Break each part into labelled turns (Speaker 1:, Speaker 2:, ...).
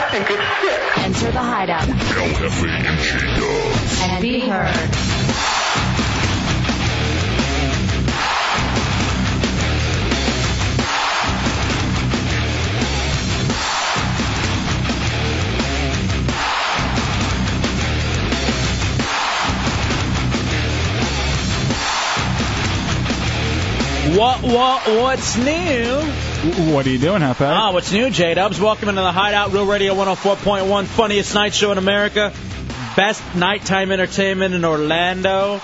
Speaker 1: Enter the hideout and be heard.
Speaker 2: What, what, what's new?
Speaker 3: What are you doing, Half
Speaker 2: Ah, what's new, J Dubs? Welcome into the Hideout, Real Radio 104.1, funniest night show in America, best nighttime entertainment in Orlando.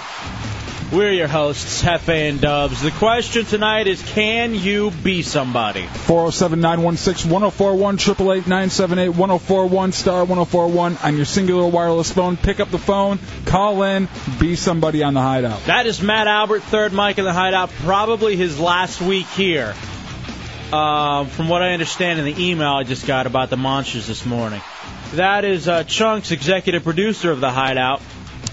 Speaker 2: We're your hosts, Hefe and Dubs. The question tonight is can you be somebody?
Speaker 3: 407 916 1041 888 978 1041 star 1041 on your singular wireless phone. Pick up the phone, call in, be somebody on the hideout.
Speaker 2: That is Matt Albert, third mic in the hideout, probably his last week here. Um, from what I understand in the email I just got about the monsters this morning. That is uh, Chunks, executive producer of the hideout.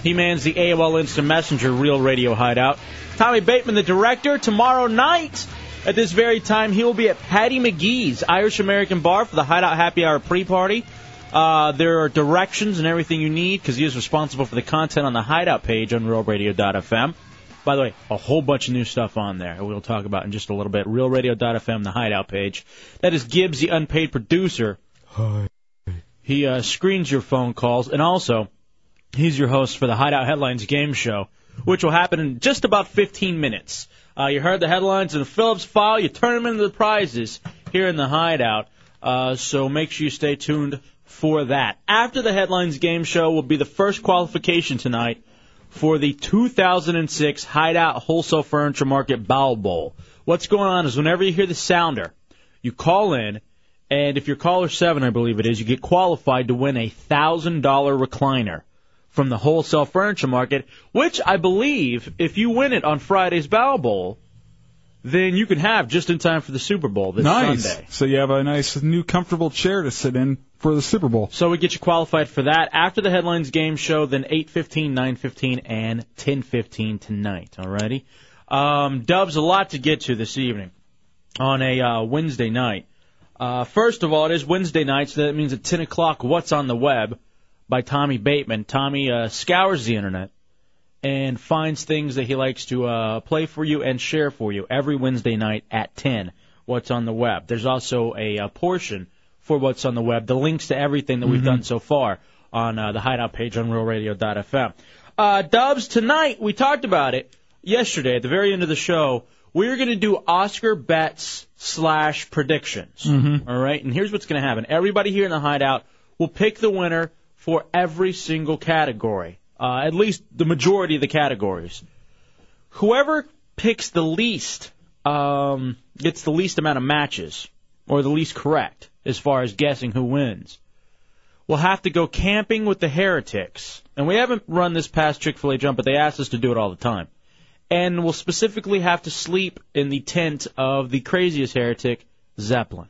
Speaker 2: He mans the AOL Instant Messenger Real Radio Hideout. Tommy Bateman, the director, tomorrow night at this very time, he will be at Patty McGee's Irish American Bar for the Hideout Happy Hour pre party. Uh, there are directions and everything you need because he is responsible for the content on the Hideout page on RealRadio.fm. By the way, a whole bunch of new stuff on there that we'll talk about in just a little bit. RealRadio.fm, the Hideout page. That is Gibbs, the unpaid producer. He uh, screens your phone calls, and also, he's your host for the Hideout Headlines game show, which will happen in just about 15 minutes. Uh, you heard the headlines in the Phillips file. You turn them into the prizes here in the Hideout. Uh, so make sure you stay tuned for that. After the headlines game show will be the first qualification tonight for the 2006 Hideout Wholesale Furniture Market Bowl Bowl. What's going on is whenever you hear the sounder, you call in, and if you're caller seven, I believe it is, you get qualified to win a thousand dollar recliner from the wholesale furniture market, which I believe if you win it on Friday's Bow Bowl, then you can have just in time for the Super Bowl this
Speaker 3: nice.
Speaker 2: Sunday.
Speaker 3: So you have a nice new comfortable chair to sit in for the Super Bowl.
Speaker 2: So we get you qualified for that after the headlines game show, then 8:15, 9:15, and 10:15 tonight. Alrighty, um, Dubs, a lot to get to this evening on a uh, Wednesday night. Uh, first of all, it is Wednesday night, so that means at 10 o'clock, "What's on the Web" by Tommy Bateman. Tommy uh, scours the internet and finds things that he likes to uh, play for you and share for you every Wednesday night at 10. What's on the web? There's also a, uh portion for what's on the web. The links to everything that we've done so far on uh, the Hideout page on RealRadio.fm. Uh, Dubs, tonight we talked about it yesterday at the very end of the show. We're going to do Oscar bets slash predictions. All right, and here's what's going to happen. Everybody here in the hideout will pick the winner for every single category, uh, at least the majority of the categories. Whoever picks the least um, gets the least amount of matches, or the least correct as far as guessing who wins. We'll have to go camping with the heretics, and we haven't run this past Chick Fil A jump, but they ask us to do it all the time. And we'll specifically have to sleep in the tent of the craziest heretic, Zeppelin.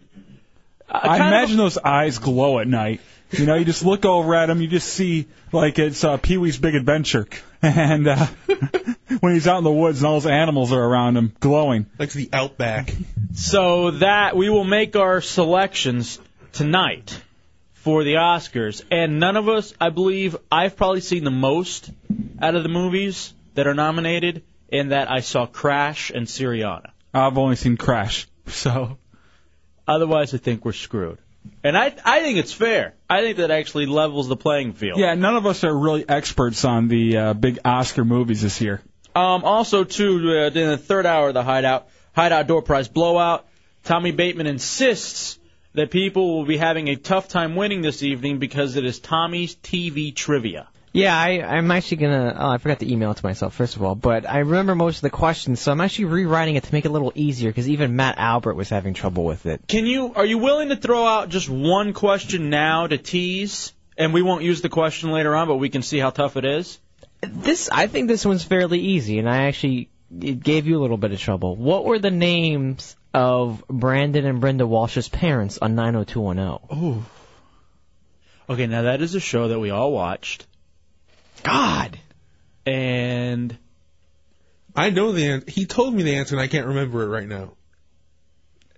Speaker 3: I
Speaker 2: Uh, kind of-
Speaker 3: imagine those eyes glow at night. You know, you just look over at him, you just see like it's uh, Pee Wee's Big Adventure, and uh, when he's out in the woods and all those animals are around him, glowing.
Speaker 4: Like the outback.
Speaker 2: So that we will make our selections tonight for the Oscars, and none of us, I believe, I've probably seen the most out of the movies that are nominated. In that I saw Crash and Syriana.
Speaker 3: I've only seen Crash, so
Speaker 2: Otherwise, I think we're screwed. And I, I think it's fair. I think that actually levels the playing field.
Speaker 3: yeah, none of us are really experts on the uh, big Oscar movies this year.
Speaker 2: Um, also, too, uh, in the third hour of the Hideout, Hideout Door Prize Blowout, Tommy Bateman insists that people will be having a tough time winning this evening because it is Tommy's TV trivia.
Speaker 4: Yeah, I, I'm actually gonna. Oh, I forgot to email it to myself first of all, but I remember most of the questions, so I'm actually rewriting it to make it a little easier because even Matt Albert was having trouble with it.
Speaker 2: Can you? Are you willing to throw out just one question now to tease, and we won't use the question later on, but we can see how tough it is.
Speaker 4: This, I think, this one's fairly easy, and I actually it gave you a little bit of trouble. What were the names of Brandon and Brenda Walsh's parents on 90210?
Speaker 2: Oh. Okay, now that is a show that we all watched,
Speaker 4: God,
Speaker 2: and
Speaker 5: I know the answer. He told me the answer, and I can't remember it right now.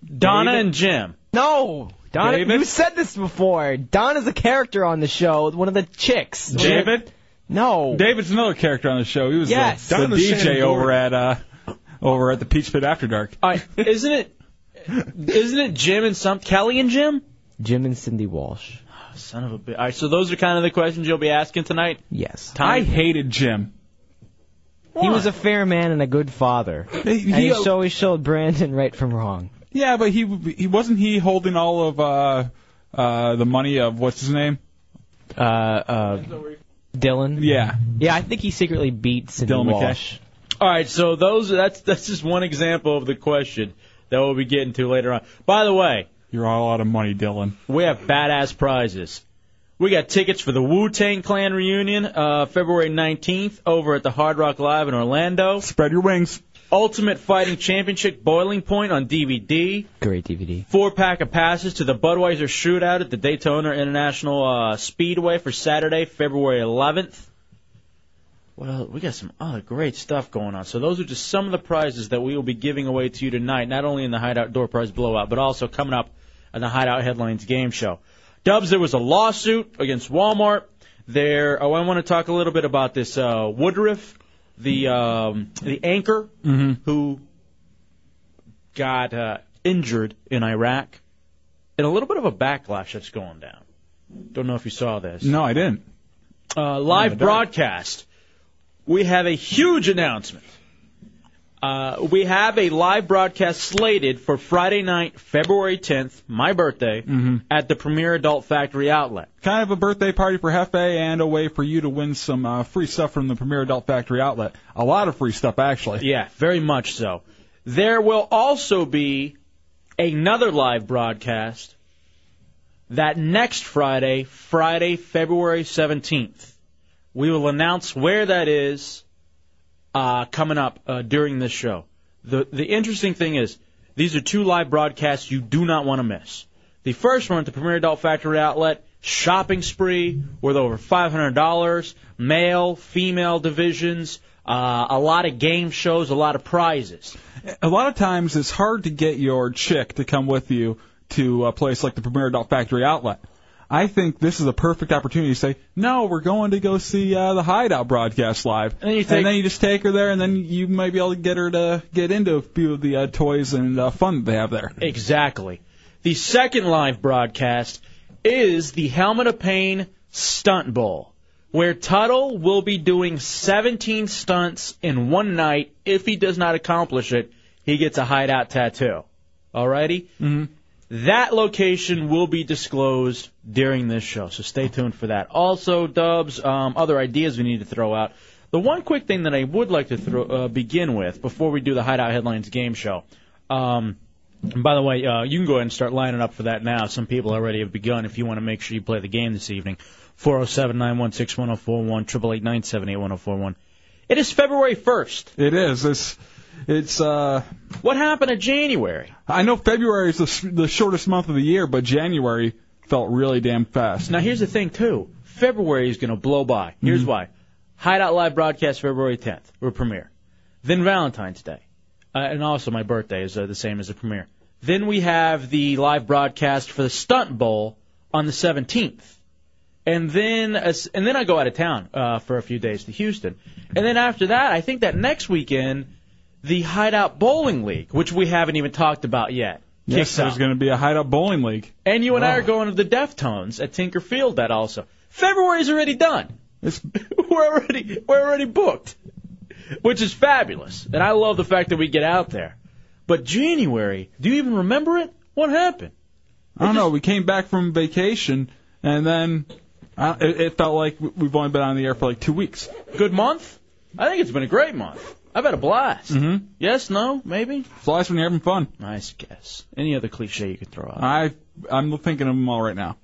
Speaker 2: Donna and Jim.
Speaker 4: no. Don,
Speaker 2: David?
Speaker 4: you said this before. Don is a character on the show, one of the chicks.
Speaker 3: David?
Speaker 4: No.
Speaker 3: David's another character on the show. He was the-
Speaker 4: Yes.
Speaker 3: the,
Speaker 5: Down the
Speaker 3: DJ
Speaker 5: Shannon
Speaker 3: over at
Speaker 5: Gordon.
Speaker 3: uh, over at the Peach Pit After Dark.
Speaker 2: All right, isn't it? Isn't it Jim and some Kelly and Jim?
Speaker 4: Jim and Cindy Walsh.
Speaker 2: Son of a bitch. All right, so those are kind of the questions you'll be asking tonight.
Speaker 4: Yes.
Speaker 3: I
Speaker 2: Time.
Speaker 3: hated Jim.
Speaker 4: He was a fair man and a good father. And
Speaker 3: He-
Speaker 4: he always showed Brandon right from wrong.
Speaker 3: yeah, but he he wasn't he holding all of uh, uh, the money of what's his name?
Speaker 4: Uh, uh, Dylan.
Speaker 3: Yeah,
Speaker 4: Yeah, I think he secretly beat Cindy
Speaker 3: Dylan McKay.
Speaker 4: Walsh.
Speaker 2: All right, so those that's that's just one example of the question that we'll be getting to later on. By the way,
Speaker 3: you're all out of money, Dylan.
Speaker 2: we have badass prizes. We got tickets for the Wu Tang Clan reunion, uh, February 19th, over at the Hard Rock Live in Orlando.
Speaker 3: Spread your wings.
Speaker 2: Ultimate Fighting Championship Boiling Point on DVD.
Speaker 4: Great DVD.
Speaker 2: Four pack of passes to the Budweiser Shootout at the Daytona International uh, Speedway for Saturday, February 11th. What else? We got some other great stuff going on. So those are just some of the prizes that we will be giving away to you tonight, not only in the Hideout Door Prize Blowout, but also coming up on the Hideout Headlines Game Show. Dubs, there was a lawsuit against Walmart. There, oh, I want to talk a little bit about this uh, Woodruff, the um, the anchor who got uh, injured in Iraq, and a little bit of a backlash that's going down. Don't know if you saw this.
Speaker 3: No, I didn't.
Speaker 2: Uh, live broadcast. We have a huge announcement. Uh, we have a live broadcast slated for Friday night, February 10th, my birthday,
Speaker 3: Mm. Mm-hmm.
Speaker 2: at the Premier Adult Factory Outlet.
Speaker 3: Kind of a birthday party for Hefe and a way for you to win some uh, free stuff from the Premier Adult Factory outlet. A lot of free stuff, actually.
Speaker 2: Yeah, very much so. There will also be another live broadcast that next Friday, Friday, February 17th. We will announce where that is uh, coming up uh, during this show. The, the interesting thing is, these are two live broadcasts you do not want to miss. The first one at the Premier Adult Factory Outlet, shopping spree worth over $500, male, female divisions, uh, a lot of game shows, a lot of prizes.
Speaker 3: A lot of times it's hard to get your chick to come with you to a place like the Premier Adult Factory outlet. I think this is a perfect opportunity to say, no, we're going to go see uh, the Hideout broadcast live.
Speaker 2: And then you take-
Speaker 3: then you just take her there, and then you might be able to get her to get into a few of the uh, toys and uh, fun that they have there.
Speaker 2: Exactly. The second live broadcast is the Helmet of Pain Stunt Bowl, where Tuttle will be doing 17 stunts in one night. If he does not accomplish it, he gets a hideout tattoo. Alrighty?
Speaker 3: Mhm.
Speaker 2: That location will be disclosed during this show, so stay tuned for that. Also, Dubs, um, other ideas we need to throw out. The one quick thing that I would like to throw, uh, begin with before we do the Hideout Headlines game show. Um, and by the way, uh, you can go ahead and start lining up for that now. Some people already have begun if you want to make sure you play the game this evening. 407 916 1041, 888 978 1041. It is February 1st.
Speaker 3: It is. It's, it's, uh,
Speaker 2: What happened in January?
Speaker 3: I know February is the, s- the shortest month of the year, but January felt really damn fast.
Speaker 2: Now, here's the thing, too. February is going to blow by. Here's why. Hideout Live broadcast February 10th, or premiere. Then Valentine's Day. Uh, and also, my birthday is uh, the same as the premiere. Then we have the live broadcast for the Stunt Bowl on the 17th. And then, as- and then I go out of town uh, for a few days to Houston. And then after that, I think that next weekend, the Hideout Bowling League, which we haven't even talked about yet,
Speaker 3: yes,
Speaker 2: kicks
Speaker 3: there's
Speaker 2: off.
Speaker 3: going to be a hideout bowling league.
Speaker 2: And you and I are going to the Deftones at Tinker Field. That also. February's already done.
Speaker 3: It's,
Speaker 2: We're already we're already booked, which is fabulous. And I love the fact that we get out there. But January, do you even remember it? What happened?
Speaker 3: I don't know. We came back from vacation, and then Uh, it, it felt like w- we've only been on the air for like two weeks.
Speaker 2: Good month? I think it's been a great month. I've had a blast. Mm-hmm. Yes, no, maybe?
Speaker 3: Flies when you're having fun.
Speaker 2: Nice guess. Any other cliche you could throw out?
Speaker 3: I I'm thinking of them all right now.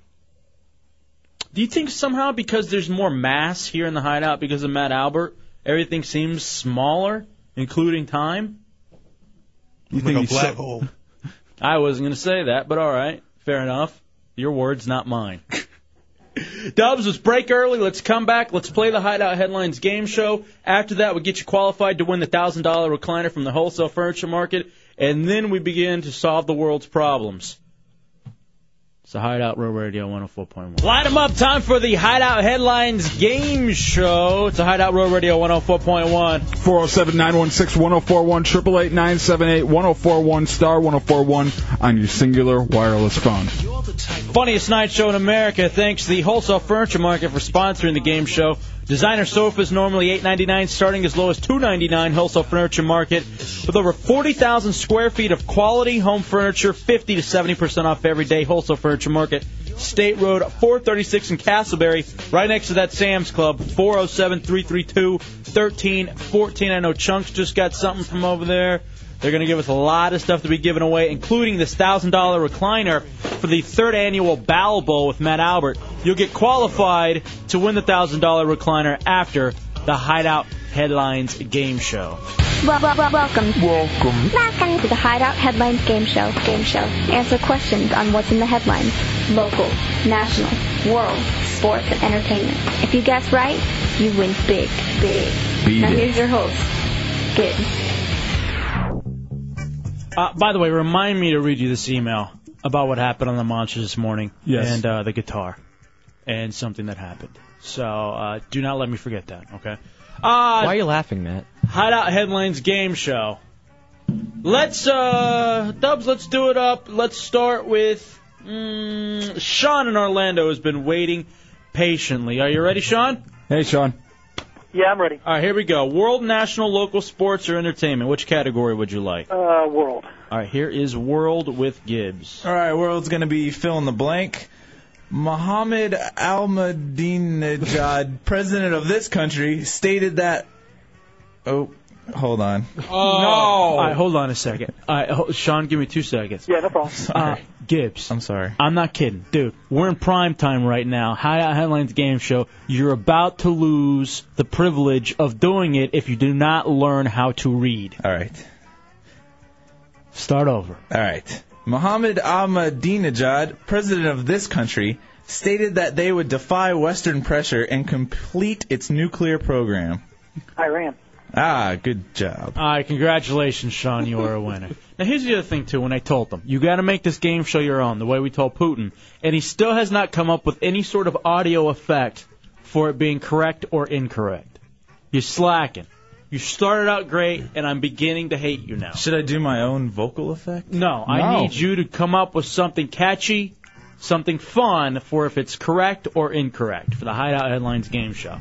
Speaker 2: Do you think somehow because there's more mass here in the hideout because of Matt Albert, everything seems smaller, including time?
Speaker 3: You
Speaker 5: Like a
Speaker 3: he's so-
Speaker 5: black hole.
Speaker 2: I wasn't going to say that, but all right, fair enough. Your words, not mine. Dubs, let's break early. Let's come back. Let's play the Hideout Headlines game show. After that, we get you qualified to win the thousand dollar recliner from the wholesale furniture market, and then we begin to solve the world's problems. It's the Hideout Row Radio 104.1. Light 'em up. Time for the Hideout Headlines game show. It's the Hideout Row Radio 104.1.
Speaker 3: 407 916 1041 888 978 1041 star 1041 on your singular wireless phone.
Speaker 2: Funniest night show in America. Thanks to the wholesale furniture market for sponsoring the game show. Designer sofas normally $8.99, starting as low as $2.99. Wholesale furniture market with over 40,000 square feet of quality home furniture, 50 to 70 percent off every day. Wholesale furniture market, State Road 436 in Castleberry, right next to that Sam's Club. 407-332-1314. I know Chunks just got something from over there. They're going to give us a lot of stuff to be given away, including this $1,000 recliner for the third annual Bowel Bowl with Matt Albert. You'll get qualified to win the $1,000 recliner after the Hideout Headlines game show.
Speaker 6: Well, well, well, welcome. Welcome. Welcome to the Hideout Headlines Game Show. Game Show. Answer questions on what's in the headlines. Local, national, world, sports, and entertainment. If you guess right, you win big, big. now here's your host, Gid.
Speaker 2: Uh, by the way, remind me to read you this email about what happened on the Monster this morning
Speaker 3: Yes.
Speaker 2: and uh, the guitar and something that happened. So uh, do not let me forget that, okay? Uh,
Speaker 4: Why are you laughing, Matt?
Speaker 2: Hideout Headlines game show. Let's, uh, Dubs, let's do it up. Let's start with mm, Sean in Orlando has been waiting patiently. Are you ready, Sean?
Speaker 3: Hey, Sean.
Speaker 7: Yeah, I'm ready.
Speaker 2: All right, here we go. World, national, local, sports, or entertainment. Which category would you like?
Speaker 7: Uh, world.
Speaker 2: All right, here is World with Gibbs.
Speaker 8: All right, world's going to be fill in the blank. Mohammed Ahmadinejad, president of this country, stated that. Oh, hold on.
Speaker 2: All right, hold on a second. All right, ho- Sean, give me two seconds.
Speaker 7: Yeah, no problem.
Speaker 2: Uh, Gibbs.
Speaker 8: I'm sorry.
Speaker 2: I'm not kidding, dude. We're in prime time right now. Hideout Headlines Game Show. You're about to lose the privilege of doing it if you do not learn how to read.
Speaker 8: All right.
Speaker 2: Start over.
Speaker 8: All right. Mohammed Ahmadinejad, president of this country, stated that they would defy Western pressure and complete its nuclear program.
Speaker 7: Iran.
Speaker 8: Ah, good job.
Speaker 2: All right, congratulations, Sean. You are a winner. now, here's the other thing too. When I told them, you got to make this game show your own, the way we told Putin, and he still has not come up with any sort of audio effect for it being correct or incorrect. You're slacking. You started out great, and I'm beginning to hate you now.
Speaker 8: Should I do my own vocal effect?
Speaker 2: No, I
Speaker 8: No.
Speaker 2: need you to come up with something catchy, something fun for if it's correct or incorrect for the Hideout Headlines game show.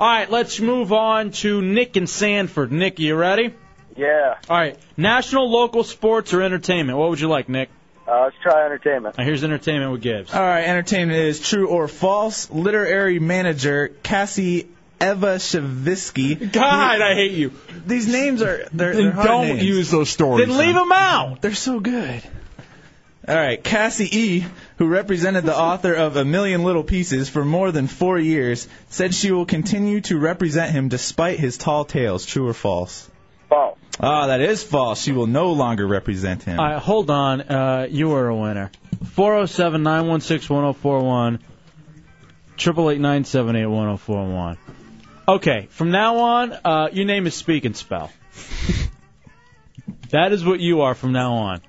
Speaker 2: All right, let's move on to Nick and Sanford. Nick, you ready?
Speaker 7: Yeah.
Speaker 2: All right, national, local, sports, or entertainment. What would you like, Nick?
Speaker 7: Uh, let's try entertainment.
Speaker 2: Now, here's entertainment with Gibbs.
Speaker 8: All right, entertainment is true or false. Literary manager Cassie Eva Shavisky.
Speaker 2: God, I hate you.
Speaker 8: These names are they're, they're
Speaker 3: And
Speaker 8: hard
Speaker 3: don't
Speaker 8: names.
Speaker 3: use those stories.
Speaker 2: Then leave him out.
Speaker 8: They're so good. All right, Cassie E, who represented the author of A Million Little Pieces for more than four years, said she will continue to represent him despite his tall tales. True or false?
Speaker 7: False.
Speaker 8: Ah, that is false. She will no longer represent him.
Speaker 2: All right, hold on. Uh, you are a winner. 407 916 1041. 888 978 1041. Okay, from now on, uh, your name is Speak and Spell. that is what you are from now on.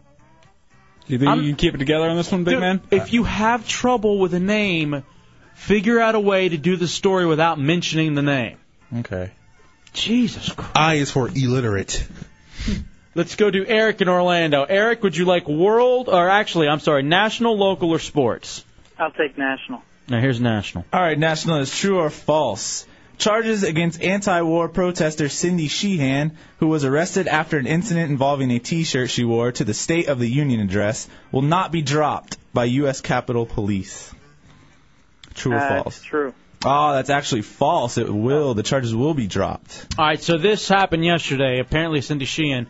Speaker 3: You think
Speaker 2: I'm-
Speaker 3: you can keep it together on this one, big
Speaker 2: Dude,
Speaker 3: man?
Speaker 2: If you have trouble with a name, figure out a way to do the story without mentioning the name.
Speaker 8: Okay.
Speaker 2: Jesus Christ.
Speaker 5: I is for illiterate.
Speaker 2: Let's go to Eric in Orlando. Eric, would you like world, or actually, I'm sorry, national, local, or sports?
Speaker 7: I'll take national.
Speaker 2: Now, here's national.
Speaker 8: All right, National is true or false. Charges against anti-war protester Cindy Sheehan, who was arrested after an incident involving a T-shirt she wore to the State of the Union address, will not be dropped by U.S. Capitol Police. True or
Speaker 7: Uh,
Speaker 8: false?
Speaker 7: it's true.
Speaker 8: Oh, that's actually false. It will. The charges will be dropped.
Speaker 2: All right, so this happened yesterday. Apparently, Cindy Sheehan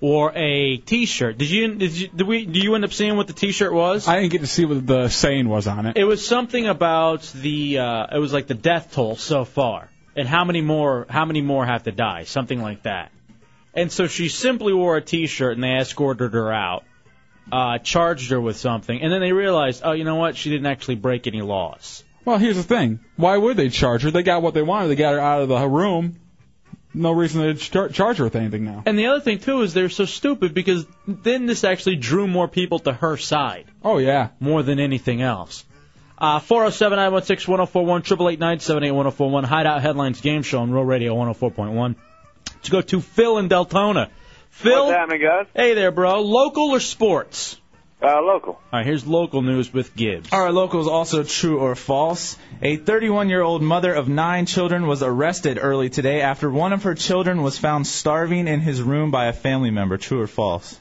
Speaker 2: wore a T-shirt. Did you? Did you? Did we? Do you end up seeing what the T-shirt was?
Speaker 3: I didn't get to see what the saying was on it.
Speaker 2: It was something about the. Uh, it was like the death toll so far, and how many more? How many more have to die? Something like that. And so she simply wore a T-shirt, and they escorted her out, uh, charged her with something, and then they realized, oh, you know what? She didn't actually break any laws.
Speaker 3: Well, here's the thing. Why would they charge her? They got what they wanted. They got her out of the room. No reason to char- charge her with anything now.
Speaker 2: And the other thing too is they're so stupid because then this actually drew more people to her side.
Speaker 3: Oh yeah.
Speaker 2: more than anything else. Uh, 407 916 1041, 888 978 1041, Hideout Headlines Game Show on Real Radio 104.1. Let's go to Phil in Deltona. Phil,
Speaker 7: What's happening, guys?
Speaker 2: hey there, bro. Local or sports?
Speaker 7: Uh, local.
Speaker 2: All right, here's local news with Gibbs.
Speaker 8: Our local is also true or false. A 31 year old mother of nine children was arrested early today after one of her children was found starving in his room by a family member. True or false?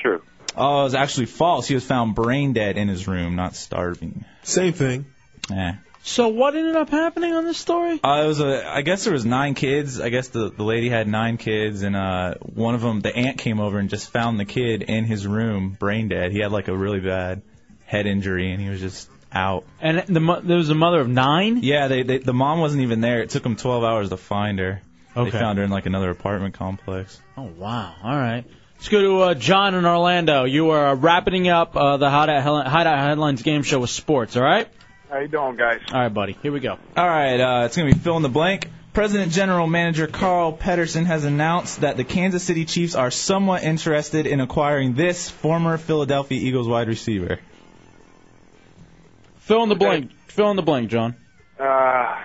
Speaker 7: True.
Speaker 8: Oh, it was actually false. He was found brain dead in his room, not starving.
Speaker 5: Same thing.
Speaker 8: Eh.
Speaker 2: So what ended up happening on this story?
Speaker 8: Uh, it was a, I guess there was nine kids. I guess the, the lady had nine kids, and uh, one of them, the aunt came over and just found the kid in his room, brain dead. He had like a really bad head injury, and he was just out.
Speaker 2: And the mo- there was a mother of nine?
Speaker 8: Yeah, they, they the mom wasn't even there. It took them 12 hours to find her.
Speaker 2: Okay.
Speaker 8: They found her in like another apartment complex.
Speaker 2: Oh, wow. All right. Let's go to uh, John in Orlando. You are uh, wrapping up uh, the Hideout, Hel- Hideout Headlines Game Show with sports, all right?
Speaker 7: How you doing, guys?
Speaker 2: All right, buddy. Here we go.
Speaker 8: All right, uh, it's gonna be fill in the blank. President General Manager Carl Pedersen has announced that the Kansas City Chiefs are somewhat interested in acquiring this former Philadelphia Eagles wide receiver.
Speaker 2: Fill in the blank. Fill in the blank, John.
Speaker 7: Uh,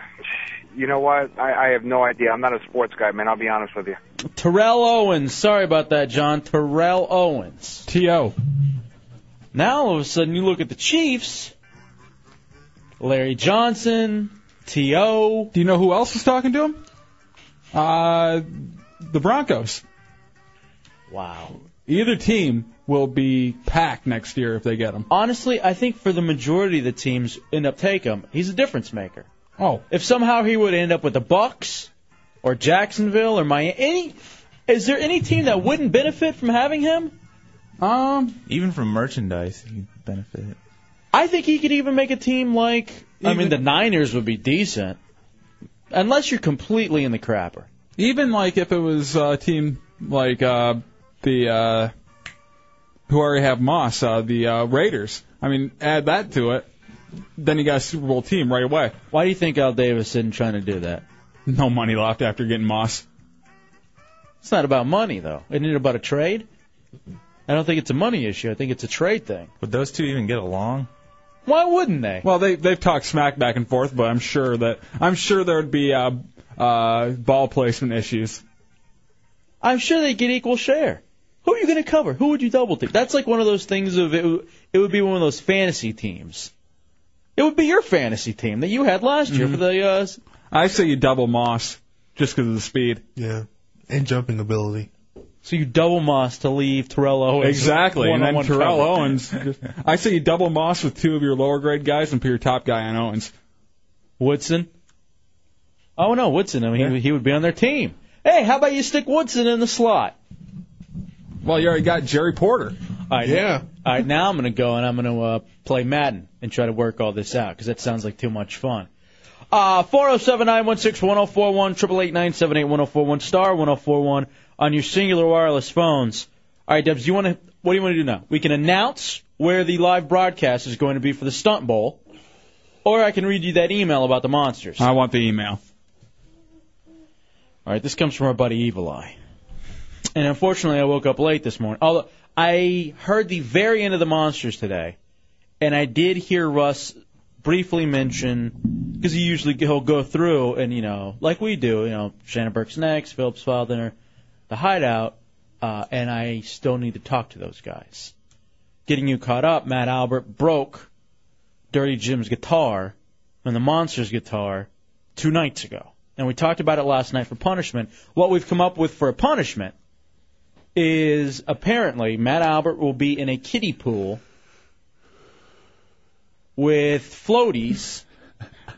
Speaker 7: you know what? I, I have no idea. I'm not a sports guy, man. I'll be honest with you.
Speaker 2: Terrell Owens. Sorry about that, John. Terrell Owens.
Speaker 3: To.
Speaker 2: Now all of a sudden you look at the Chiefs. Larry Johnson, T.O.
Speaker 3: Do you know who else was talking to him? Uh, the Broncos.
Speaker 2: Wow.
Speaker 3: Either team will be packed next year if they get him.
Speaker 2: Honestly, I think for the majority of the teams end up take him. He's a difference maker.
Speaker 3: Oh,
Speaker 2: If somehow he would end up with the Bucks or Jacksonville or Miami, any is there any team that wouldn't benefit from having him?
Speaker 3: um,
Speaker 8: Even from merchandise, he benefit.
Speaker 2: I think he could even make a team like I mean
Speaker 3: Even-
Speaker 2: the Niners would be decent. Unless you're completely in the crapper.
Speaker 3: even like if it was a team like uh, the uh, who already have Moss, uh, the uh, Raiders. I mean, add that to it, then you got a Super Bowl team right away.
Speaker 2: Why do you think Al Davis isn't trying to do that?
Speaker 3: No money left after getting Moss.
Speaker 2: It's not about money, though. Isn't it about a trade? I don't think it's a money issue. I think it's a trade thing.
Speaker 8: Would those two even get along?
Speaker 2: Why wouldn't they?
Speaker 3: Well, they they've talked smack back and forth, but I'm sure that I'm sure there'd be uh, uh, ball placement issues.
Speaker 2: I'm sure they get equal share. Who are you going to cover? Who would you double team? That's like one of those things of it, w- it would be one of those fantasy teams. It would be your fantasy team that you had last year for the uh, s-
Speaker 3: Mm-hmm. I say you double Moss just 'cause of the speed.
Speaker 5: Yeah. And jumping ability.
Speaker 2: so you double Moss to leave Terrell Owens.
Speaker 3: Exactly, and then
Speaker 2: one-on-one
Speaker 3: Terrell
Speaker 2: cover.
Speaker 3: Owens. I say you double Moss with two of your lower grade guys and put your top guy on Owens.
Speaker 2: Woodson. Oh no, Woodson. I mean, he, he would be on their team. Hey, how about you stick Woodson in the slot?
Speaker 3: Well, you already got Jerry Porter.
Speaker 2: All right,
Speaker 5: Yeah.
Speaker 2: All right, now I'm going to go and I'm going to uh, play Madden and try to work all this out because that sounds like too much fun. Uh, 407 916 1041, 888 978 1041, star 1041 on your singular wireless phones. All right, Debs, you want to, what do you want to do now? We can announce where the live broadcast is going to be for the Stunt Bowl, or I can read you that email about the monsters.
Speaker 3: I want the email.
Speaker 2: All right, this comes from our buddy Evil Eye. And unfortunately, I woke up late this morning. Although I heard the very end of the monsters today, and I did hear Russ briefly mention because he usually he'll go through and you know like we do, you know Shannon Burke's next, Phillips Feldner, the Hideout, uh, and I still need to talk to those guys. Getting you caught up, Matt Albert broke Dirty Jim's guitar and the Monsters guitar two nights ago. And we talked about it last night for punishment. What we've come up with for a punishment is apparently Matt Albert will be in a kiddie pool with floaties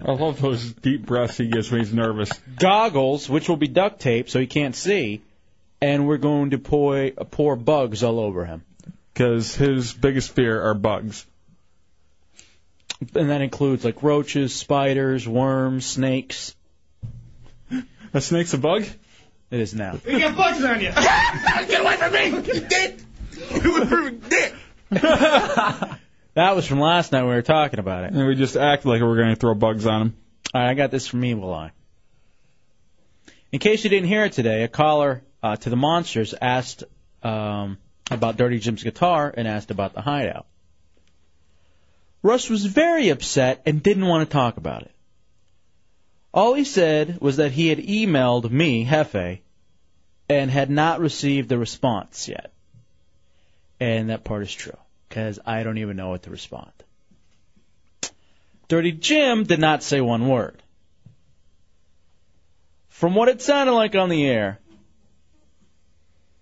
Speaker 3: I love those deep breaths he gives me. He's nervous.
Speaker 2: goggles, which will be duct tape so he can't see, and we're going to pour, pour bugs all over him.
Speaker 3: Because his biggest fear are bugs.
Speaker 2: And that includes like roaches, spiders, worms, snakes.
Speaker 3: A snake's a bug?
Speaker 2: It is now.
Speaker 9: You got bugs on you. Get away from me! You dick! You perfect dick!
Speaker 2: That was from last night. We were talking about it.
Speaker 3: And we just act like we're going to throw bugs on him.
Speaker 2: All right, I got this from Evil Eye. In case you didn't hear it today, a caller uh, to the Monsters asked um, about Dirty Jim's guitar and asked about the hideout. Russ was very upset and didn't want to talk about it. All he said was that he had emailed me, Hefe, and had not received the response yet. And that part is true, because I don't even know what to respond. Dirty Jim did not say one word. From what it sounded like on the air,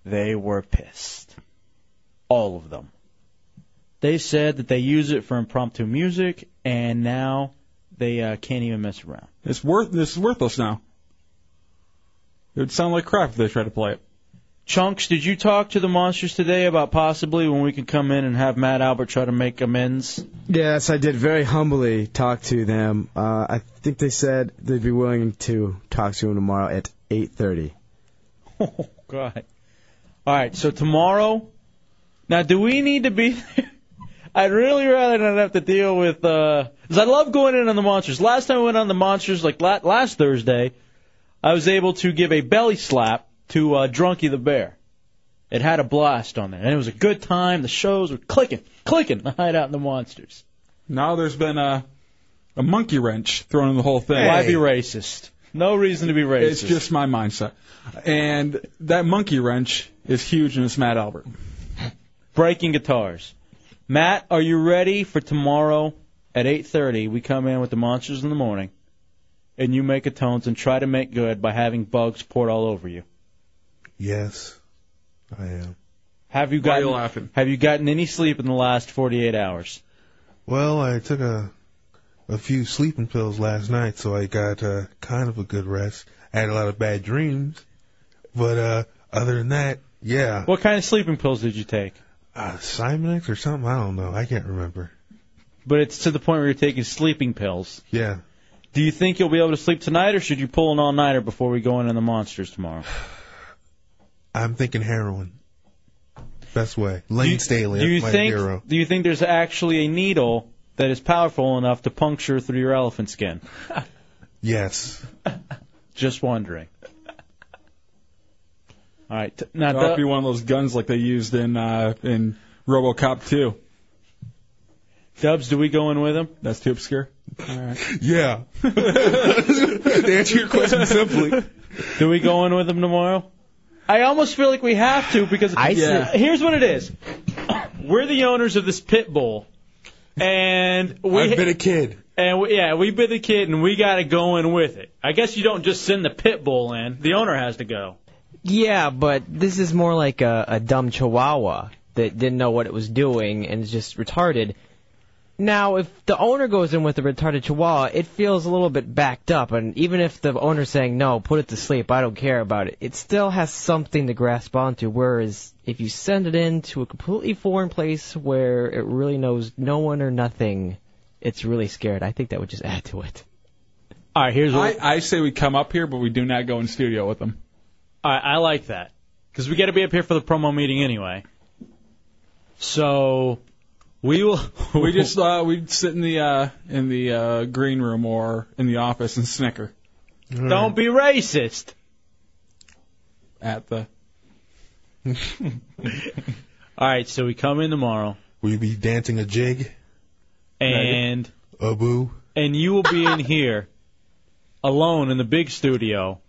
Speaker 2: they were pissed. All of them. They said that they use it for impromptu music, and now they uh, can't even mess around.
Speaker 3: It's worth. This is worthless now. It would sound like crap if they tried to play it.
Speaker 2: Chunks, did you talk to the monsters today about possibly when we can come in and have Matt Albert try to make amends?
Speaker 10: Yes, I did very humbly talk to them. Uh, I think they said they'd be willing to talk to him tomorrow at 8:30.
Speaker 2: Oh God! All right, so tomorrow. Now, do we need to be? I'd really rather not have to deal with. Because I love going in on the monsters. Last time I went on the monsters, like la- last Thursday, I was able to give a belly slap to uh, Drunky the Bear. It had a blast on there, and it was a good time. The shows were clicking, clicking. The Hideout and the Monsters.
Speaker 3: Now there's been a a monkey wrench thrown in the whole thing.
Speaker 2: Why be racist? No reason to be racist.
Speaker 3: It's just my mindset. And that monkey wrench is huge, and it's Matt Albert.
Speaker 2: breaking guitars. Matt, are you ready for tomorrow at 8:30? We come in with the monsters in the morning, and you make atones and try to make good by having bugs poured all over you.
Speaker 5: Yes, I am.
Speaker 2: Have you
Speaker 5: Why are you
Speaker 2: gotten
Speaker 5: laughing?
Speaker 2: Have you gotten any sleep in the last 48 hours?
Speaker 5: Well, I took a a few sleeping pills last night, so I got uh, kind of a good rest. I had a lot of bad dreams, but uh, other than that, yeah.
Speaker 2: What kind of sleeping pills did you take?
Speaker 5: Uh, Simonex or something? I don't know. I can't remember.
Speaker 2: But it's to the point where you're taking sleeping pills.
Speaker 5: Yeah.
Speaker 2: Do you think you'll be able to sleep tonight, or should you pull an all-nighter before we go in on the monsters tomorrow?
Speaker 5: I'm thinking heroin. Best way. Lane Staley.
Speaker 2: Do you
Speaker 5: that's my
Speaker 2: think?
Speaker 5: hero.
Speaker 2: Do you think there's actually a needle that is powerful enough to puncture through your elephant skin?
Speaker 5: Yes.
Speaker 2: Just wondering. All right, t- now
Speaker 3: That'll
Speaker 2: the-
Speaker 3: be one of those guns like they used in uh, in RoboCop 2.
Speaker 2: Dubs, do we go in with him?
Speaker 3: That's too obscure.
Speaker 5: Yeah. to answer your question simply.
Speaker 2: Do we go in with him tomorrow? I almost feel like we have to because
Speaker 4: I
Speaker 2: Yeah.
Speaker 4: see.
Speaker 2: here's what it is: we're the owners of this pit bull, and we
Speaker 5: I've been a kid.
Speaker 2: and we, yeah, we bit the kid, and we got to go in with it. I guess you don't just send the pit bull in; the owner has to go.
Speaker 4: Yeah, but this is more like a, a dumb chihuahua that didn't know what it was doing and is just retarded. Now, if the owner goes in with a retarded chihuahua, it feels a little bit backed up, and even if the owner's saying, no, put it to sleep, I don't care about it, it still has something to grasp onto, whereas if you send it in to a completely foreign place where it really knows no one or nothing, it's really scared. I think that would just add to it.
Speaker 2: All right, here's
Speaker 3: I, I say we come up here, but we do not go in studio with them.
Speaker 2: All right, I like that because we got to be up here for the promo meeting anyway. So we will.
Speaker 3: We just uh, we'd sit in the uh, in the uh, green room or in the office and snicker
Speaker 2: don't be racist.
Speaker 3: at the.
Speaker 2: All right, so we come in tomorrow,
Speaker 5: Will you be dancing a jig,
Speaker 2: and
Speaker 5: a boo?
Speaker 2: and you will be in here alone in the big studio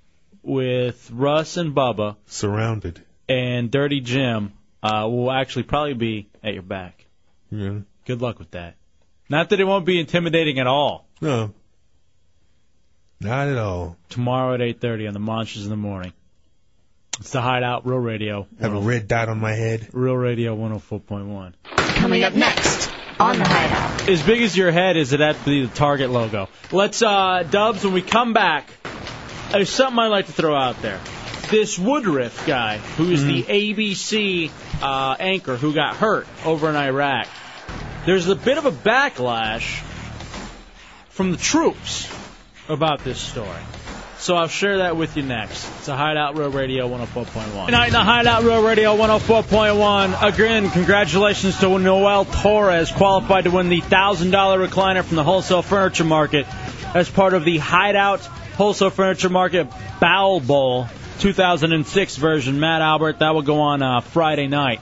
Speaker 2: with Russ and Bubba
Speaker 5: Surrounded.
Speaker 2: and Dirty Jim. Uh, will actually probably be at your back.
Speaker 5: Yeah.
Speaker 2: Good luck with that. Not that it won't be intimidating at all.
Speaker 5: No. Not at all.
Speaker 2: Tomorrow at 8:30 on the Monsters in the Morning. It's the Hideout Real Radio.
Speaker 5: I have a red dot on my head.
Speaker 2: oh Real Radio 104.1.
Speaker 1: Coming up next, on the hideout.
Speaker 2: As big as your head is, it at the Target logo. Let's, uh, Dubs, when we come back, there's something I'd like to throw out there. This Woodruff guy, who is the ABC uh, anchor who got hurt over in Iraq, there's a bit of a backlash from the troops about this story. So I'll share that with you next. It's a Hideout Real Radio 104.1. Night in the Hideout Real Radio 104.1. Again, congratulations to Noel Torres, qualified to win the $1,000 recliner from the Wholesale Furniture Market as part of the Hideout Wholesale Furniture Market Bowl Bowl 2006 version. Matt Albert, that will go on uh, Friday night.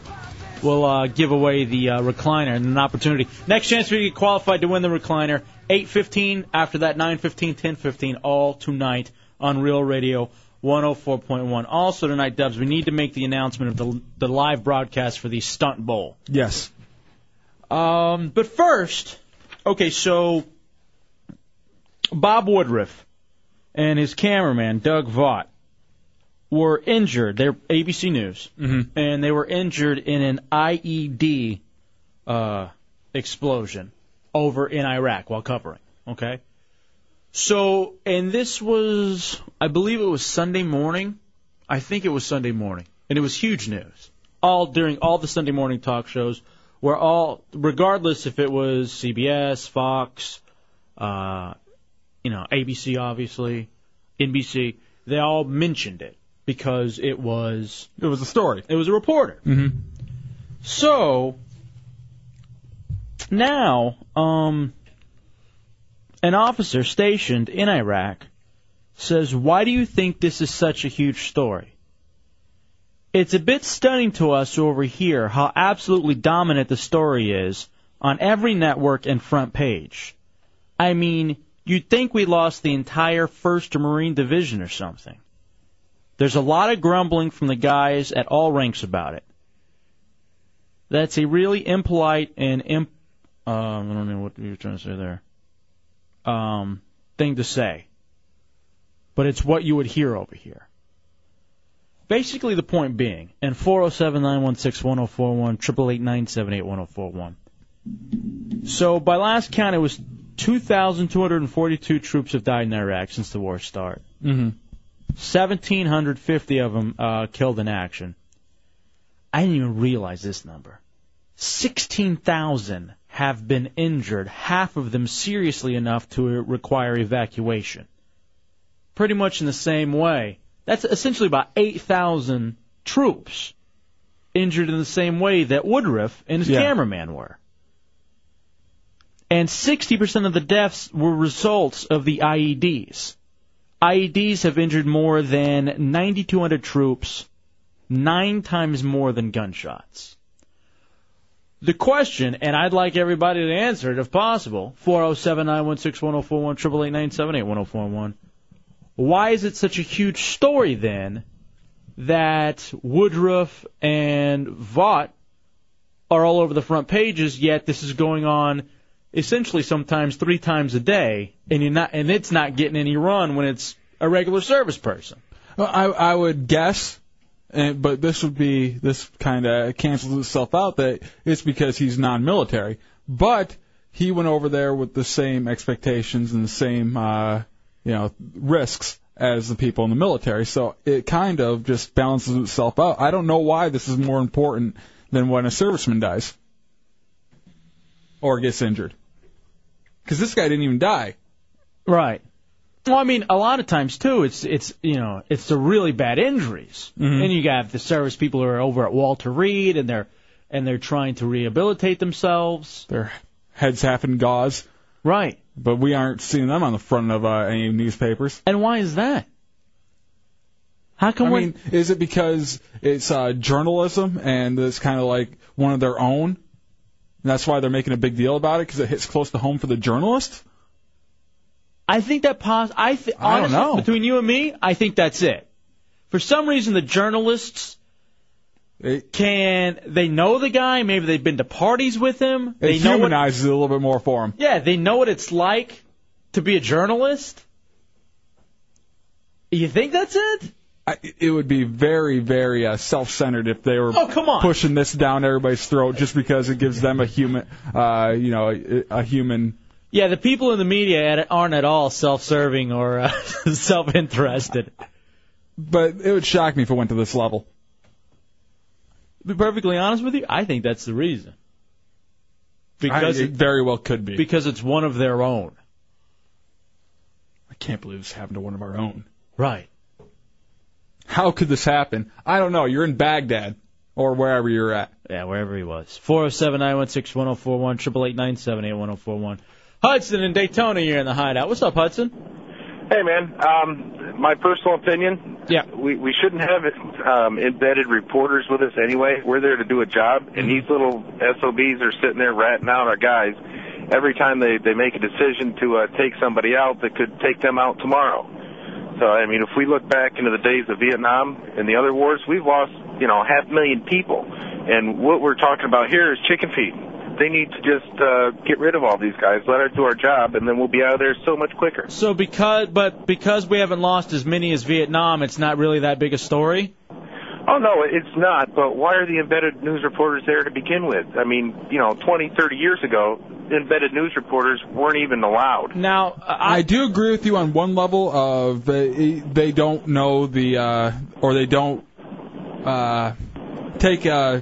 Speaker 2: We'll uh, give away the uh, recliner and an opportunity. Next chance we get qualified to win the recliner, 8.15, after that 9.15, 10.15, all tonight on Real Radio 104.1. Also tonight, Dubs, we need to make the announcement of the, the live broadcast for the Stunt Bowl.
Speaker 3: Yes.
Speaker 2: Um, but first, okay, so Bob Woodruff and his cameraman Doug Vaught were injured. They're ABC News, and they were injured in an IED uh, explosion over in Iraq while covering. Okay, so and this was, I believe, it was Sunday morning. I think it was Sunday morning, and it was huge news. All during all the Sunday morning talk shows, were all, regardless if it was CBS, Fox, uh, you know, ABC, obviously, NBC, they all mentioned it because it was
Speaker 3: it was a story.
Speaker 2: It was a reporter.
Speaker 3: Mm-hmm.
Speaker 2: So now, um, an officer stationed in Iraq says, "Why do you think this is such a huge story?" It's a bit stunning to us over here how absolutely dominant the story is on every network and front page. I mean, you'd think we lost the entire 1st Marine Division or something. There's a lot of grumbling from the guys at all ranks about it. That's a really impolite and imp. Um, I don't know what you're trying to say there. Um, thing to say. But it's what you would hear over here. Basically, the point being, oh and 407 916 1041, 888 978 1041. So by last count, it was 2,242 troops have died in Iraq since the war started.
Speaker 3: Mm-hmm.
Speaker 2: 1,750 of them uh, killed in action. I didn't even realize this number. 16,000 have been injured, half of them seriously enough to require evacuation. Pretty much in the same way. That's essentially about 8,000 troops injured in the same way that Woodruff and his
Speaker 3: Yeah.
Speaker 2: cameraman were and 60% of the deaths were results of the E IEDs. IEDs have injured more than 9,200 troops, nine times more than gunshots. The question, and I'd like everybody to answer it if possible, 407 916 1041, 888 978 1041. Why is it such a huge story then that Woodruff and Vaught are all over the front pages, yet this is going on essentially sometimes three times a day, and you're not, and it's not getting any run when it's a regular service person.
Speaker 3: Well, I I would guess, and, but this would be this kind of cancels itself out that it's because he's non-military. But he went over there with the same expectations and the same uh, you know risks as the people in the military. So it kind of just balances itself out. I don't know why this is more important than when a serviceman dies or gets injured, because this guy didn't even die.
Speaker 2: Right. Well, I mean, a lot of times too, it's it's you know, it's the really bad injuries,
Speaker 3: Mm-hmm.
Speaker 2: and you got the service people who are over at Walter Reed, and they're and they're trying to rehabilitate themselves.
Speaker 3: Their heads half in gauze.
Speaker 2: Right.
Speaker 3: But we aren't seeing them on the front of uh, any newspapers.
Speaker 2: And why is that? How come?
Speaker 3: I
Speaker 2: we're-
Speaker 3: mean, is it because it's uh, journalism and it's kind of like one of their own? And that's why they're making a big deal about it because it hits close to home for the journalist.
Speaker 2: I think that pos- I, th-
Speaker 3: I don't
Speaker 2: honestly,
Speaker 3: know.
Speaker 2: between you and me, I think that's it. For some reason, the journalists can they know the guy? Maybe they've been to parties with him.
Speaker 3: It
Speaker 2: They know what,
Speaker 3: humanizes it a little bit more for them.
Speaker 2: yeah, they know what it's like to be a journalist. You think that's it?
Speaker 3: I, it would be very, very uh, self-centered if they were
Speaker 2: Oh, come on.
Speaker 3: pushing this down everybody's throat just because it gives them a human, uh, you know, a, a human.
Speaker 2: Yeah, the people in the media ad- aren't at all self-serving or uh, self-interested.
Speaker 3: But it would shock me if it went to this level.
Speaker 2: To be perfectly honest with you, I think that's the reason.
Speaker 3: I- it very well could be.
Speaker 2: Because it's one of their own.
Speaker 3: I can't believe this happened to one of our own.
Speaker 2: Right.
Speaker 3: How could this happen? I don't know. You're in Baghdad or wherever you're at.
Speaker 2: Yeah, wherever he was. 407 916 1041, 888 978 1041. Hudson in Daytona, you're in the hideout. What's up, Hudson?
Speaker 11: Hey, man. Um, my personal opinion.
Speaker 2: Yeah.
Speaker 11: We we shouldn't have um, embedded reporters with us anyway. We're there to do a job, and these little SOBs are sitting there ratting out our guys every time they they make a decision to uh, take somebody out that could take them out tomorrow. So I mean, if we look back into the days of Vietnam and the other wars, we've lost you know half a million people, and what we're talking about here is chicken feed. They need to just uh, get rid of all these guys, let us do our job, and then we'll be out of there so much quicker.
Speaker 2: So because, but because we haven't lost as many as Vietnam, it's not really that big a story?
Speaker 11: Oh no, it's not. But why are the embedded news reporters there to begin with? I mean, you know, 20, 30 years ago, embedded news reporters weren't even allowed.
Speaker 2: Now,
Speaker 3: I, do agree with you on one level of they, they don't know the uh, or they don't uh, take uh,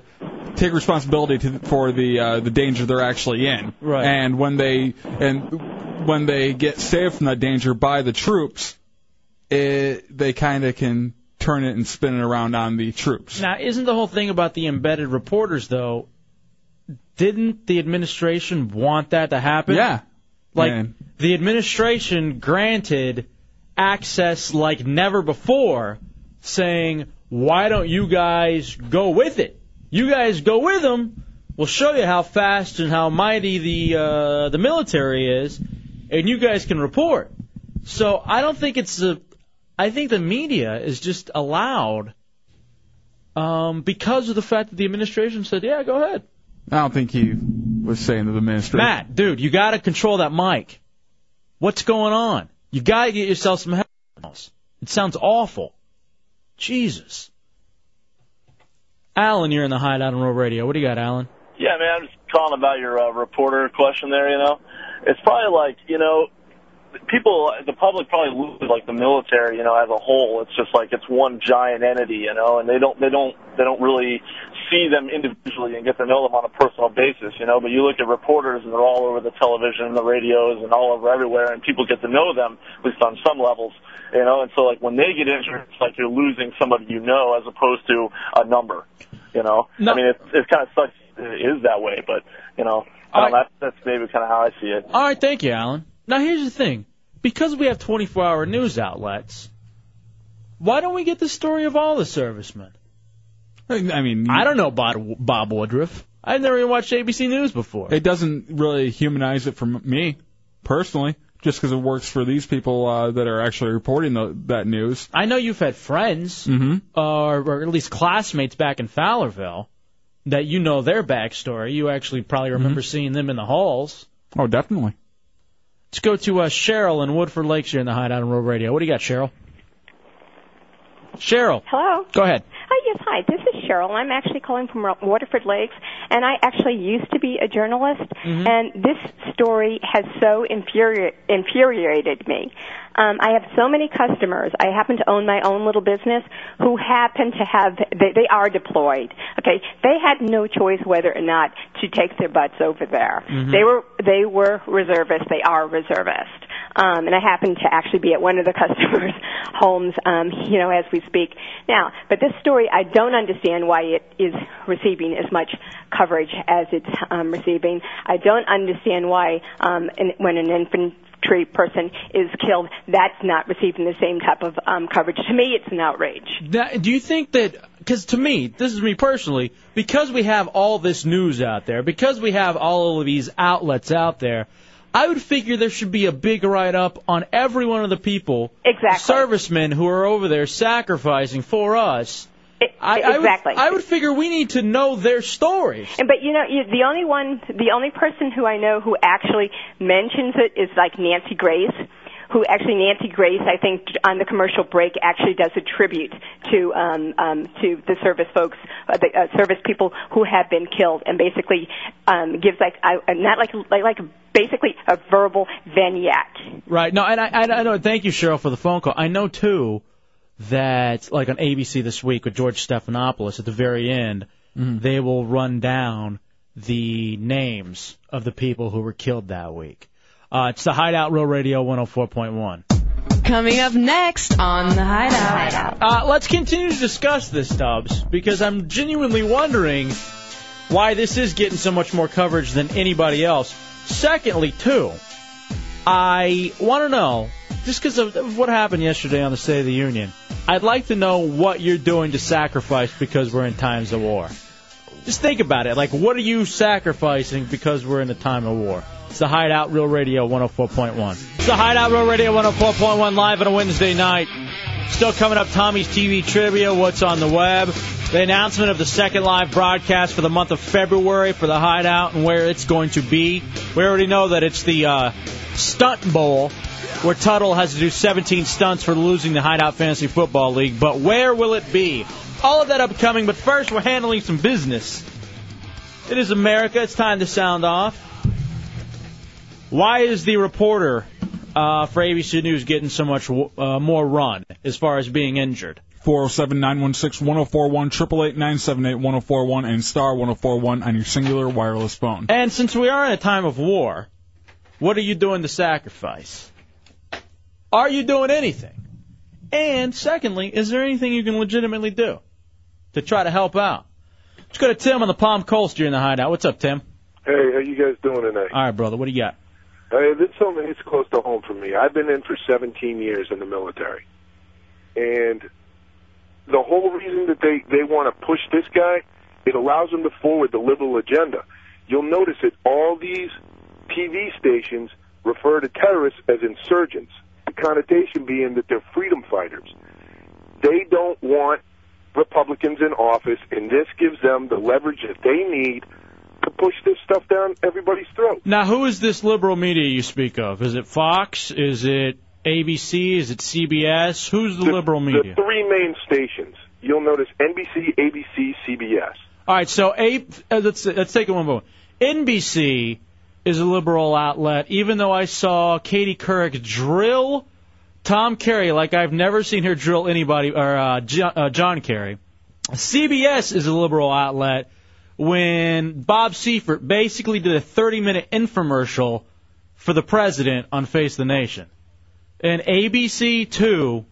Speaker 3: take responsibility to, for the uh, the danger they're actually in.
Speaker 2: Right.
Speaker 3: And when they and when they get saved from that danger by the troops, it, they kind of can turn it and spin it around on the troops.
Speaker 2: Now, isn't the whole thing about the embedded reporters though? Didn't the administration want that to happen?
Speaker 3: Yeah.
Speaker 2: Like
Speaker 3: Man.
Speaker 2: the administration granted access like never before, saying, "Why don't you guys go with it? You guys go with them. We'll show you how fast and how mighty the uh, the military is, and you guys can report." So I don't think it's a. I think the media is just allowed um, because of the fact that the administration said, "Yeah, go ahead."
Speaker 3: I don't think he was saying to the ministry.
Speaker 2: Matt, dude, you got to control that mic. What's going on? You got to get yourself some headphones. It sounds awful. Jesus. Alan, you're in the hideout on Roll Radio. What do you got, Alan?
Speaker 12: Yeah, man, I'm just calling about your uh, reporter question there, you know. It's probably like, you know, people, the public probably loses like the military, you know, as a whole. It's just like it's one giant entity, you know, and they don't, they don't, they don't really see them individually and get to know them on a personal basis, you know. But you look at reporters and they're all over the television and the radios and all over everywhere and people get to know them, at least on some levels, you know. And so like when they get injured, it's like you're losing somebody you know as opposed to a number, you know. I mean, it, it kind of sucks it is that way, but, you know, I don't know, that's, that's maybe kind of how I see it.
Speaker 2: All right, thank you, Alan. Now here's the thing: because we have 24-hour news outlets, why don't we get the story of all the servicemen?
Speaker 3: I mean,
Speaker 2: I don't know Bob, Bob Woodruff. I've never even watched ABC News before.
Speaker 3: It doesn't really humanize it for m- me personally, just because it works for these people uh, that are actually reporting the, that news. Mm-hmm.
Speaker 2: I know you've had friends, uh, or, or at least classmates back in Fowlerville, that you know their backstory. You actually probably remember seeing them in the halls.
Speaker 3: Oh, definitely.
Speaker 2: Let's go to uh, Cheryl in Woodford Lakes here in the Hideout on Road Radio. What do you got, Cheryl? Cheryl,
Speaker 13: Hello.
Speaker 2: go ahead.
Speaker 13: Hi, Oh, yes, hi. This is Cheryl. I'm actually calling from Waterford Lakes, and I actually used to be a journalist,
Speaker 7: Mhm.
Speaker 13: and this story has so infuri- infuriated me. Um, I have so many customers. I happen to own my own little business who happen to have, they, they are deployed. Okay, they had no choice whether or not to take their butts over there.
Speaker 7: Mhm.
Speaker 13: They were, they were reservists. They are reservists. Um, and I happen to actually be at one of the customers' homes, um, you know, as we speak now. But this story, I don't understand why it is receiving as much coverage as it's um, receiving. I don't understand why, um, in, when an infantry person is killed, that's not receiving the same type of um, coverage. To me, it's an outrage.
Speaker 2: That, do you think that? Because to me, this is me personally. Because we have all this news out there, because we have all of these outlets out there, I would figure there should be a big write-up on every one of the people,
Speaker 13: exactly.
Speaker 2: servicemen who are over there sacrificing for us. I, I would-
Speaker 13: E-, exactly.
Speaker 2: I would figure we need to know their stories.
Speaker 13: And but you know, you, the only one, the only person who I know who actually mentions it is like Nancy Grace,
Speaker 14: who actually Nancy Grace, I think, on the commercial break actually does a tribute to um, um, to the service folks, uh, the uh, service people who have been killed, and basically um, gives like I, not like like like basically a verbal vignette.
Speaker 2: Right. No, and I, I, I know. Thank you, Cheryl, for the phone call. I know too that like on ABC this week with George Stephanopoulos at the very end, they will run down the names of the people who were killed that week. Uh, it's the Hideout Real Radio 104.1.
Speaker 13: Coming up next on the Hideout.
Speaker 2: Uh, let's continue to discuss this, Stubbs, because I'm genuinely wondering why this is getting so much more coverage than anybody else. Secondly, too, I want to know, just because of, of what happened yesterday on the State of the Union, I'd like to know what you're doing to sacrifice because we're in times of war. Just think about it. Like, what are you sacrificing because we're in a time of war? It's the Hideout Real Radio 104.1. It's the Hideout Real Radio 104.1 live on a Wednesday night. Still coming up, Tommy's TV trivia, what's on the web, the announcement of the second live broadcast for the month of February for the Hideout and where it's going to be. We already know that it's the uh, Stunt Bowl, where Tuttle has to do 17 stunts for losing the Hideout Fantasy Football League. But where will it be? All of that upcoming, but first we're handling some business. It is America. It's time to sound off. Why is the reporter uh, for ABC News getting so much uh, more run as far as being injured?
Speaker 3: 407 916 1041, 888 978 1041, and star 1041 on your singular wireless phone.
Speaker 2: And since we are in a time of war, what are you doing to sacrifice? Are you doing anything? And secondly, is there anything you can legitimately do to try to help out? Let's go to Tim on the Palm Coast during the hideout. What's up, Tim?
Speaker 15: Hey, how you guys doing tonight?
Speaker 2: All right, brother, what do you got?
Speaker 15: Hey, Uh, this something it's close to home for me. I've been in for 17 years in the military, and the whole reason that they they want to push this guy, it allows them to forward the liberal agenda. You'll notice that all these TV stations refer to terrorists as insurgents. The connotation being that they're freedom fighters. They don't want Republicans in office, and this gives them the leverage that they need to push this stuff down everybody's throat.
Speaker 2: Now, who is this liberal media you speak of? Is it Fox? Is it ABC? Is it CBS? Who's the, liberal media?
Speaker 15: The three main stations. You'll notice NBC, ABC, CBS.
Speaker 2: All right, so A, uh, let's let's take it one by one. NBC is a liberal outlet, even though I saw Katie Couric drill Tom Kerry like I've never seen her drill anybody or uh, Jo- uh, John Kerry. CBS is a liberal outlet when Bob Seifert basically did a 30-minute infomercial for the president on Face the Nation, and ABC two,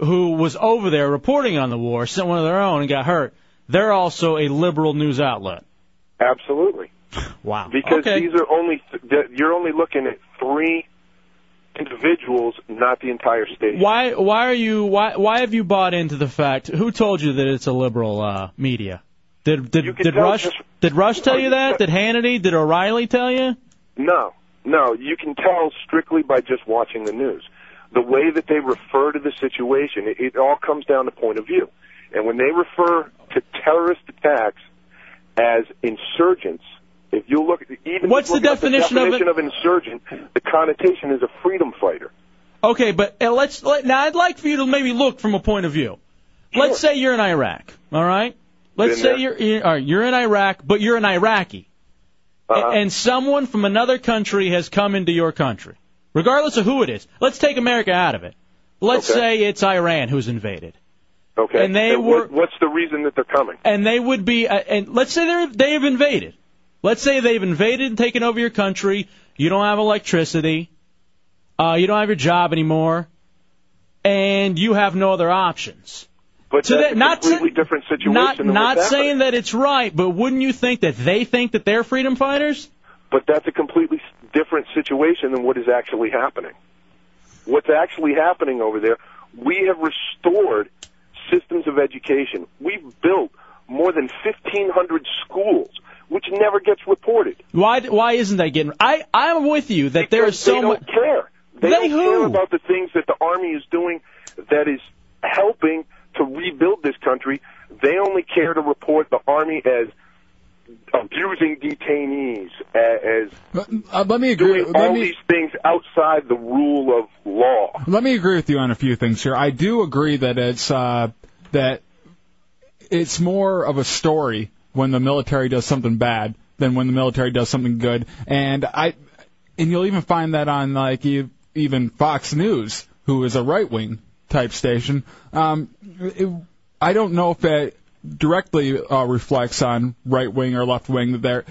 Speaker 2: who was over there reporting on the war, sent one of their own and got hurt. They're also a liberal news outlet.
Speaker 15: Absolutely.
Speaker 2: Wow.
Speaker 15: Because
Speaker 2: okay.
Speaker 15: these are only th- that- you're only looking at three individuals, not the entire state.
Speaker 2: Why why are you why why have you bought into the fact? Who told you that it's a liberal uh, media? Did did
Speaker 15: can
Speaker 2: did
Speaker 15: tell
Speaker 2: Rush
Speaker 15: just- Oh,
Speaker 2: did Rush tell you that? Did Hannity? Did O'Reilly tell you?
Speaker 15: No, no, you can tell strictly by just watching the news. The way that they refer to the situation, it, it all comes down to point of view. And when they refer to terrorist attacks as insurgents, if you look at even
Speaker 2: What's the
Speaker 15: look up
Speaker 2: definition
Speaker 15: the
Speaker 2: of it?
Speaker 15: definition of, insurgent, the connotation is a freedom fighter.
Speaker 2: Okay, but uh, let's let, now I'd like for you to maybe look from a point of view. Let's say you're in Iraq, all right? Let's
Speaker 15: Been
Speaker 2: say
Speaker 15: there.
Speaker 2: you're you're all right, you're in Iraq, but you're an Iraqi, A-
Speaker 15: Uh-huh.
Speaker 2: and someone from another country has come into your country, regardless of who it is. Let's take America out of it. Let's say it's Iran who's invaded.
Speaker 15: Okay.
Speaker 2: And they
Speaker 15: what-
Speaker 2: were-
Speaker 15: what's the reason that they're coming?
Speaker 2: and they would be uh, and let's say they're, they have invaded let's say they've invaded and taken over your country you don't have electricity uh, you don't have your job anymore and you have no other options
Speaker 15: But
Speaker 2: So
Speaker 15: that's
Speaker 2: that-
Speaker 15: a
Speaker 2: not sa-
Speaker 15: completely different situation
Speaker 2: not
Speaker 15: than
Speaker 2: not
Speaker 15: what's happening.
Speaker 2: saying that it's right but wouldn't you think that they think that they're freedom fighters
Speaker 15: But that's a completely s- different situation than what is actually happening. What's actually happening over there, we have restored systems of education. We've built more than 1,500 schools, which never gets reported.
Speaker 2: why why isn't that getting i i'm with you that there is so
Speaker 15: they don't
Speaker 2: much
Speaker 15: care. They,
Speaker 2: They
Speaker 15: don't
Speaker 2: who?
Speaker 15: care about the things that the Army is doing that is helping to rebuild this country. They only care to report the Army as abusing detainees a- as
Speaker 3: Uh, let me agree.
Speaker 15: doing
Speaker 3: Let
Speaker 15: all
Speaker 3: me
Speaker 15: these things outside the rule of law.
Speaker 3: let me agree with you on a few things here. I do agree that it's uh, that it's more of a story when the military does something bad than when the military does something good. And I and you'll even find that on like e- even Fox News, who is a right wing type station. Um, it, I don't know if that directly uh, reflects on right wing or left wing. There,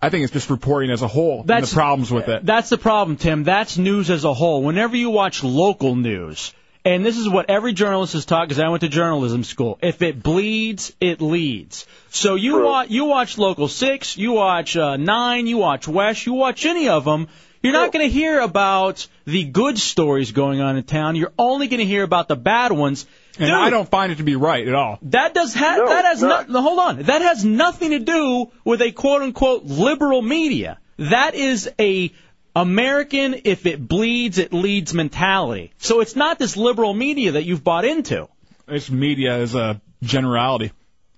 Speaker 3: I think it's just reporting as a whole and the
Speaker 2: That's-
Speaker 3: problems with it.
Speaker 2: That's the problem, Tim. That's news as a whole. Whenever you watch local news, and this is what every journalist is taught because I went to journalism school. If it bleeds, it leads. So you watch, you watch local six, you watch uh, nine, you watch West, you watch any of them. You're not going to hear about the good stories going on in town. You're only going to hear about the bad ones.
Speaker 3: And I don't find it to be right at all.
Speaker 2: That does ha- that has
Speaker 3: no.
Speaker 2: not. hold on. That has nothing to do with a quote unquote liberal media. That is a American if it bleeds it leads mentality. So it's not this liberal media that you've bought into.
Speaker 3: It's media as a generality.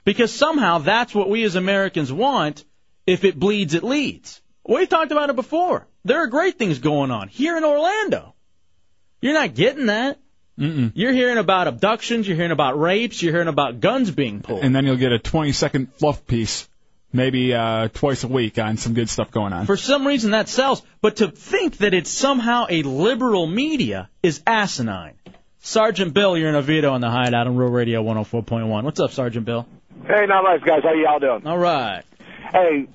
Speaker 2: Because somehow that's what we as Americans want. If it bleeds it leads. We've talked about it before. There are great things going on here in Orlando. You're not getting that.
Speaker 3: Mm-mm.
Speaker 2: You're hearing about abductions. You're hearing about rapes. You're hearing about guns being pulled.
Speaker 3: and then you'll get a 20 second fluff piece, maybe uh, twice a week on some good stuff going on.
Speaker 2: For some reason that sells, but to think that it's somehow a liberal media is asinine. Sergeant Bill, you're in a veto on the hideout on Real Radio 104.1. What's up, Sergeant Bill?
Speaker 16: Hey, not life, guys. How y'all doing?
Speaker 2: All right.
Speaker 16: Hey,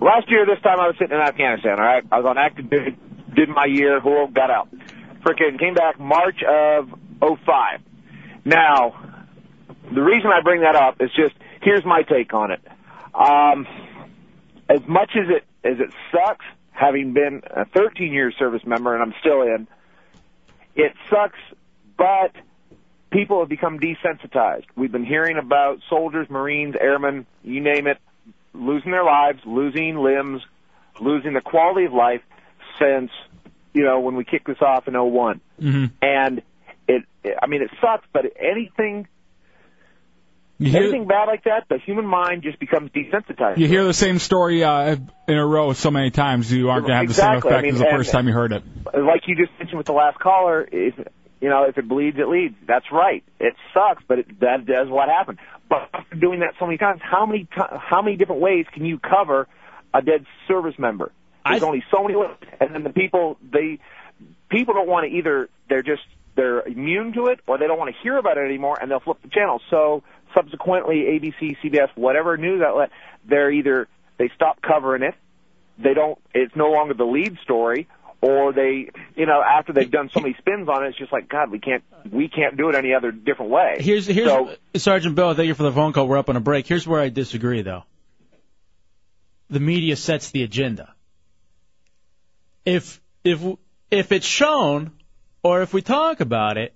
Speaker 16: last year this time I was sitting in Afghanistan. All right, I was on active duty, did my year, whole got out. Frickin' came back March of '05. Now, the reason I bring that up is just here's my take on it. Um, as much as it as it sucks, having been a 13 year service member and I'm still in, it sucks. But people have become desensitized. We've been hearing about soldiers, Marines, airmen, you name it, losing their lives, losing limbs, losing the quality of life since, you know, when we kicked this off in '01.
Speaker 3: Mm-hmm.
Speaker 16: And it, it I mean, it sucks, but anything,
Speaker 3: You hear-
Speaker 16: anything bad like that, the human mind just becomes desensitized.
Speaker 3: You hear the same story uh, in a row so many times, you aren't going to have the same
Speaker 16: Exactly. I
Speaker 3: effect
Speaker 16: mean,
Speaker 3: as the
Speaker 16: and-
Speaker 3: first time you heard it.
Speaker 16: like you just mentioned with the last caller, if you know if it bleeds, it leads. That's right. It sucks, but it, that does what happened. But after doing that so many times, how many ti how many different ways can you cover a dead service member? There's only so many ways, and then the people they people don't want to either. They're just they're immune to it, or they don't want to hear about it anymore, and they'll flip the channel. So subsequently, ABC, CBS, whatever news outlet, they're either they stop covering it, they don't. It's no longer the lead story, or they, you know, after they've done so many spins on it, it's just like God, we can't we can't do it any other different way.
Speaker 2: Here's here's
Speaker 16: so,
Speaker 2: Sergeant Bill. Thank you for the phone call. We're up on a break. Here's where I disagree, though. The media sets the agenda. If if if it's shown, or if we talk about it,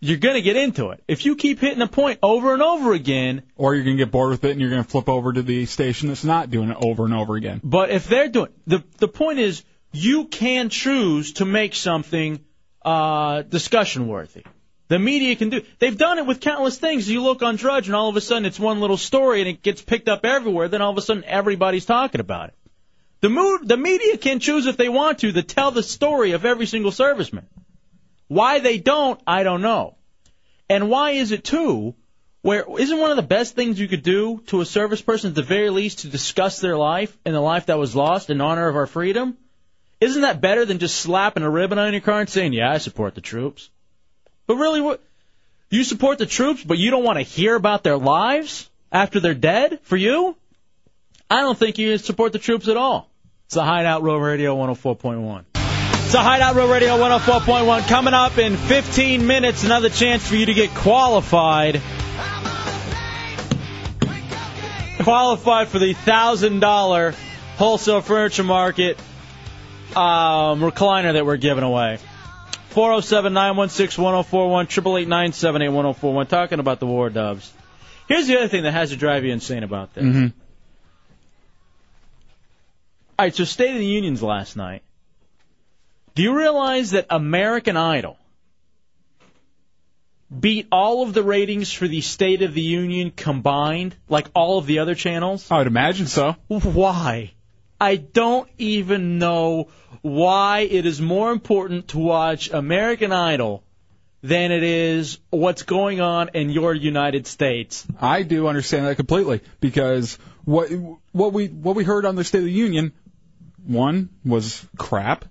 Speaker 2: you're going to get into it. If you keep hitting a point over and over again,
Speaker 3: Or you're going to get bored with it and you're going to flip over to the station that's not doing it over and over again.
Speaker 2: But if they're doing the the point is you can choose to make something uh, discussion worthy. The media can do. They've done it with countless things. You look on Drudge, and all of a sudden it's one little story, and it gets picked up everywhere. Then all of a sudden everybody's talking about it. The mood, the media can choose if they want to to tell the story of every single serviceman. Why they don't, I don't know. And why is it too? Where isn't one of the best things you could do to a service person at the very least to discuss their life and the life that was lost in honor of our freedom? Isn't that better than just slapping a ribbon on your car and saying, "Yeah, I support the troops"? But really, what you support the troops, but you don't want to hear about their lives after they're dead? For you, I don't think you support the troops at all. It's the Hideout Row Radio 104.1. It's the Hideout Row Radio 104.1. Coming up in 15 minutes, another chance for you to get qualified. Qualified for the $1,000 wholesale furniture market um, recliner that we're giving away. 407 916 1041, 888 978 1041. Talking about the war dubs. Here's the other thing that has to drive you insane about this.
Speaker 3: Mm-hmm.
Speaker 2: All right, so State of the Unions last night. Do you realize that American Idol beat all of the ratings for the State of the Union combined, like all of the other channels?
Speaker 3: I would imagine so.
Speaker 2: Why? I don't even know why it is more important to watch American Idol than it is what's going on in your United States.
Speaker 3: I do understand that completely because what what we what we heard on the State of the Union, one was crap,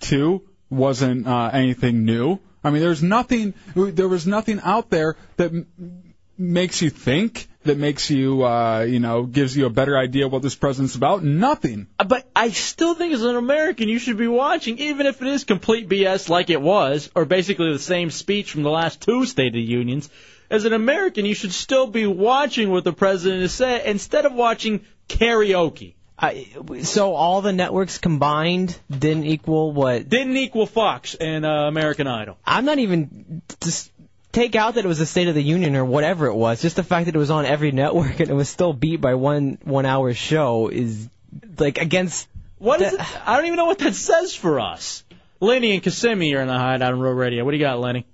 Speaker 3: two wasn't uh, anything new. I mean, there's nothing there was nothing out there that m- makes you think, that makes you uh, you know gives you a better idea of what this president's about. Nothing.
Speaker 2: Uh, But I still think as an American you should be watching, even if it is complete BS like it was, or basically the same speech from the last two State of the Unions. As an American, you should still be watching what the president has said instead of watching karaoke.
Speaker 4: I, so all the networks combined didn't equal what?
Speaker 2: Didn't equal Fox and uh, American Idol.
Speaker 4: I'm not even just take out that it was the State of the Union or whatever it was. Just the fact that it was on every network and it was still beat by one one hour show is like against.
Speaker 2: What is it? I don't even know what that says for us. Lenny and Kissimmee are in the hideout on Real Radio. What do you got, Lenny?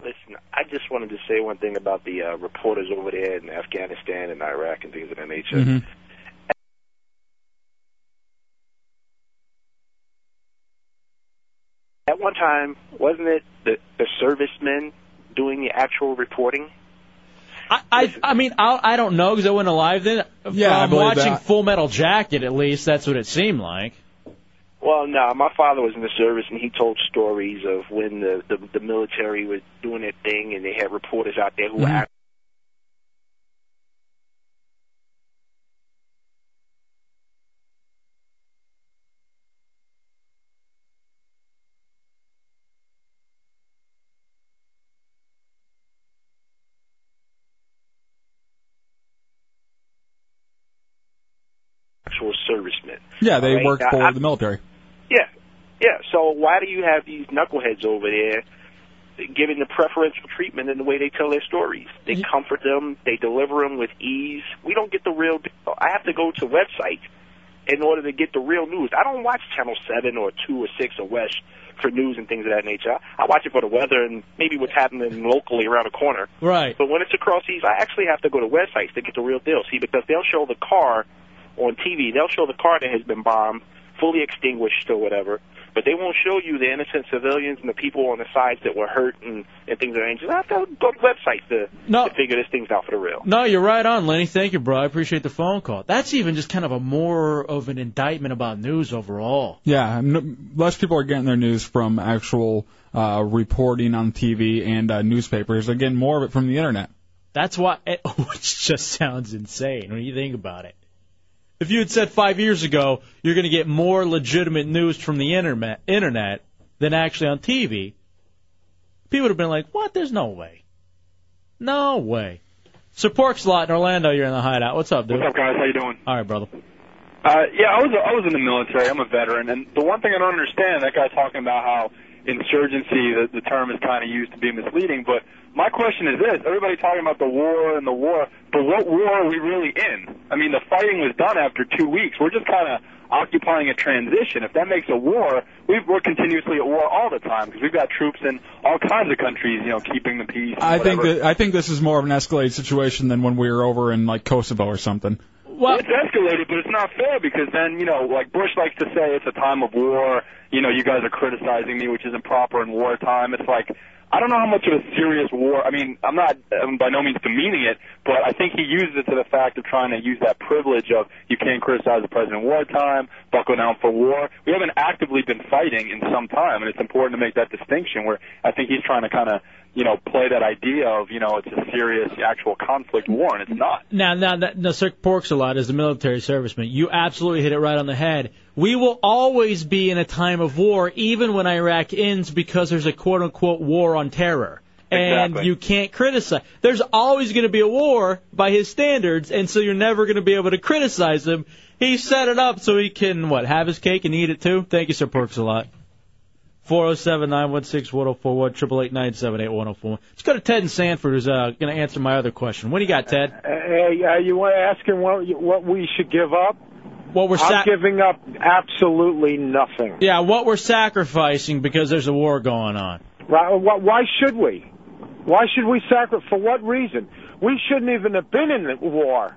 Speaker 11: Listen, I just wanted to say one thing about the uh, reporters over there in Afghanistan and Iraq and things of that nature.
Speaker 2: Mm-hmm.
Speaker 11: At one time, wasn't it the, the servicemen doing the actual reporting?
Speaker 2: I I, I mean I I don't know because I wasn't alive then.
Speaker 11: Yeah, I
Speaker 2: I'm
Speaker 11: believe
Speaker 2: watching
Speaker 11: that.
Speaker 2: Full Metal Jacket at least. That's what it seemed like.
Speaker 11: Well, no, my father was in the service, and he told stories of when the the, the military was doing their thing, and they had reporters out there who were act- actual servicemen.
Speaker 3: Yeah, they
Speaker 11: All right,
Speaker 3: worked
Speaker 11: now,
Speaker 3: for
Speaker 11: I'm-
Speaker 3: the military.
Speaker 11: Yeah, yeah. So why do you have these knuckleheads over there giving the preferential treatment in the way they tell their stories? They comfort them, they deliver them with ease. We don't get the real deal. I have to go to websites in order to get the real news. I don't watch Channel Seven or Two or Six or West for news and things of that nature. I watch it for the weather and maybe what's happening locally around the corner.
Speaker 2: Right.
Speaker 11: But when it's across these, I actually have to go to websites to get the real deal. See, because they'll show the car on TV, they'll show the car that has been bombed, fully extinguished or whatever, but they won't show you the innocent civilians and the people on the sides that were hurt and, and things of that nature. I have to go to websites to,
Speaker 2: No.
Speaker 11: to figure these things out for the real.
Speaker 2: No, you're right on, Lenny. Thank you, bro. I appreciate the phone call. That's even just kind of a more of an indictment about news overall.
Speaker 3: Yeah, n- less people are getting their news from actual uh, reporting on TV and uh, newspapers. They're getting more of it from the internet.
Speaker 2: That's why, which just sounds insane when you think about it. If you had said five years ago you're going to get more legitimate news from the internet, internet than actually on TV, people would have been like, "What? There's no way, no way." Sir Pork's lot in Orlando. You're in the hideout. What's up, dude?
Speaker 17: What's up, guys? How you doing?
Speaker 2: All right, brother.
Speaker 17: Uh, yeah, I was I was in the military. I'm a veteran, and the one thing I don't understand that guy talking about how insurgency the, the term is kind of used to be misleading. But my question is this: everybody talking about the war and the war, but what war are we really in? I mean, the fighting was done after two weeks. We're just kind of occupying a transition. If that makes a war, we've, we're continuously at war all the time because we've got troops in all kinds of countries, you know, keeping the peace. and
Speaker 3: I think
Speaker 17: whatever.
Speaker 3: that I think this is more of an escalated situation than when we were over in like Kosovo or something.
Speaker 17: Well, it's escalated, but it's not fair because then, you know, like Bush likes to say it's a time of war. You know, you guys are criticizing me, which isn't proper in wartime. It's like, I don't know how much of a serious war. I mean, I'm not I'm by no means demeaning it, but I think he uses it to the fact of trying to use that privilege of you can't criticize the president in wartime, buckle down for war. We haven't actively been fighting in some time, and it's important to make that distinction where I think he's trying to kind of, you know, play that idea of, you know, it's a serious actual conflict war, and it's not.
Speaker 2: Now, now, that, now, Sir Pork's a lot is the military serviceman. You absolutely hit it right on the head. We will always be in a time of war, even when Iraq ends, because there's a quote unquote war on terror. And
Speaker 9: Exactly.
Speaker 2: you can't criticize. There's always going to be a war by his standards, and so you're never going to be able to criticize him. He set it up so he can, what, have his cake and eat it too? Thank you, Sir Pork's a lot. 407 916 1041 Let's go to Ted in Sanford, who's uh, going to answer my other question. What do you got, Ted?
Speaker 18: Hey, uh, you were asking what what we should give up.
Speaker 2: What we're sa-
Speaker 18: I'm giving up absolutely nothing.
Speaker 2: Yeah, what we're sacrificing because there's a war going on.
Speaker 18: Why, why why should we? Why should we sacrifice? For what reason? We shouldn't even have been in the war.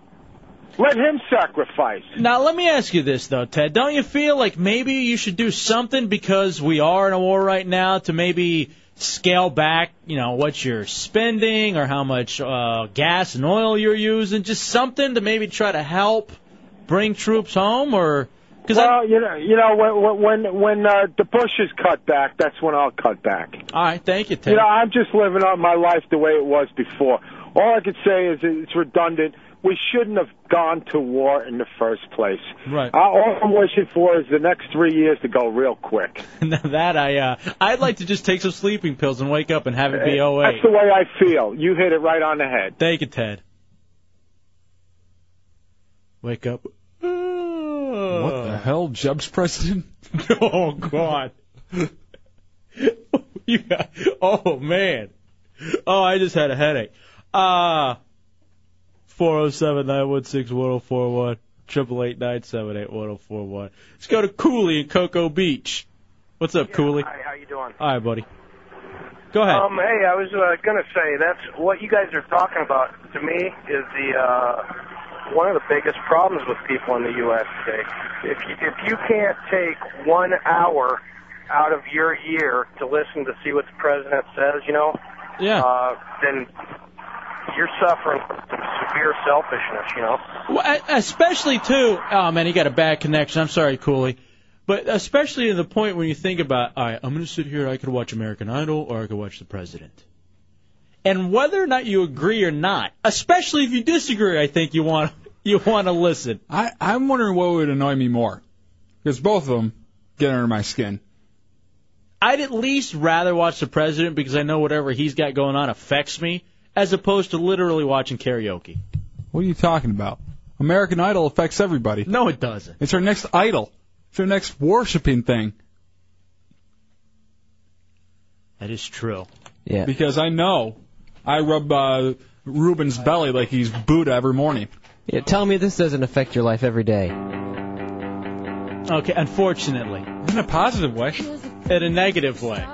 Speaker 18: Let him sacrifice.
Speaker 2: Now, let me ask you this, though, Ted. Don't you feel like maybe you should do something because we are in a war right now to maybe scale back, you know, what you're spending or how much uh, gas and oil you're using? Just something to maybe try to help bring troops home, or
Speaker 18: well, you know, you know, when when when uh, the Bush is cut back, that's when I'll cut back.
Speaker 2: all right, thank you, Ted.
Speaker 18: You know, I'm just living on my life the way it was before. All I could say is it's redundant. We shouldn't have gone to war in the first place.
Speaker 2: Right.
Speaker 18: Uh, all I'm wishing for is the next three years to go real quick.
Speaker 2: Now that I, uh, I'd like to just take some sleeping pills and wake up and have
Speaker 11: Eh,
Speaker 2: it be 08.
Speaker 18: That's the way I feel. You hit it right on the head.
Speaker 2: Thank you, Ted. Wake up.
Speaker 3: What the hell, Jeb's president?
Speaker 2: oh God. you got, oh man. Oh, I just had a headache. Uh four oh seven nine one six one oh four one triple eight nine seven eight one oh four one. Let's go to Cooley in Cocoa Beach. What's up, Cooley?
Speaker 19: Hi, how you doing?
Speaker 2: All right, buddy. Go ahead.
Speaker 19: Um, hey, I was uh, gonna say that's what you guys are talking about. To me, is the uh, one of the biggest problems with people in the U.S. today. If you, if you can't take one hour out of your year to listen to see what the president says, you know,
Speaker 2: yeah.
Speaker 19: uh, then you're suffering from severe selfishness. You know.
Speaker 2: Well, e- especially too. Oh man, he got a bad connection. I'm sorry, Cooley. But especially to the point when you think about, all right, I'm going to sit here. I could watch American Idol, or I could watch the president. And whether or not you agree or not, especially if you disagree, I think you want you want to listen.
Speaker 3: I, I'm wondering what would annoy me more. Because both of them get under my skin.
Speaker 2: I'd at least rather watch the president because I know whatever he's got going on affects me, as opposed to literally watching karaoke.
Speaker 3: What are you talking about? American Idol affects everybody.
Speaker 2: No, it doesn't.
Speaker 3: It's our next idol. It's our next worshiping thing.
Speaker 2: That is true.
Speaker 4: Yeah.
Speaker 3: Because I know I rub uh, Ruben's belly like he's Buddha every morning.
Speaker 4: Yeah, tell me this doesn't affect your life every day.
Speaker 2: Okay, unfortunately.
Speaker 3: In a positive way.
Speaker 2: In a negative way.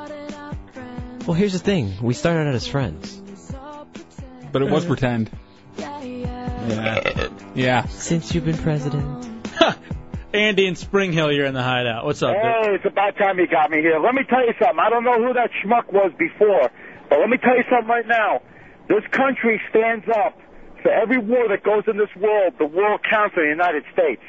Speaker 4: Well, here's the thing. We started out as friends.
Speaker 3: But it was pretend. Yeah. Yeah.
Speaker 4: Since you've been president.
Speaker 2: Andy in Spring Hill, you're in the hideout. What's up, dude?
Speaker 20: Hey, it's about time you got me here. Let me tell you something. I don't know who that schmuck was before, but let me tell you something right now. This country stands up for every war that goes in this world. The world counts in the United States.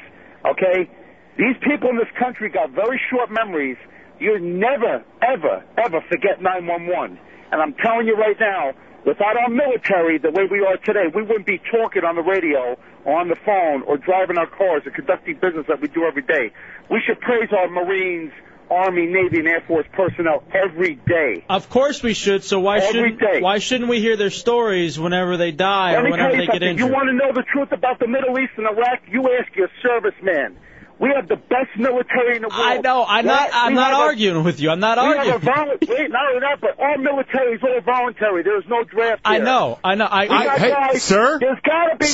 Speaker 20: Okay? These people in this country got very short memories. You'll never, ever, ever forget 911. And I'm telling you right now, without our military the way we are today, we wouldn't be talking on the radio or on the phone or driving our cars or conducting business that we do every day. We should praise our Marines, Army, Navy, and Air Force personnel every day.
Speaker 2: Of course we should. So why
Speaker 20: Every
Speaker 2: shouldn't
Speaker 20: day.
Speaker 2: why shouldn't we hear their stories whenever they die
Speaker 20: Let
Speaker 2: or
Speaker 20: me tell
Speaker 2: whenever
Speaker 20: you
Speaker 2: they get
Speaker 20: something. You
Speaker 2: injured?
Speaker 20: want to know the truth about the Middle East and Iraq? You ask your serviceman. We have the best military in the world.
Speaker 2: I know. I'm not.
Speaker 20: Right?
Speaker 2: I'm
Speaker 20: We
Speaker 2: not
Speaker 20: have a-
Speaker 2: arguing with you. I'm not
Speaker 20: we
Speaker 2: arguing.
Speaker 20: Have a volu- wait, not only that, but all military is all voluntary. There is no draft.
Speaker 2: I
Speaker 20: here.
Speaker 2: know. I know. I,
Speaker 20: We got guys- There's gotta be.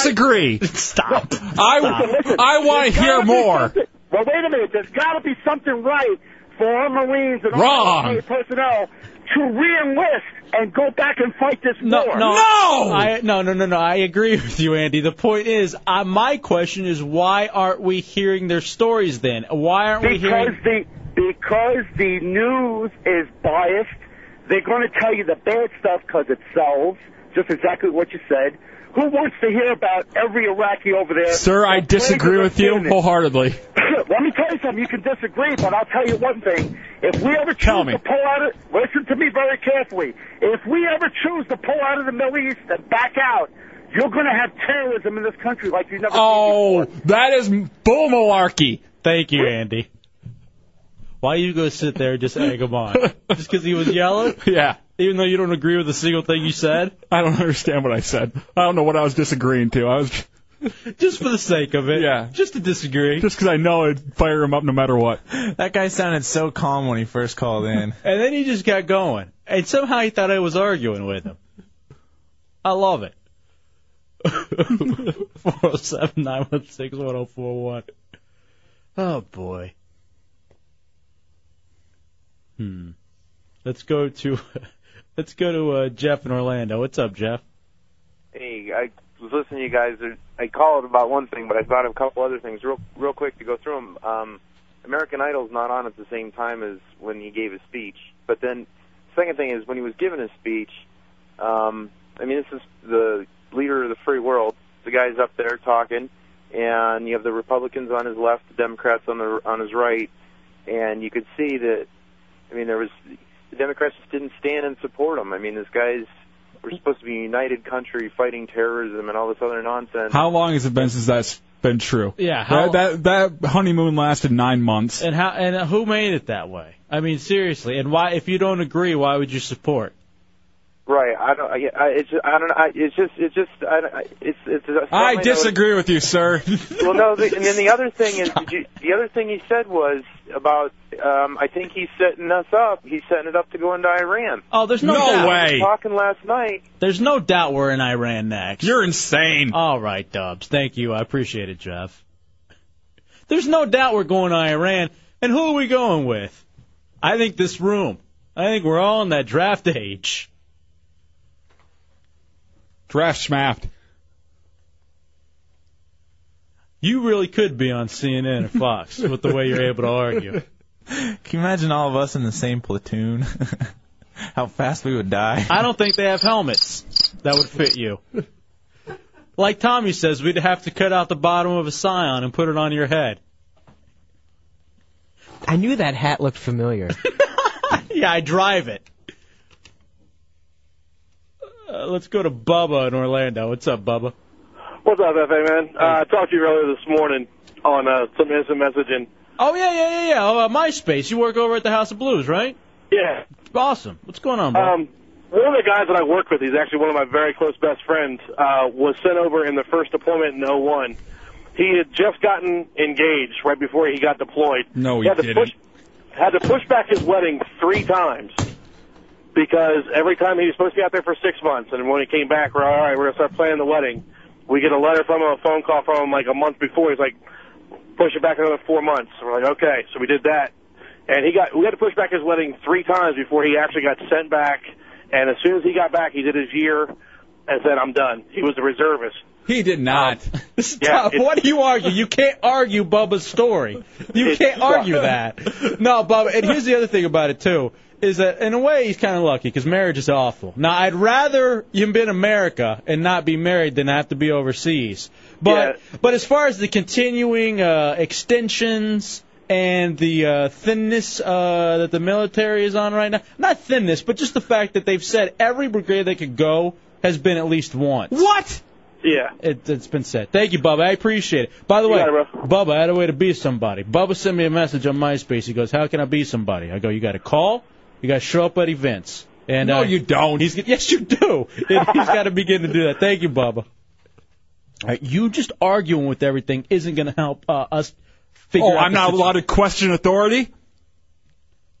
Speaker 2: Stop.
Speaker 20: I
Speaker 3: I wanna hear more.
Speaker 20: Well, wait a minute. There's got to be something right for our Marines and
Speaker 3: Wrong.
Speaker 20: our military personnel to re-enlist and go back and fight this
Speaker 2: No,
Speaker 20: war.
Speaker 2: no, I, no, no, no, no. I agree with you, Andy. The point is, uh, my question is, why aren't we hearing their stories then? Why aren't we
Speaker 20: Because
Speaker 2: hearing?
Speaker 20: the because the news is biased. They're going to tell you the bad stuff because it sells. Just exactly what you said. Who wants to hear about every Iraqi over there?
Speaker 3: Sir, I disagree with you wholeheartedly.
Speaker 20: Let me tell you something. You can disagree, but I'll tell you one thing. If we ever choose
Speaker 3: me.
Speaker 20: to pull out of, listen to me very carefully. If we ever choose to pull out of the Middle East and back out, you're going to have terrorism in this country like you never.
Speaker 3: Oh, that is bull malarkey.
Speaker 2: Thank you, Andy. Why you go sit there and just egg him on? Just because he was yelling?
Speaker 3: Yeah.
Speaker 2: Even though you don't agree with a single thing you said?
Speaker 3: I don't understand what I said. I don't know what I was disagreeing to. I was
Speaker 2: just for the sake of it.
Speaker 3: Yeah.
Speaker 2: Just to disagree.
Speaker 3: Just because I know I'd fire him up no matter what.
Speaker 8: That guy sounded so calm when he first called in.
Speaker 2: And then he just got going. And somehow he thought I was arguing with him. I love it. 407 916 1041. Oh, boy. Hmm. Let's go to Let's go to uh, Jeff in Orlando. What's up, Jeff?
Speaker 11: Hey, I was listening to you guys. I called about one thing, but I thought of a couple other things real real quick to go through them. Um, American Idol's not on at the same time as when he gave his speech. But then, second thing is when he was giving his speech. Um, I mean, this is the leader of the free world. The guy's up there talking, and you have the Republicans on his left, the Democrats on the on his right, and you could see that. I mean, there was the Democrats just didn't stand and support him. I mean, this guy's we're supposed to be a united country fighting terrorism and all this other nonsense.
Speaker 3: How long has it been since that's been true?
Speaker 2: Yeah, how-
Speaker 3: that, that that honeymoon lasted nine months.
Speaker 2: And how and who made it that way? I mean, seriously. And why, if you don't agree, why would you support?
Speaker 11: Right. I don't. I, I it's just, I don't. know. I, it's just. It's just. I, don't- I- it's. It's. it's
Speaker 3: I disagree with you, sir.
Speaker 11: well, no. The, and then the other thing is, did you, the other thing he said was about. Um, I think he's setting us up. He's setting it up to go into Iran.
Speaker 2: Oh, there's no,
Speaker 11: Yeah,
Speaker 2: doubt.
Speaker 11: we were Talking last night.
Speaker 2: There's no doubt we're in Iran next.
Speaker 3: You're insane.
Speaker 2: All right, Dubs. Thank you. I appreciate it, Jeff. There's no doubt we're going to Iran. And who are we going with? I think this room. I think we're all in that draft age.
Speaker 3: Draft smacked.
Speaker 2: You really could be on CNN and Fox with the way you're able to argue.
Speaker 8: Can you imagine all of us in the same platoon? How fast we would die.
Speaker 2: I don't think they have helmets that would fit you. Like Tommy says, we'd have to cut out the bottom of a scion and put it on your head.
Speaker 4: I knew that hat looked familiar.
Speaker 2: yeah, I drive it. Uh, let's go to Bubba in Orlando. What's up, Bubba?
Speaker 21: What's up, FA man? Uh, I talked to you earlier this morning on uh, some instant messaging.
Speaker 2: Oh yeah, yeah, yeah, yeah. Oh, uh, MySpace. You work over at the House of Blues, right?
Speaker 21: Yeah.
Speaker 2: Awesome. What's going on, bro?
Speaker 21: Um, one of the guys that I work with, he's actually one of my very close best friends, uh, was sent over in the first deployment in '01. He had just gotten engaged right before he got deployed.
Speaker 3: No,
Speaker 21: he
Speaker 3: you
Speaker 21: had to
Speaker 3: didn't.
Speaker 21: push had to push back his wedding three times because every time he was supposed to be out there for six months, and when he came back, we're all right, we're gonna start planning the wedding. We get a letter from him, a phone call from him, like a month before. He's like, push it back another four months. We're like, okay, so we did that, and he got we had to push back his wedding three times before he actually got sent back. And as soon as he got back, he did his year and said, I'm done. He was a reservist.
Speaker 3: He did not.
Speaker 2: This is
Speaker 21: yeah,
Speaker 2: tough.
Speaker 21: it's-
Speaker 2: What do you argue? You can't argue Bubba's story. You
Speaker 21: It's
Speaker 2: can't
Speaker 21: tough.
Speaker 2: argue that. No, Bubba. And here's the other thing about it too is that in a way he's kind of lucky because marriage is awful. Now I'd rather you be in America and not be married than have to be overseas. But but as far as the continuing uh, extensions and the uh, thinness uh, that the military is on right now, not thinness, but just the fact that they've said every brigade they could go has been at least once. What?
Speaker 21: Yeah.
Speaker 2: It, it's been said. Thank you, Bubba. I appreciate it. By the
Speaker 21: You
Speaker 2: way,
Speaker 21: got it,
Speaker 2: Bubba, I had a way to be somebody. Bubba sent me a message on MySpace. He goes, "How can I be somebody?" I go, "You got to call. You got to show up at events." And
Speaker 3: No,
Speaker 2: uh,
Speaker 3: you
Speaker 2: don't. He's yes, you do. And he's got to begin to do that. Thank you, Bubba. All right, you just arguing with everything isn't going to help uh, us figure.
Speaker 3: Oh,
Speaker 2: out
Speaker 3: I'm not allowed to question authority.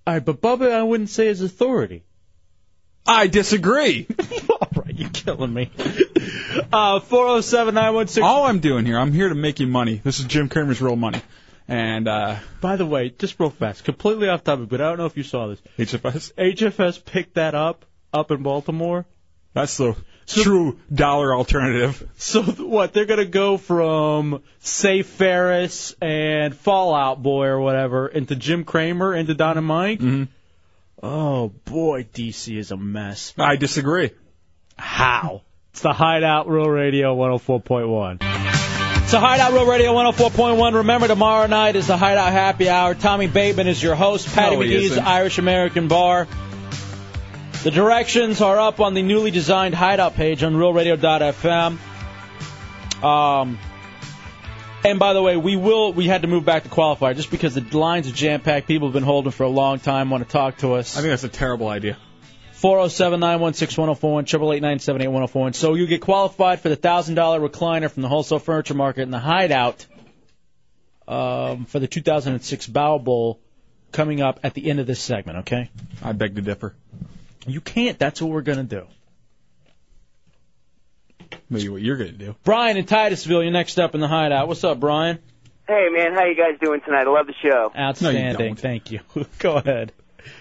Speaker 2: All right, but Bubba, I wouldn't say is authority.
Speaker 3: I disagree.
Speaker 2: killing me. Uh, 407 916.
Speaker 3: All I'm doing here, I'm here to make you money. This is Jim Cramer's real money. And, uh.
Speaker 2: By the way, just real fast, completely off topic, but I don't know if you saw this.
Speaker 3: HFS?
Speaker 2: HFS picked that up up in Baltimore.
Speaker 3: That's the true dollar alternative.
Speaker 2: So th- what? They're gonna go from say Ferris and Fallout Boy or whatever into Jim Cramer into Don and Mike.
Speaker 3: Mm-hmm.
Speaker 2: Oh boy, DC is a mess.
Speaker 3: I disagree.
Speaker 2: How? It's the Hideout Real Radio 104.1. It's the Hideout Real Radio 104.1. Remember, tomorrow night is the Hideout Happy Hour. Tommy Bateman is your host. Patty
Speaker 3: No, he
Speaker 2: McGee's
Speaker 3: isn't.
Speaker 2: Irish American Bar. The directions are up on the newly designed Hideout page on RealRadio.fm. Um, and by the way, we will. We had to move back to qualifier just because the lines are jam packed. People have been holding for a long time. Want to talk to us? I
Speaker 3: think that's a terrible idea.
Speaker 2: Four zero seven nine one six one zero four one triple eight nine seven eight one zero four one. So you get qualified for the thousand dollar recliner from the wholesale furniture market in the Hideout um, for the 2006 Bow Bowl coming up at the end of this segment. Okay.
Speaker 3: I beg to differ.
Speaker 2: You can't. That's what we're gonna do.
Speaker 3: Maybe what you're gonna do.
Speaker 2: Brian in Titusville, you're next up in the Hideout. What's up, Brian?
Speaker 22: Hey man, how you guys doing tonight? I love the show.
Speaker 2: Outstanding. Thank you. Go ahead.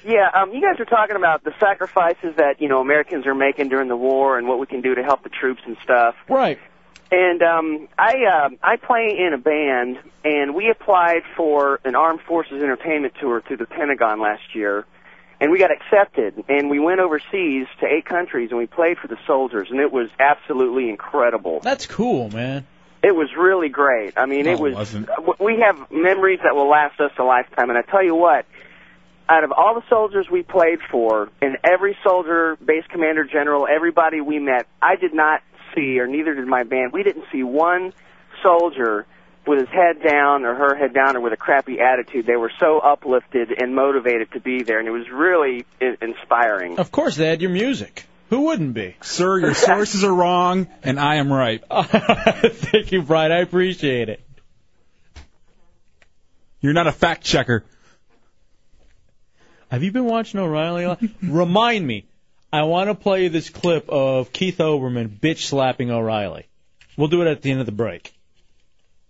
Speaker 22: Yeah, um, you guys were talking about the sacrifices that you know Americans are making during the war and what we can do to help the troops and stuff.
Speaker 2: Right.
Speaker 22: And um, I uh, I play in a band, and we applied for an Armed Forces Entertainment tour through the Pentagon last year, and we got accepted. And we went overseas to eight countries, and we played for the soldiers, and it was absolutely incredible.
Speaker 2: That's cool, man.
Speaker 22: It was really great. I mean,
Speaker 2: No,
Speaker 22: it
Speaker 2: it
Speaker 22: was.
Speaker 2: wasn't.
Speaker 22: w- We have memories that will last us a lifetime. And I tell you what, out of all the soldiers we played for, and every soldier, base commander, general, everybody we met, I did not see, or neither did my band, we didn't see one soldier with his head down or her head down or with a crappy attitude. They were so uplifted and motivated to be there, and it was really i- inspiring.
Speaker 2: Of course, they had your music. Who wouldn't be?
Speaker 3: Sir, your sources are wrong, and I am right.
Speaker 2: Thank you, Brian. I appreciate it.
Speaker 3: You're not a fact checker.
Speaker 2: Have you been watching O'Reilly? a lot? Remind me. I want to play you this clip of Keith Oberman bitch slapping O'Reilly. We'll do it at the end of the break.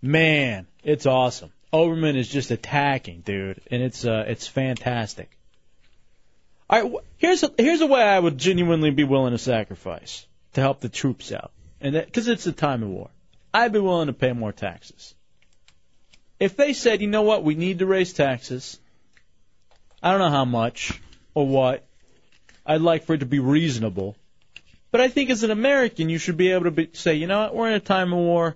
Speaker 2: Man, it's awesome. Oberman is just attacking, dude, and it's uh, it's fantastic. All right, wh- here's a, here's a way I would genuinely be willing to sacrifice to help the troops out, and because it's a time of war, I'd be willing to pay more taxes. If they said, you know what, we need to raise taxes, I don't know how much or what. I'd like for it to be reasonable. But I think as an American, you should be able to be, say, you know what, we're in a time of war.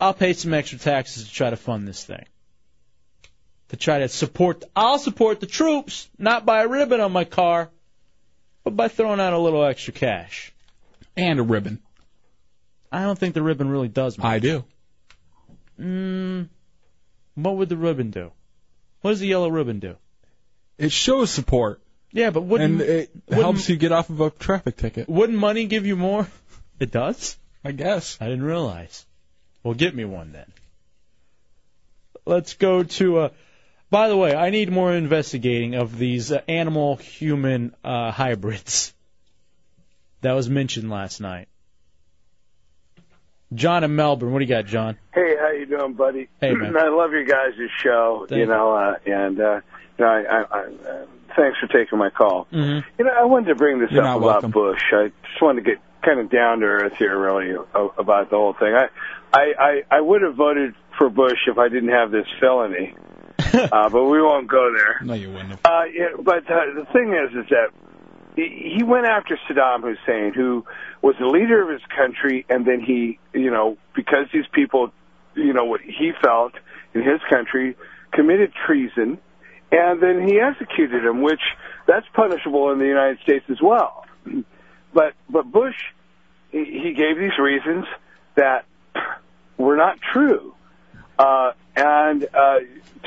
Speaker 2: I'll pay some extra taxes to try to fund this thing. To try to support, I'll support the troops, not by a ribbon on my car, but by throwing out a little extra cash.
Speaker 3: And a ribbon.
Speaker 2: I don't think the ribbon really does much.
Speaker 3: I do.
Speaker 2: Mm, what would the ribbon do? What does the yellow ribbon do?
Speaker 3: It shows support.
Speaker 2: Yeah, but wouldn't
Speaker 3: and it
Speaker 2: wouldn't-
Speaker 3: helps you get off of a traffic ticket.
Speaker 2: Wouldn't money give you more? It does?
Speaker 3: I guess.
Speaker 2: I didn't realize. Well, get me one then. Let's go to. Uh, by the way, I need more investigating of these uh, animal human uh, hybrids. That was mentioned last night. John in Melbourne. What do you got, John?
Speaker 10: Hey, how you doing, buddy?
Speaker 2: Hey, man.
Speaker 10: I love your guys' show.
Speaker 2: Thank
Speaker 10: you know, uh, and uh, no, I, I, I, uh, thanks for taking my call.
Speaker 2: Mm-hmm.
Speaker 10: You know, I wanted to bring this
Speaker 23: You're
Speaker 10: up
Speaker 23: not
Speaker 10: about
Speaker 23: welcome.
Speaker 10: Bush. I just wanted to get kind of down to earth here, really, a- about the whole thing. I, I, I, I would have voted for Bush if I didn't have this felony, uh, but we won't go there.
Speaker 3: No, you wouldn't.
Speaker 10: Uh, yeah, but uh, the thing is, is that he he went after Saddam Hussein, who was the leader of his country, and then he, you know, because these people, you know, what he felt in his country, committed treason, and then he executed him, which that's punishable in the United States as well. But but Bush, he, he gave these reasons that were not true, uh, and uh,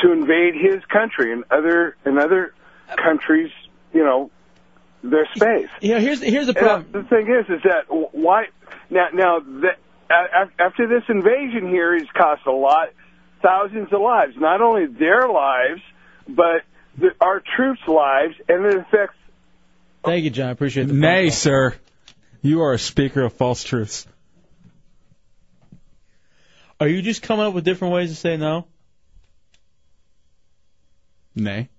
Speaker 10: to invade his country and other and other countries, you know, their space. uh,
Speaker 2: Yeah, here's here's the problem.
Speaker 10: the thing is, is that w- why now now that a- af- after this invasion here, he's cost a lot, thousands of lives. Not only their lives, but the, our troops' lives, and it affects
Speaker 2: Thank you, John. I appreciate the phone
Speaker 3: Nay,
Speaker 2: call.
Speaker 3: sir. You are a speaker of false truths.
Speaker 2: Are you just coming up with different ways to say no?
Speaker 3: Nay.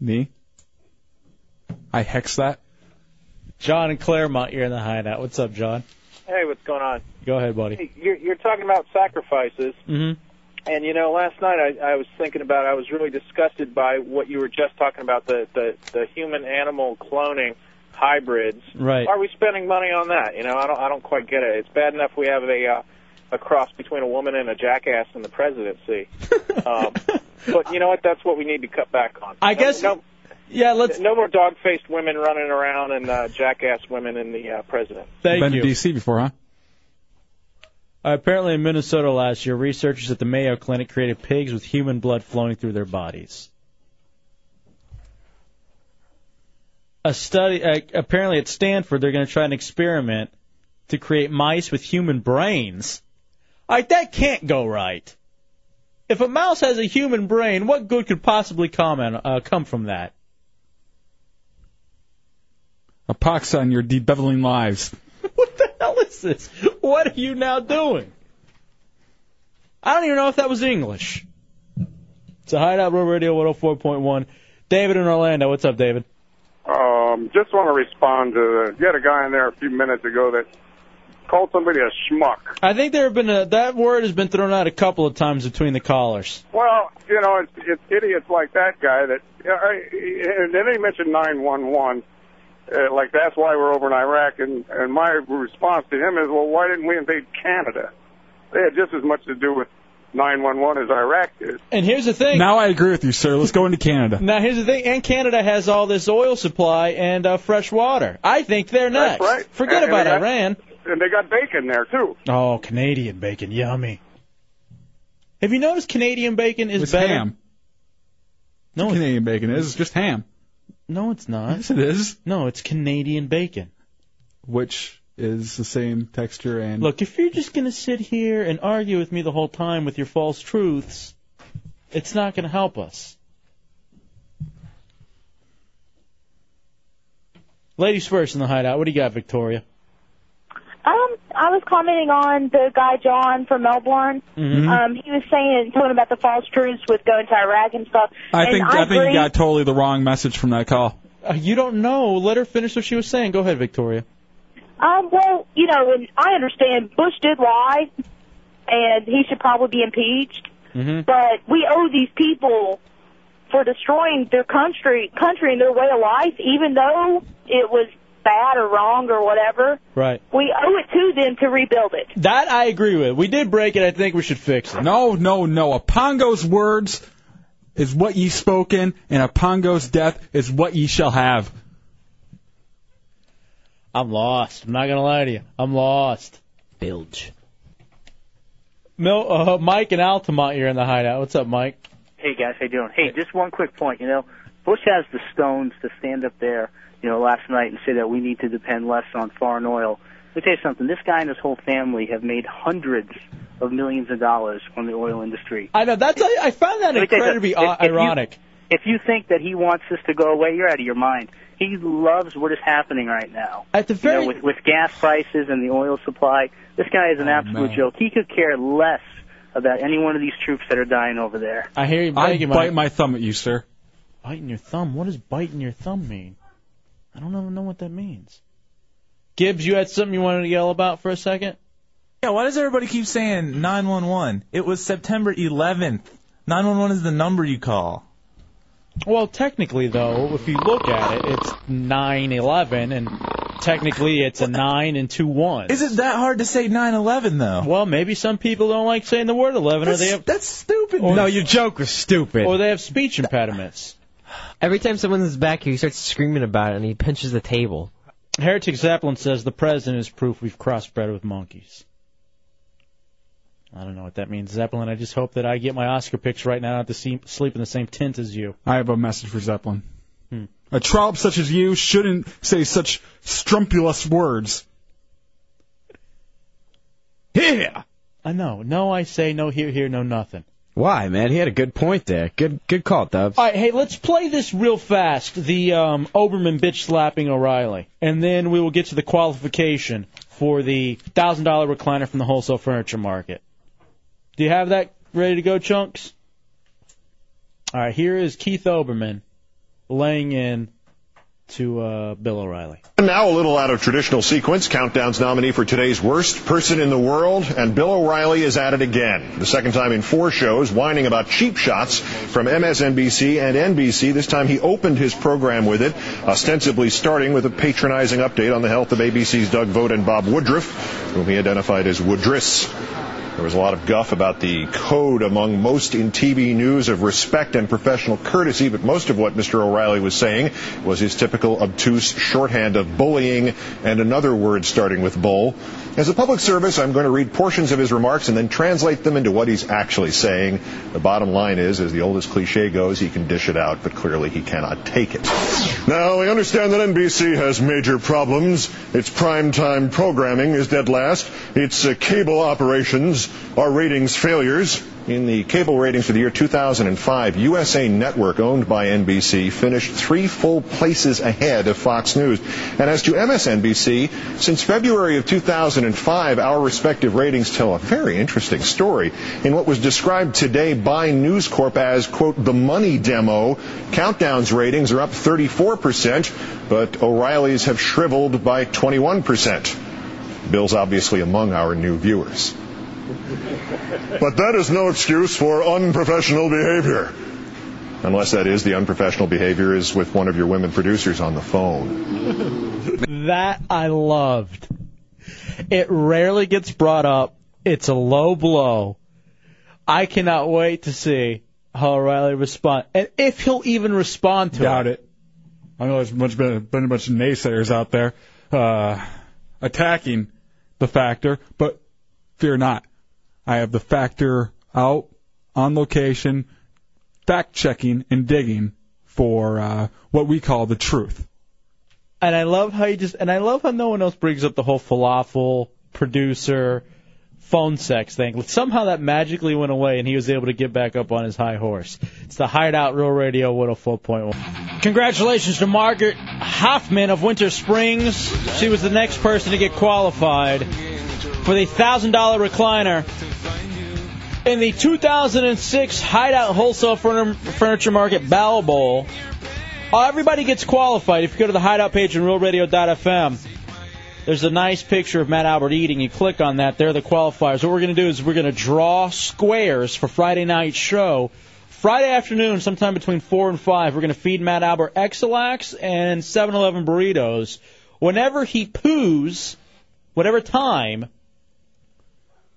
Speaker 3: Knee. I hex that.
Speaker 2: John and Claremont, you're in the hideout. What's up, John?
Speaker 11: Hey, what's going on?
Speaker 2: Go ahead, buddy.
Speaker 11: Hey, you're, you're talking about sacrifices,
Speaker 2: hmm
Speaker 11: and you know, last night I, I was thinking about. I was really disgusted by what you were just talking about the the, the human animal cloning hybrids.
Speaker 2: Right.
Speaker 11: Why are we spending money on that? You know, I don't I don't quite get it. It's bad enough we have a uh, a cross between a woman and a jackass in the presidency. um, but you know what? That's what we need to cut back on.
Speaker 2: I
Speaker 11: No-
Speaker 2: guess-
Speaker 11: No,
Speaker 2: yeah. Let's.
Speaker 11: No more dog-faced women running around and uh, jackass women in the uh, president.
Speaker 2: Thank
Speaker 3: Been
Speaker 2: you.
Speaker 3: to D.C. before, huh?
Speaker 2: Uh, apparently, in Minnesota last year, researchers at the Mayo Clinic created pigs with human blood flowing through their bodies. A study, uh, apparently at Stanford, they're going to try an experiment to create mice with human brains. All right, that can't go right. If a mouse has a human brain, what good could possibly come, on- uh, come from that?
Speaker 3: A pox on your debeveling lives.
Speaker 2: What the hell is this? What are you now doing? oh I don't even know if that was English. It's a Hideout Road Radio 104.1. David in Orlando. What's up, David?
Speaker 24: Um, just want to respond to the, you had a guy in there a few minutes ago that called somebody a schmuck.
Speaker 2: I think there have been a, that word has been thrown out a couple of times between the callers.
Speaker 24: Well, you know, it's, it's idiots like that guy that, I, and then he mentioned 911. Uh, like that's why we're over in Iraq, and and my response to him is, well, why didn't we invade Canada? They had just as much to do with 911 as Iraq did.
Speaker 2: And here's the thing.
Speaker 3: Now I agree with you, sir. Let's go into Canada.
Speaker 2: Now here's the thing. And Canada has all this oil supply and uh, fresh water. I think they're next.
Speaker 24: That's right.
Speaker 2: Forget
Speaker 24: And- and
Speaker 2: about
Speaker 24: they got-
Speaker 2: Iran.
Speaker 24: And they got bacon there too.
Speaker 2: Oh, Canadian bacon, yummy. Have you noticed Canadian bacon is
Speaker 3: It's
Speaker 2: better?
Speaker 3: ham.
Speaker 2: No,
Speaker 3: Canadian bacon is. It's just ham.
Speaker 2: No, it's not.
Speaker 3: Yes, it is.
Speaker 2: No, it's Canadian bacon.
Speaker 3: Which is the same texture and.
Speaker 2: Look, if you're just going to sit here and argue with me the whole time with your false truths, it's not going to help us. Ladies first in the hideout. What do you got, Victoria?
Speaker 25: Um, I was commenting on the guy John from Melbourne.
Speaker 2: Mhm.
Speaker 3: Mm-hmm.
Speaker 25: Um, he was saying talking about the false truths with going to Iraq and stuff.
Speaker 3: I
Speaker 25: and
Speaker 3: think
Speaker 25: I,
Speaker 3: I think
Speaker 25: agree.
Speaker 3: you got totally the wrong message from that call.
Speaker 2: Uh, you don't know. Let her finish what she was saying. Go ahead, Victoria.
Speaker 25: Um, well, you know, and I understand Bush did lie, and he should probably be impeached.
Speaker 2: Mm-hmm.
Speaker 25: But we owe these people for destroying their country, country and their way of life, even though it was bad or wrong or whatever.
Speaker 2: Right.
Speaker 25: We owe it to them to rebuild it.
Speaker 2: That I agree with. We did break it. I think we should fix it.
Speaker 3: No, no, no. Apongo's words is what ye spoken, and Apongo's death is what ye shall have.
Speaker 2: I'm lost. I'm not going to lie to you. I'm lost. Bilge. Mil- uh, Mike and Altamont, you're in the hideout. What's up, Mike?
Speaker 26: Hey guys, how you doing? Hey, just one quick point. You know, Bush has the stones to stand up there, you know, last night and say that we need to depend less on foreign oil. Let me tell you something. This guy and his whole family have made hundreds of millions of dollars on the oil industry.
Speaker 2: I know that's I, I found that
Speaker 26: Let me tell you
Speaker 2: incredibly
Speaker 26: something.
Speaker 2: uh,
Speaker 26: If- if you-
Speaker 2: ironic.
Speaker 26: If you think that he wants this to go away, you're out of your mind. He loves what is happening right now.
Speaker 2: At the
Speaker 26: you know, with, with gas prices and the oil supply, this guy is an absolute
Speaker 3: man.
Speaker 26: joke. He could care less about any one of these troops that are dying over there.
Speaker 2: I hear you.
Speaker 3: I
Speaker 2: Thank you, Mike.
Speaker 3: bite my thumb at you, sir.
Speaker 2: Biting your thumb. What does biting your thumb mean? I don't even know what that means. Gibbs, you had something you wanted to yell about for a second?
Speaker 8: Yeah, why does everybody keep saying 911? It was September 11th. 911 is the number you call.
Speaker 2: Well, technically though, if you look at it, it's nine eleven, and technically it's a nine and two ones.
Speaker 8: Is it that hard to say 911 though?
Speaker 2: Well, maybe some people don't like saying the word eleven, or they have
Speaker 8: that's stupid.
Speaker 2: Or-
Speaker 3: Oh,
Speaker 4: no, your joke was stupid.
Speaker 2: or they have speech impediments.
Speaker 4: Every time someone's back here, he starts screaming about it and he punches the table.
Speaker 2: Heretic Zeppelin says the president is proof we've crossbred with monkeys. I don't know what that means, Zeppelin. I just hope that I get my Oscar picks right now, not to see, sleep in the same tent as you.
Speaker 3: I have a message for Zeppelin. Hmm. A trollop such as you shouldn't say such strumpulous words.
Speaker 2: Here. I know. No, I say no. Here, here, no, nothing.
Speaker 5: Why, man? He had a good point there. Good, good call, Dubs.
Speaker 2: All right, hey, let's play this real fast. The um, Oberman bitch slapping O'Reilly, and then we will get to the qualification for the thousand dollar recliner from the wholesale furniture market. Do you have that ready to go, chunks? All right, here is Keith Oberman laying in to uh, Bill O'Reilly.
Speaker 27: And Now a little out of traditional sequence, Countdown's nominee for today's worst person in the world, and Bill O'Reilly is at it again. The second time in four shows, whining about cheap shots from MSNBC and NBC. This time he opened his program with it, ostensibly starting with a patronizing update on the health of ABC's Doug Vogt and Bob Woodruff, whom he identified as Woodriss. There was a lot of guff about the code among most in TV news of respect and professional courtesy, but most of what Mr. O'Reilly was saying was his typical obtuse shorthand of bullying and another word starting with bull. As a public service, I'm going to read portions of his remarks and then translate them into what he's actually saying. The bottom line is, as the oldest cliche goes, he can dish it out, but clearly he cannot take it. Now, I understand that NBC has major problems. Its primetime programming is dead last. Its uh, cable operations are ratings failures. In the cable ratings for the year 2005, USA Network, owned by NBC, finished three full places ahead of Fox News. And as to MSNBC, since February of 2005, our respective ratings tell a very interesting story. In what was described today by News Corp as, quote, the money demo, Countdown's ratings are up 34%, but O'Reilly's have shriveled by 21%. Bill's obviously among our new viewers. But that is no excuse for unprofessional behavior. Unless that is the unprofessional behavior is with one of your women producers on the phone.
Speaker 2: that I loved. It rarely gets brought up. It's a low blow. I cannot wait to see how O'Reilly respond, and if he'll even respond to
Speaker 3: Doubt
Speaker 2: it.
Speaker 3: it. I know there's much, been, been a bunch of naysayers out there uh, attacking the factor, but fear not. I have the factor out on location, fact checking and digging for uh, what we call the truth.
Speaker 2: And I love how you just, and I love how no one else brings up the whole falafel producer phone sex thing. Somehow that magically went away, and he was able to get back up on his high horse. It's the Hideout Real Radio 104.1. Congratulations to Margaret Hoffman of Winter Springs. She was the next person to get qualified for the thousand dollar recliner in the 2006 Hideout Wholesale Furni- Furniture Market Bow Bowl. Uh, everybody gets qualified. If you go to the hideout page on realradio.fm, there's a nice picture of Matt Albert eating. You click on that, they're the qualifiers. What we're going to do is we're going to draw squares for Friday night's show. Friday afternoon, sometime between 4 and 5, we're going to feed Matt Albert Exilax and 7 Eleven burritos. Whenever he poos, whatever time,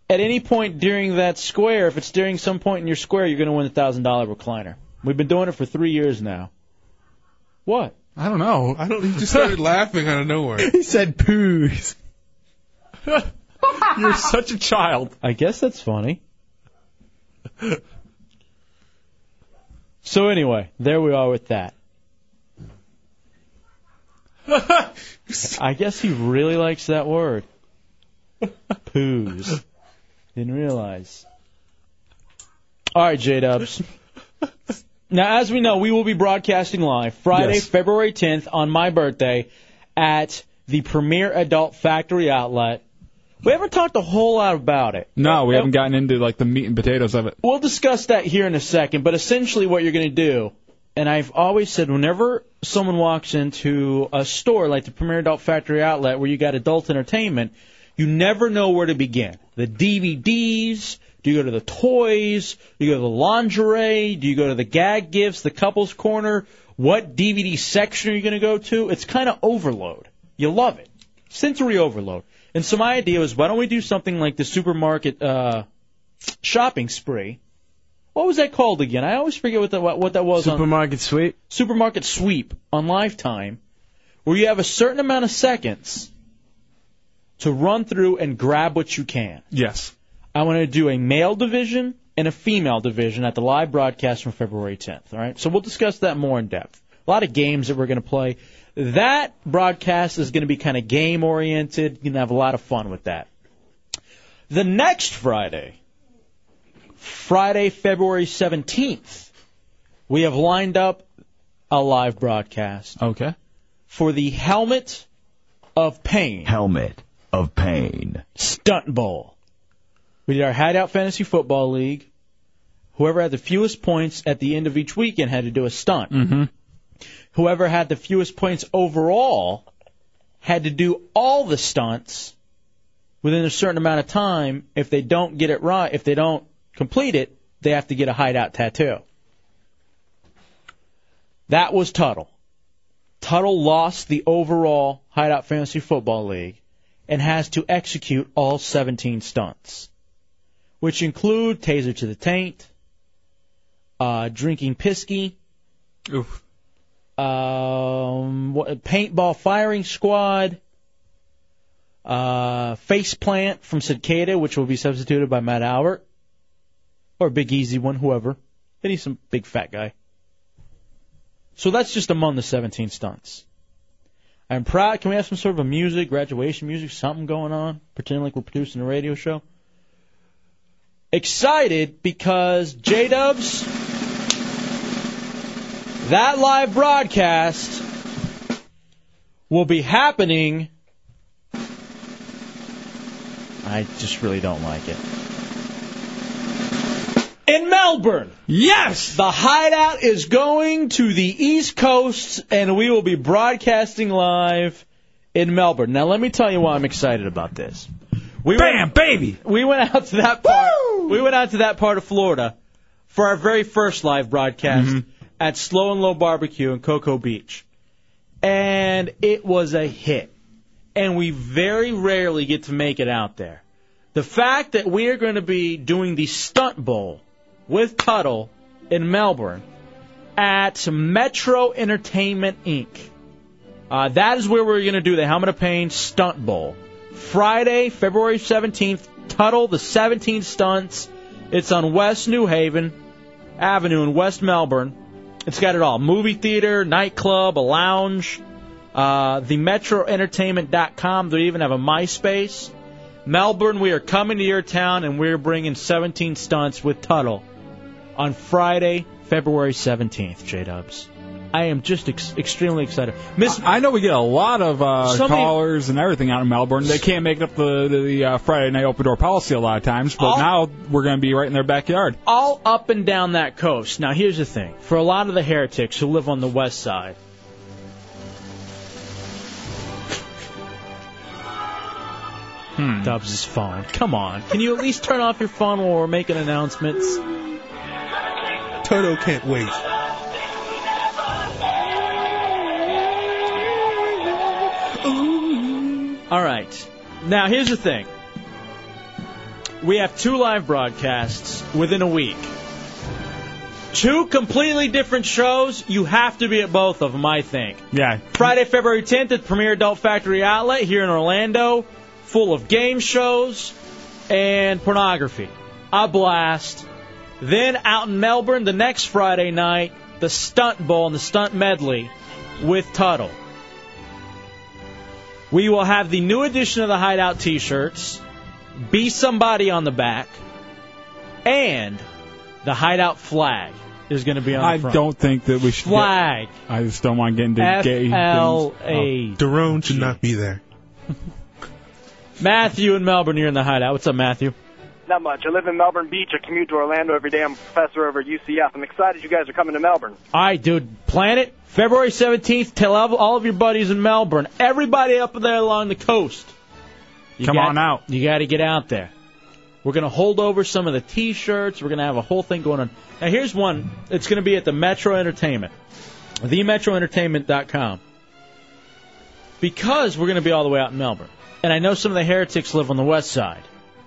Speaker 2: at any point during that square, if it's during some point in your square, you're going to win the thousand dollar recliner. We've been doing it for three years now. What?
Speaker 28: I don't know. I don't. He just started laughing out of nowhere. He
Speaker 2: said poos.
Speaker 3: You're such a child.
Speaker 2: I guess that's funny. So anyway, there we are with that. I guess he really likes that word. Poos. Didn't realize. All right, J Dubs. Now, as we know, we will be broadcasting live Friday,
Speaker 3: Yes.
Speaker 2: February 10th, on my birthday, at the Premier Adult Factory Outlet. We haven't talked a whole lot about it.
Speaker 3: No, we haven't gotten into like the meat and potatoes of it.
Speaker 2: We'll discuss that here in a second, but essentially what you're going to do, and I've always said whenever someone walks into a store like the Premier Adult Factory Outlet where you got adult entertainment, you never know where to begin. The DVDs, do you go to the toys, do you go to the lingerie, do you go to the gag gifts, the couples corner, what DVD section are you going to go to? It's kind of overload. You love it. Sensory overload. And so my idea was why don't we do something like the supermarket uh shopping spree. What was that called again? I always forget what that what, what that was. Supermarket sweep. Supermarket sweep on Lifetime, where you have a certain amount of seconds to run through and grab what you can.
Speaker 3: Yes.
Speaker 2: I want to do a male division and a female division at the live broadcast from February 10th. All right, so we'll discuss that more in depth. A lot of games that we're going to play. That broadcast is going to be kind of game oriented. You're going to have a lot of fun with that. The next Friday, Friday, February 17th, we have lined up a live broadcast.
Speaker 3: Okay.
Speaker 2: For the Helmet of Pain.
Speaker 14: Helmet of pain.
Speaker 2: Stunt Bowl. We did our Hideout Fantasy Football League. Whoever had the fewest points at the end of each weekend had to do a stunt.
Speaker 3: Mm-hmm.
Speaker 2: Whoever had the fewest points overall had to do all the stunts within a certain amount of time. If they don't get it right, if they don't complete it, they have to get a hideout tattoo. That was Tuttle. Tuttle lost the overall Hideout Fantasy Football League and has to execute all 17 stunts, which include taser to the taint, uh, drinking pisky,
Speaker 3: Oof.
Speaker 2: um, what, paintball firing squad, uh, face plant from Cicada, which will be substituted by Matt Albert, or Big Easy One, whoever. And he's some big fat guy. So that's just among the 17 stunts. I'm proud. Can we have some sort of a music, graduation music, something going on? Pretend like we're producing a radio show. excited because J Dubs, that live broadcast will be happening. I just really don't like it. In Melbourne. Yes! The hideout is going to the East Coast, and we will be broadcasting live in Melbourne. Now, let me tell you why I'm excited about this. We Bam, baby! We went out to that part. We went out to that part of Florida for our very first live broadcast at Slow and Low Barbecue in Cocoa Beach, and it was a hit. And we very rarely get to make it out there. The fact that we are going to be doing the stunt bowl with Tuttle in Melbourne at Metro Entertainment Inc. Uh, that is where we're going to do the Helmet of Pain Stunt Bowl. Friday, February 17th, Tuttle, the 17 stunts. It's on West New Haven Avenue in West Melbourne. It's got it all movie theater, nightclub, a lounge, uh, the metroentertainment.com. They even have a MySpace. Melbourne, we are coming to your town and we're bringing 17 stunts with Tuttle on Friday, February 17th, J Dubs. I am just ex- extremely excited. Miss,
Speaker 3: I know we get a lot of uh,
Speaker 2: Somebody-
Speaker 3: callers and everything out in Melbourne. They can't make it up the the, the uh, Friday night open door policy a lot of times, but
Speaker 2: I'll-
Speaker 3: now we're going to be right in their backyard.
Speaker 2: all up and down that coast. Now, here's the thing for a lot of the heretics who live on the west side,
Speaker 3: Hmm.
Speaker 2: Dubs' phone. Come on. Can you at least turn off your phone while we're making announcements?
Speaker 28: Toto can't wait.
Speaker 2: All right. Now, here's the thing. We have two live broadcasts within a week. Two completely different shows. You have to be at both of them, I think.
Speaker 3: Yeah.
Speaker 2: Friday, February 10th at Premier Adult Factory Outlet here in Orlando, full of game shows and pornography. A blast. Then out in Melbourne the next Friday night, the Stunt Bowl and the Stunt Medley with Tuttle. We will have the new edition of the Hideout t shirts, Be Somebody on the back, and the Hideout flag is going to be on the
Speaker 3: I
Speaker 2: front.
Speaker 3: don't think that we should. get-
Speaker 2: Flag.
Speaker 3: I just don't want getting into gay things.
Speaker 2: F.L.A..
Speaker 28: Daron should not be there.
Speaker 2: Matthew in Melbourne, you're in the hideout. What's up, Matthew?
Speaker 13: Not much. I live in Melbourn Beach. I commute to Orlando every day. I'm a professor over at UCF. I'm excited you guys are coming to Melbourne.
Speaker 2: All right, dude. Plan it. February 17th, tell all all of your buddies in Melbourne, everybody up there along the coast.
Speaker 3: Come on out.
Speaker 2: You got to get out there. We're going to hold over some of the t shirts. We're going to have a whole thing going on. Now, here's one. It's going to be at the Metro Entertainment, themetroentertainment.com. Because we're going to be all the way out in Melbourne. And I know some of the heretics live on the west side,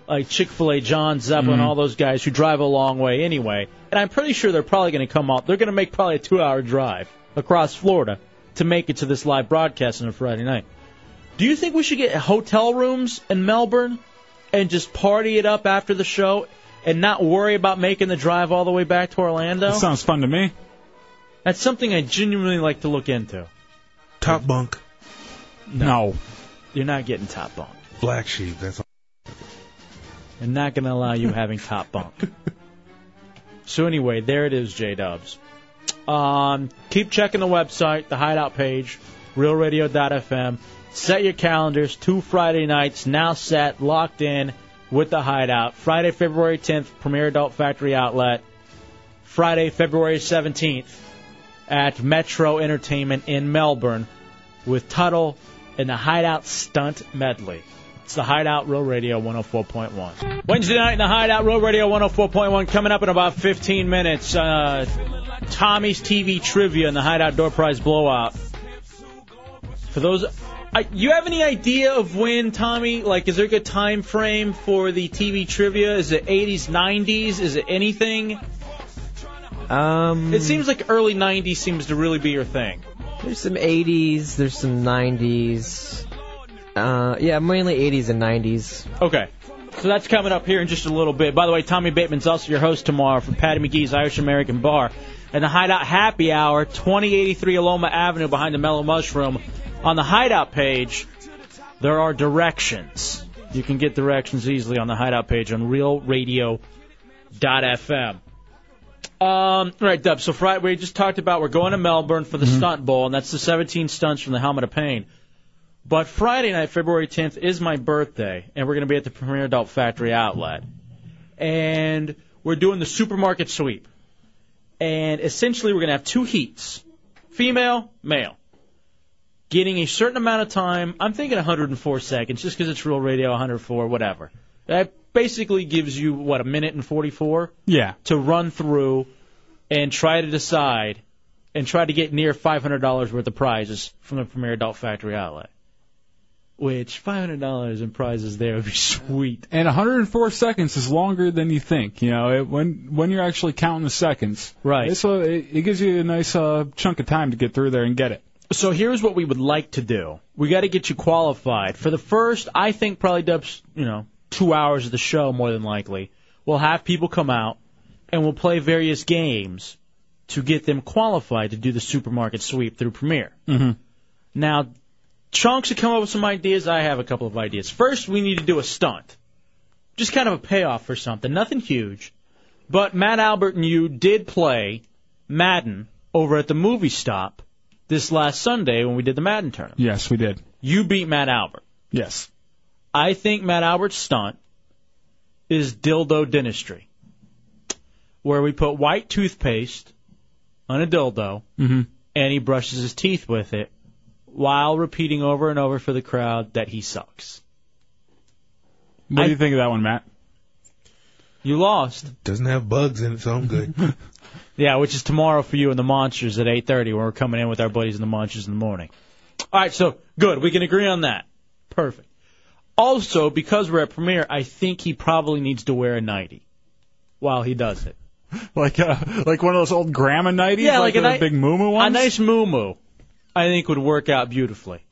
Speaker 2: like Chick fil A, John Zeppelin,
Speaker 3: Mm-hmm.
Speaker 2: all those guys who drive a long way anyway. And I'm pretty sure they're probably going to come out. They're going to make probably a two hour drive across Florida to make it to this live broadcast on a Friday night. Do you think we should get hotel rooms in Melbourne and just party it up after the show and not worry about making the drive all the way back to Orlando?
Speaker 3: That sounds fun to me.
Speaker 2: That's something I genuinely like to look into.
Speaker 28: Top bunk,
Speaker 3: No.
Speaker 2: You're not getting top bunk.
Speaker 28: black sheep. That's all.
Speaker 2: I'm not going to allow you having top bunk. So anyway, there it is, J Dubs. Um, keep checking the website, the hideout page, realradio.fm. Set your calendars. Two Friday nights now set, locked in with the hideout. Friday, February 10th, Premier Adult Factory Outlet. Friday, February 17th at Metro Entertainment in Melbourne with Tuttle and the Hideout Stunt Medley. It's the Hideout Real Radio 104.1. Wednesday night in the Hideout Real Radio 104.1 coming up in about 15 minutes. Uh, Tommy's TV trivia and the Hideout Door Prize blowout. For those, I, you have any idea of when Tommy? Like, is there a good time frame for the TV trivia? Is it 80s, 90s? Is it anything?
Speaker 4: Um,
Speaker 2: It seems like early 90s seems to really be your thing.
Speaker 4: There's some 80s, there's some 90s. Uh, yeah, mainly 80s and 90s.
Speaker 2: Okay. So that's coming up here in just a little bit. By the way, Tommy Bateman's also your host tomorrow from Patty McGee's Irish American Bar and the Hideout Happy Hour, 2083 Aloma Avenue behind the Mellow Mushroom. On the Hideout page, there are directions. You can get directions easily on the Hideout page on Real Radio Dot FM. Um, right, Dub. So Friday, we just talked about we're going to Melbourne for the stunt bowl, and that's the 17 stunts from the Helmet of Pain. But Friday night, February 10th, is my birthday, and we're going to be at the Premier Adult Factory Outlet, and we're doing the supermarket sweep, and essentially we're going to have two heats, female, male, getting a certain amount of time. I'm thinking 104 seconds, just because it's real radio, 104, whatever. That basically gives you what a minute and 44
Speaker 3: Yeah.
Speaker 2: to run through and try to decide and try to get near $500 worth of prizes from the Premier Adult Factory outlet. Which $500 in prizes there would be sweet.
Speaker 3: And 104 seconds is longer than you think. You know, it, when when you're actually counting the seconds,
Speaker 2: Right.
Speaker 3: So it, it gives you a nice uh, chunk of time to get through there and get it.
Speaker 2: So here's what we would like to do. We got to get you qualified for the first. I think probably dubs, you know, two hours of the show more than likely. We'll have people come out and we'll play various games to get them qualified to do the supermarket sweep through Premiere.
Speaker 3: Mm-hmm.
Speaker 2: Now, Chunks had come up with some ideas. I have a couple of ideas. First, we need to do a stunt. Just kind of a payoff for something. Nothing huge. But Matt Albert and you did play Madden over at the movie stop this last Sunday when we did the Madden tournament.
Speaker 3: Yes, we did.
Speaker 2: You beat Matt Albert.
Speaker 3: Yes.
Speaker 2: I think Matt Albert's stunt is dildo dentistry, where we put white toothpaste on a dildo
Speaker 3: Mm-hmm.
Speaker 2: and he brushes his teeth with it while repeating over and over for the crowd that he sucks.
Speaker 3: What
Speaker 2: I-
Speaker 3: do you think of that one, Matt?
Speaker 2: You lost.
Speaker 28: Doesn't have bugs in it, so I'm good.
Speaker 2: Yeah, which is tomorrow for you and the Monsters at 8:30 when we're coming in with our buddies and the Monsters in the morning. All right, so good. We can agree on that. Perfect. Also, because we're at premiere, I think he probably needs to wear a nightie while he does it.
Speaker 3: like uh, like one of those old grandma nighties,
Speaker 2: Yeah, like
Speaker 3: like,
Speaker 2: a
Speaker 3: the
Speaker 2: ni-
Speaker 3: big moo moo
Speaker 2: A
Speaker 3: ones.
Speaker 2: nice moo I think would work out beautifully.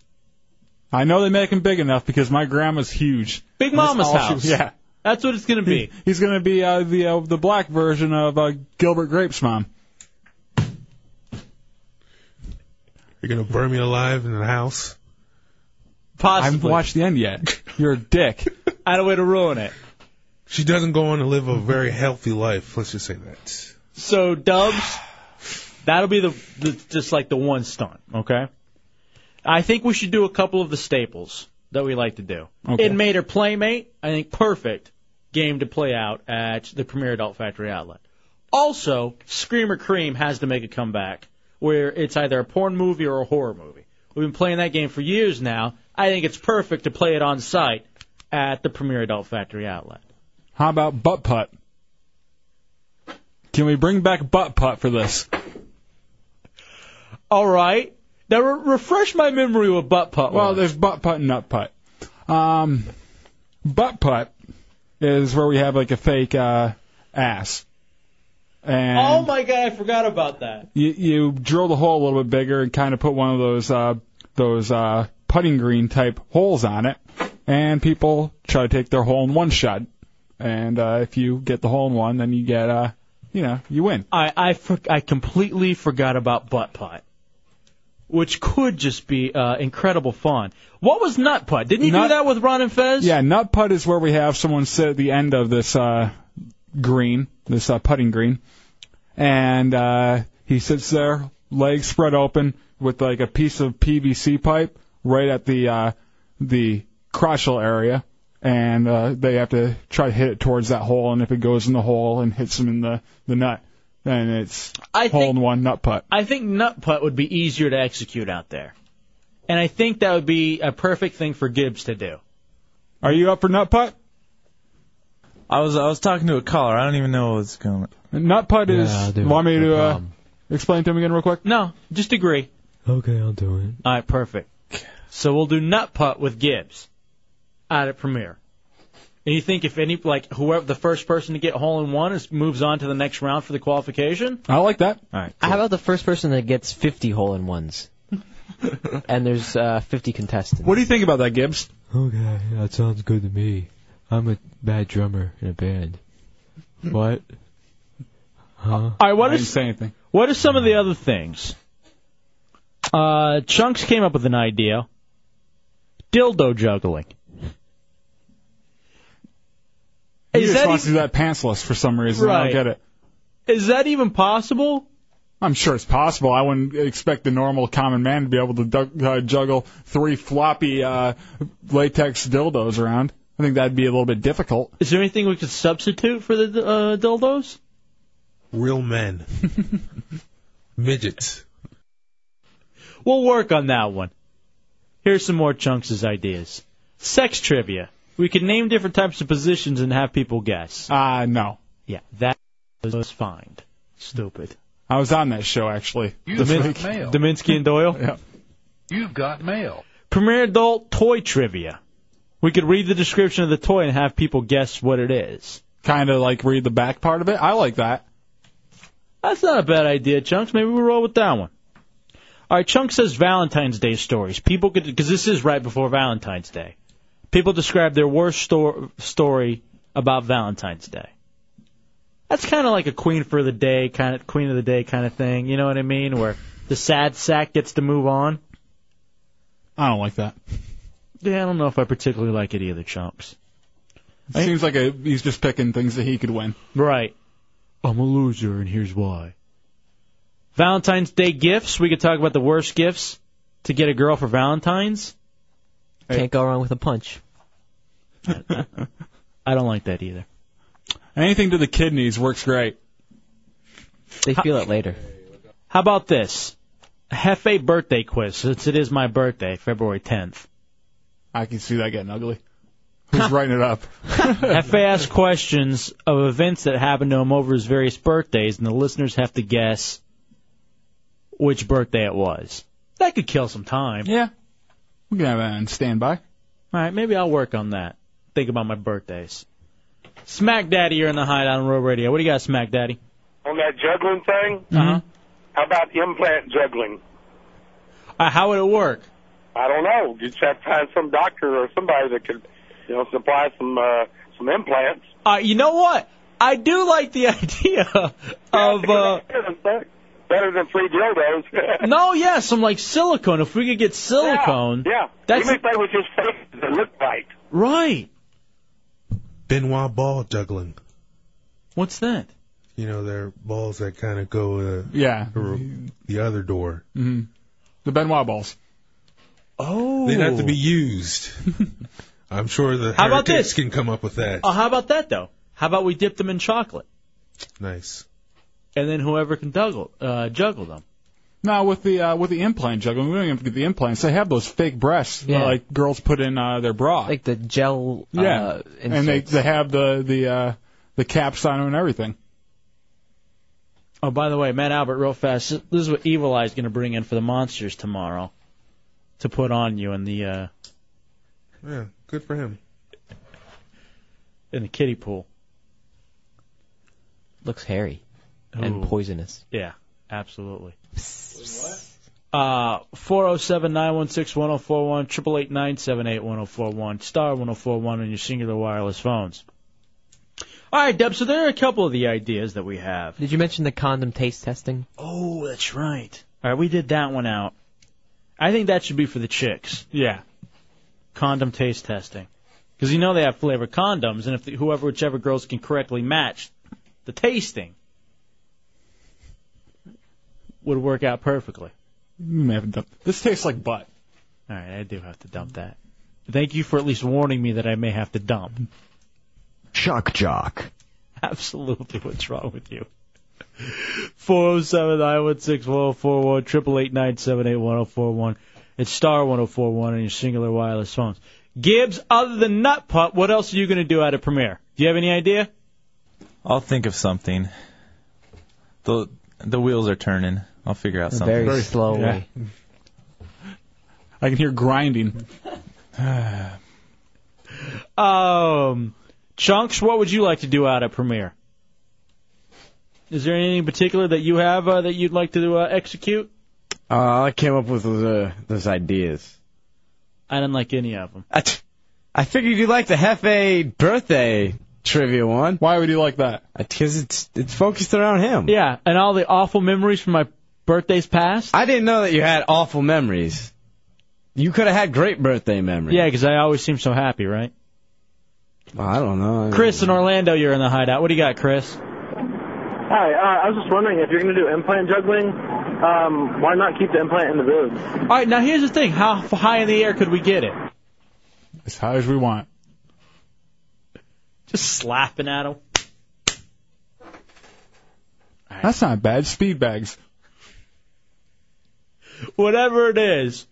Speaker 3: I know they make them big enough because my grandma's huge.
Speaker 2: Big
Speaker 3: And that's
Speaker 2: Mama's
Speaker 3: all she
Speaker 2: house.
Speaker 3: was- Yeah.
Speaker 2: That's what it's going to be.
Speaker 3: He's gonna be uh, the uh, the black version of uh, Gilbert Grape's mom.
Speaker 28: You're gonna burn me alive in the house.
Speaker 2: Possibly.
Speaker 3: I haven't watched the end yet. You're a dick.
Speaker 2: I don't way to ruin it.
Speaker 28: She doesn't go on to live a very healthy life. Let's just say that.
Speaker 2: So Dubs, that'll be the, the just like the one stunt, okay? I think we should do a couple of the staples that we like to do.
Speaker 3: Okay.
Speaker 2: Inmate or playmate, I think perfect game to play out at the Premier Adult Factory Outlet. Also, Screamer Cream has to make a comeback where it's either a porn movie or a horror movie. We've been playing that game for years now. I think it's perfect to play it on site at the Premier Adult Factory Outlet.
Speaker 3: How about butt putt? Can we bring back butt putt for this?
Speaker 2: All right. Now re- refresh my memory with butt putt.
Speaker 3: Well,
Speaker 2: was.
Speaker 3: there's butt putt and nut putt. Um, butt putt is where we have like a fake uh, ass, and
Speaker 2: oh my god, I forgot about that.
Speaker 3: you, you drill the hole a little bit bigger and kind of put one of those uh, those uh, putting green type holes on it, and people try to take their hole in one shot. And uh, if you get the hole in one, then you get uh, you know, you win.
Speaker 2: I I, for, I completely forgot about butt putt, which could just be uh, incredible fun. What was nut putt? Didn't you do
Speaker 3: Nut-
Speaker 2: that with Ron and Fez?
Speaker 3: Yeah, nut putt is where we have someone sit at the end of this uh, green, this uh, putting green, and uh, he sits there, legs spread open, with like a piece of PVC pipe right at the uh, the crotchal area, and uh, they have to try to hit it towards that hole, and if it goes in the hole and hits them in the the nut, then it's
Speaker 2: I
Speaker 3: hole
Speaker 2: think-
Speaker 3: in one nut putt.
Speaker 2: I think nut putt would be easier to execute out there, and I think that would be a perfect thing for Gibbs to do.
Speaker 3: Are you up for nut putt?
Speaker 8: I was I was talking to a caller. I don't even know what's going.
Speaker 3: Nut putt is.
Speaker 8: Yeah, dude,
Speaker 3: want me
Speaker 8: no
Speaker 3: to uh,
Speaker 8: problem.
Speaker 3: explain to him again real quick?
Speaker 2: No, just agree.
Speaker 29: Okay, I'll do it.
Speaker 2: All right, perfect. So we'll do nut putt with Gibbs out at premiere. And you think if any like whoever the first person to get hole in one is moves on to the next round for the qualification?
Speaker 3: I like that.
Speaker 2: All right.
Speaker 4: How about the first person that gets 50 hole in ones? and there's uh, 50 contestants.
Speaker 3: What do you think about that, Gibbs?
Speaker 29: Okay, that sounds good to me. I'm a bad drummer in a band. What? Huh?
Speaker 2: All right, what
Speaker 3: I
Speaker 2: is
Speaker 3: didn't say anything.
Speaker 2: What are some of the other things? Uh, Chunks came up with an idea. Dildo juggling.
Speaker 3: He
Speaker 2: Is
Speaker 3: just
Speaker 2: that
Speaker 3: wants
Speaker 2: even-
Speaker 3: to do that pantsless for some reason. I
Speaker 2: Right.
Speaker 3: don't get it.
Speaker 2: Is that even possible?
Speaker 3: I'm sure it's possible. I wouldn't expect the normal common man to be able to du- uh, juggle three floppy uh, latex dildos around. I think that'd be a little bit difficult.
Speaker 2: Is there anything we could substitute for the uh, dildos?
Speaker 28: Real men. Midgets.
Speaker 2: We'll work on that one. Here's some more Chunks' ideas. Sex trivia. We could name different types of positions and have people guess.
Speaker 3: Ah, uh, no.
Speaker 2: Yeah, that was fine. Stupid.
Speaker 3: I was on that show actually.
Speaker 2: You
Speaker 3: this
Speaker 2: meant
Speaker 3: week.
Speaker 2: mail. Deminsky and Doyle?
Speaker 3: yeah.
Speaker 15: You've got mail.
Speaker 2: Premier Adult Toy Trivia. We could read the description of the toy and have people guess what it is.
Speaker 3: Kind of like read the back part of it. I like that.
Speaker 2: That's not a bad idea, Chunks. Maybe we'll roll with that one. All right, Chunks says Valentine's Day stories. People could, because this is right before Valentine's Day. People describe their worst stor- story about Valentine's Day. That's kind of like a queen for the day kind of queen of the day kind of thing. You know what I mean? Where the sad sack gets to move on.
Speaker 3: I don't like that.
Speaker 2: Yeah, I don't know if I particularly like it either, Chunks.
Speaker 3: It seems like a, he's just picking things that he could win.
Speaker 2: Right. I'm a loser, and here's why. Valentine's Day gifts. We could talk about the worst gifts to get a girl for Valentine's.
Speaker 4: Can't go wrong with a punch.
Speaker 2: I don't like that either.
Speaker 3: Anything to the kidneys works great.
Speaker 4: They feel it later.
Speaker 2: How about this? Hefe birthday quiz, since it is my birthday, February 10th.
Speaker 3: I can see that getting ugly. Who's writing it up?
Speaker 2: Hefe asks questions of events that happened to him over his various birthdays, and the listeners have to guess which birthday it was. That could kill some time.
Speaker 3: Yeah. We can have that on standby.
Speaker 2: All right, maybe I'll work on that. Think about my birthdays. Smack Daddy, you're in the hideout on Road Radio. What do you got, Smack Daddy?
Speaker 16: On that juggling thing,
Speaker 2: Uh-huh.
Speaker 16: how about implant juggling?
Speaker 2: Uh, how would it work?
Speaker 16: I don't know. You just have to find some doctor or somebody that could, you know, supply some uh, some implants.
Speaker 2: Uh, you know what? I do like the idea of. Uh,
Speaker 16: Better than free dildos.
Speaker 2: no, yeah, some like silicone. If we could get silicone,
Speaker 16: yeah.
Speaker 2: that's
Speaker 16: Even if they were just fake, they look right.
Speaker 2: right.
Speaker 28: Benoit ball juggling.
Speaker 2: What's that?
Speaker 28: You know, they're balls that kind of go uh,
Speaker 3: Yeah.
Speaker 28: the the other door.
Speaker 3: hmm The Benoit balls.
Speaker 2: Oh.
Speaker 28: They'd have to be used. I'm sure the
Speaker 2: How about
Speaker 28: heretics
Speaker 2: this?
Speaker 28: can come up with that.
Speaker 2: Uh, how about that though? How about we dip them in chocolate,
Speaker 28: Nice.
Speaker 2: and then whoever can juggle, uh, juggle them.
Speaker 3: No, with the uh, with the implant juggling, we don't even have to get the implants. They have those fake breasts
Speaker 2: Yeah.
Speaker 3: like girls put in uh, their bra.
Speaker 4: Like the gel. uh,
Speaker 3: yeah, and they
Speaker 4: inserts.
Speaker 3: they have the the uh, the caps on them and everything.
Speaker 2: Oh, by the way, Matt Albert, real fast. This is what Evil Eye's going to bring in for the monsters tomorrow to put on you in the uh,
Speaker 28: Yeah, good for him.
Speaker 2: in the kiddie pool.
Speaker 4: Looks hairy
Speaker 2: Ooh.
Speaker 4: and poisonous.
Speaker 2: Yeah, absolutely. Uh, 407-916-1041, 888-978-1041, star 1041 on your singular wireless phones. All right, Deb, so there are a couple of the ideas that we have.
Speaker 4: Did you mention the condom taste testing?
Speaker 2: Oh, that's right. All right, we did that one out. I think that should be for the chicks.
Speaker 3: Yeah.
Speaker 2: Condom taste testing. Because you know they have flavored condoms, and if the, whoever, whichever girls can correctly match the tasting would work out perfectly.
Speaker 3: You may have Mm, done- This tastes like butt.
Speaker 2: All right, I do have to dump that. Thank you for at least warning me that I may have to dump.
Speaker 14: Shock jock.
Speaker 2: Absolutely, what's wrong with you? 407 916 1041, 888 978 1041. It's star 1041 on your singular wireless phones. Gibbs, other than Nut Putt, what else are you going to do out of Premiere? Do you have any idea?
Speaker 8: I'll think of something. The the wheels are turning. I'll figure out something.
Speaker 4: Very slowly.
Speaker 8: Yeah.
Speaker 3: I can hear grinding.
Speaker 2: Um, Chunks, what would you like to do out of Premiere? Is there anything in particular that you have uh, that you'd like to uh, execute?
Speaker 11: Uh, I came up with those, uh, those ideas.
Speaker 2: I didn't like any of them.
Speaker 11: I, t- I figured you like the Hefe birthday trivia one.
Speaker 3: Why would you like that?
Speaker 11: Because it's it's focused around him.
Speaker 2: Yeah, and all the awful memories from my birthdays past.
Speaker 11: I didn't know that you had awful memories. You could have had great birthday memories.
Speaker 2: Yeah, because I always seem so happy, right?
Speaker 11: I don't know.
Speaker 2: Chris in Orlando, you're in the hideout. What do you got, Chris?
Speaker 30: Hi, uh, I was just wondering if you're going to do implant juggling, um, why not keep the implant in the boob?
Speaker 2: All right, now here's the thing. How f- high in the air could we get it?
Speaker 3: As high as we want.
Speaker 2: Just slapping at him.
Speaker 3: That's not bad. Speed bags.
Speaker 2: Whatever it is,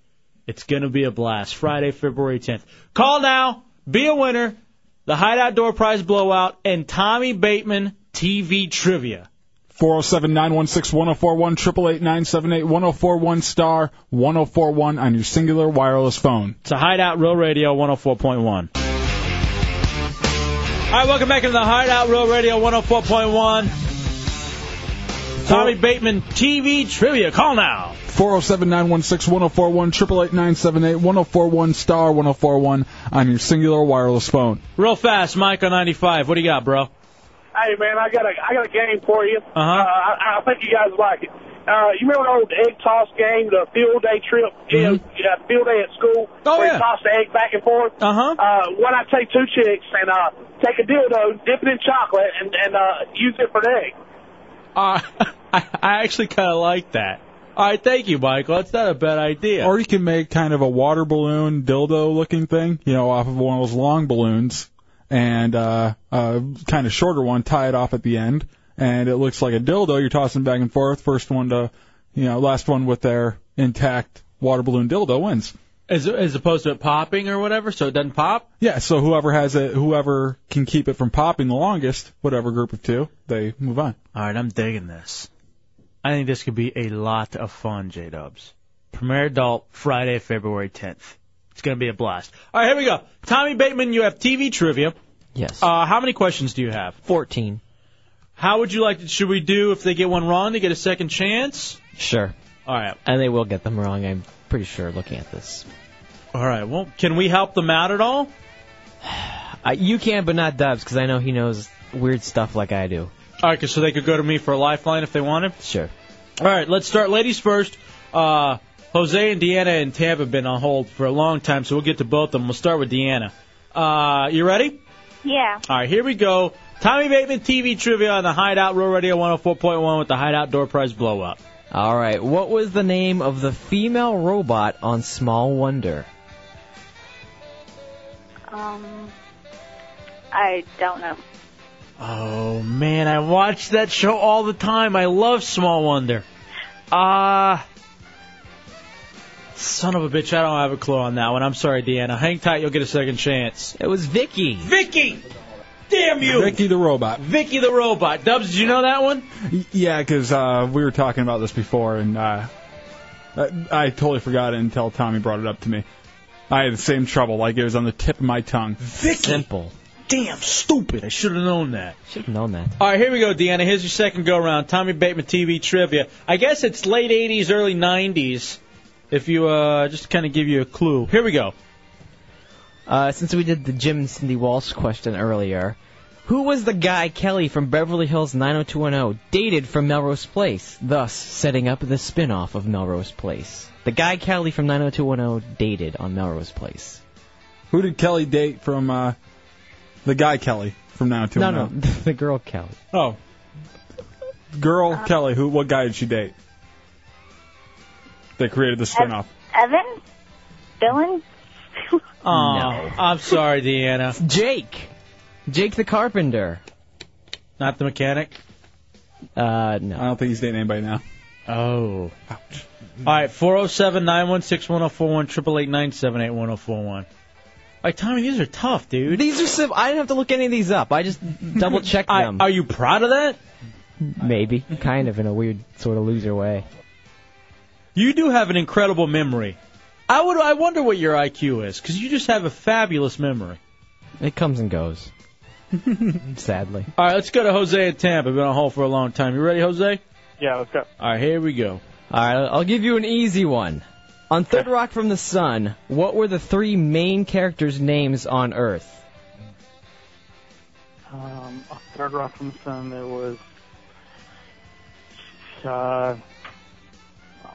Speaker 2: it's going to be a blast. Friday, February 10th. Call now. Be a winner. The Hideout Door Prize Blowout and Tommy Bateman TV Trivia.
Speaker 3: 407 916 1041 888 978 1041 star 1041 on your singular wireless phone.
Speaker 2: It's a Hideout Real Radio 104.1. All right, welcome back into the Hideout Real Radio 104.1. Tommy Bateman TV Trivia. Call now.
Speaker 3: 407 916 1041 888 978 1041 star 1041 on your singular wireless phone.
Speaker 2: Real fast, Mike on 95. What do you got, bro?
Speaker 17: Hey man, I got a I got a game for you.
Speaker 2: Uh-huh.
Speaker 17: Uh, I, I think you guys like it. Uh, you remember the old egg toss game, the field day trip,
Speaker 2: Mhm.
Speaker 17: yeah, uh, field day at school,
Speaker 2: Oh,
Speaker 17: where
Speaker 2: yeah.
Speaker 17: you toss the egg back and forth.
Speaker 2: Uh-huh.
Speaker 17: Uh When I take two chicks and uh, take a dildo, dip it in chocolate, and and uh, use it for an egg.
Speaker 2: Uh, I, I actually kind of like that. All right, thank you, Michael. That's not a bad idea.
Speaker 3: Or you can make kind of a water balloon dildo looking thing, you know, off of one of those long balloons, and uh, a kind of shorter one, tie it off at the end, and it looks like a dildo. You're tossing back and forth. First one to, you know, last one with their intact water balloon dildo wins.
Speaker 2: As, as opposed to it popping or whatever, so it doesn't pop?
Speaker 3: Yeah, so whoever has it, whoever can keep it from popping the longest, whatever group of two, they move on.
Speaker 2: All right, I'm digging this. I think this could be a lot of fun, J Dubs. Premier Adult, Friday, February 10th. It's going to be a blast. All right, here we go. Tommy Bateman, you have TV trivia.
Speaker 4: Yes.
Speaker 2: Uh, how many questions do you have?
Speaker 4: 14.
Speaker 2: How would you like to, should we do if they get one wrong, they get a second chance?
Speaker 4: Sure.
Speaker 2: All right.
Speaker 4: And they will get them wrong, I'm pretty sure, looking at this.
Speaker 2: All right, well, can we help them out at all?
Speaker 4: Uh, you can, but not Dubs, because I know he knows weird stuff like I do.
Speaker 2: All right, 'cause so they could go to me for a lifeline if they wanted.
Speaker 4: Sure.
Speaker 2: All right, let's start. Ladies first. Uh, Jose and Deanna and Tab have been on hold for a long time, so we'll get to both of them. We'll start with Deanna. Uh, you ready?
Speaker 18: Yeah.
Speaker 2: All right, here we go. Tommy Bateman TV trivia on the Hideout Row Radio 104.1 with the Hideout Door Prize blow up.
Speaker 4: All right. What was the name of the female robot on Small Wonder?
Speaker 18: Um, I don't know.
Speaker 2: Oh man, I watch that show all the time. I love Small Wonder. Ah, son of a bitch, I don't have a clue on that one. I'm sorry, Deanna. Hang tight, you'll get a second chance.
Speaker 4: It was Vicky.
Speaker 2: Vicky, damn you,
Speaker 3: Vicky the robot.
Speaker 2: Vicky the robot. Dubs, did you know that one?
Speaker 3: Y- Yeah, 'cause uh, we were talking about this before, and uh, I, I totally forgot it until Tommy brought it up to me. I had the same trouble, like it was on the tip of my tongue.
Speaker 4: Simple.
Speaker 2: Damn, stupid. I should have known that.
Speaker 4: Should have known that.
Speaker 2: All right, here we go, Deanna. Here's your second go round. Tommy Bateman TV trivia. I guess it's late 80s, early 90s. If you uh, just kind of give you a clue. Here we go.
Speaker 4: Uh, since we did the Jim and Cindy Walsh question earlier, who was the guy Kelly from Beverly Hills 90210 dated from Melrose Place, thus setting up the spin-off of Melrose Place? The guy Kelly from 90210 dated on Melrose Place.
Speaker 3: Who did Kelly date from uh, the guy Kelly from now to
Speaker 4: No, no, the girl Kelly.
Speaker 3: Oh, girl Kelly. Who? What guy did she date? They created the spinoff.
Speaker 18: Evan? Dylan?
Speaker 2: Oh, I'm sorry, Deanna.
Speaker 4: Jake. Jake the Carpenter.
Speaker 2: Not the mechanic?
Speaker 4: Uh, no.
Speaker 3: I don't think he's dating anybody now.
Speaker 2: Oh. All right, 407 916 1041, 888 978 1041. Like, Tommy, these are tough, dude.
Speaker 4: These are sim- I didn't have to look any of these up. I just double checked
Speaker 2: I-
Speaker 4: them.
Speaker 2: are you proud of that?
Speaker 4: Maybe, kind of in a weird sort of loser way.
Speaker 2: You do have an incredible memory. I would. I wonder what your IQ is, because you just have a fabulous memory.
Speaker 4: It comes and goes. Sadly.
Speaker 2: All right, let's go to Jose at Tampa. Been on hold for a long time. You ready, Jose?
Speaker 17: Yeah, let's go.
Speaker 2: All right, here we go.
Speaker 4: All right, I'll give you an easy one. On Third Rock from the Sun, what were the three main characters' names on Earth?
Speaker 17: Um, off Third Rock from the Sun, there was, uh,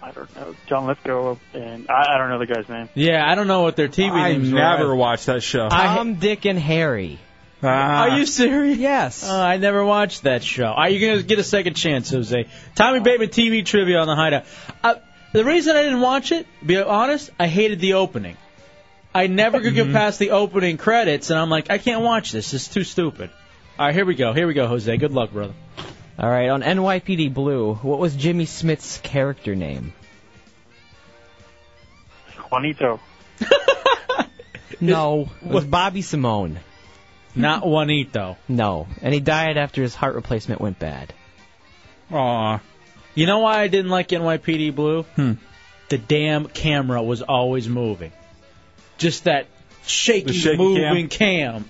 Speaker 17: I don't know, John Lithgow, and I, I don't know the guy's name.
Speaker 2: Yeah, I don't know what their TV
Speaker 3: I
Speaker 2: names were.
Speaker 3: never watched that show.
Speaker 4: Tom, Dick, and Harry.
Speaker 2: Are you serious? Yes. Uh, I never watched that show. Are you going to get a second chance, Jose? Tommy Bateman TV trivia on the Hideout. Uh, the reason I didn't watch it, to be honest, I hated the opening. I never could get past the opening credits, and I'm like, I can't watch this. It's too stupid. All right, here we go. Here we go, Jose. Good luck, brother.
Speaker 4: All right, on NYPD Blue, what was Jimmy Smith's character name?
Speaker 13: Juanito.
Speaker 4: No, it was Bobby Simone.
Speaker 2: Not Juanito.
Speaker 4: No, and he died after his heart replacement went bad.
Speaker 2: Aw. You know why I didn't like NYPD Blue? Hmm. The damn camera was always moving. Just that shaky,
Speaker 3: The shaky
Speaker 2: moving cam.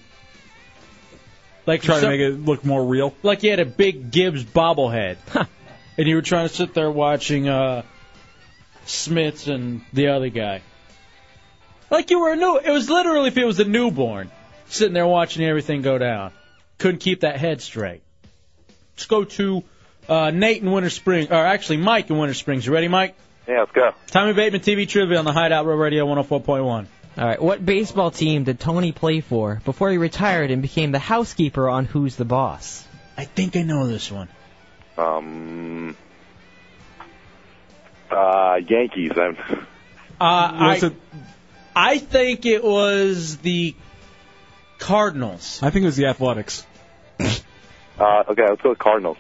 Speaker 2: Like
Speaker 3: Try to
Speaker 2: some-
Speaker 3: make it look more real.
Speaker 2: like you had a big Gibbs bobblehead, and you were trying to sit there watching uh, Smiths and the other guy. Like you were a new. It was literally if it was a newborn sitting there watching everything go down. Couldn't keep that head straight. Let's go to uh, Nate in Winter Springs, or actually Mike in Winter Springs. You ready, Mike?
Speaker 13: Yeah, let's go.
Speaker 2: Tommy Bateman TV trivia on the Hideout Row Radio 104.1.
Speaker 4: All right, what baseball team did Tony play for before he retired and became the housekeeper on Who's the Boss?
Speaker 2: I think I know this one.
Speaker 13: Um. Uh, Yankees. I'm,
Speaker 2: Uh, I,
Speaker 13: Was it-
Speaker 2: I think it was the Cardinals.
Speaker 3: I think it was the Athletics.
Speaker 13: uh, okay, let's go with Cardinals.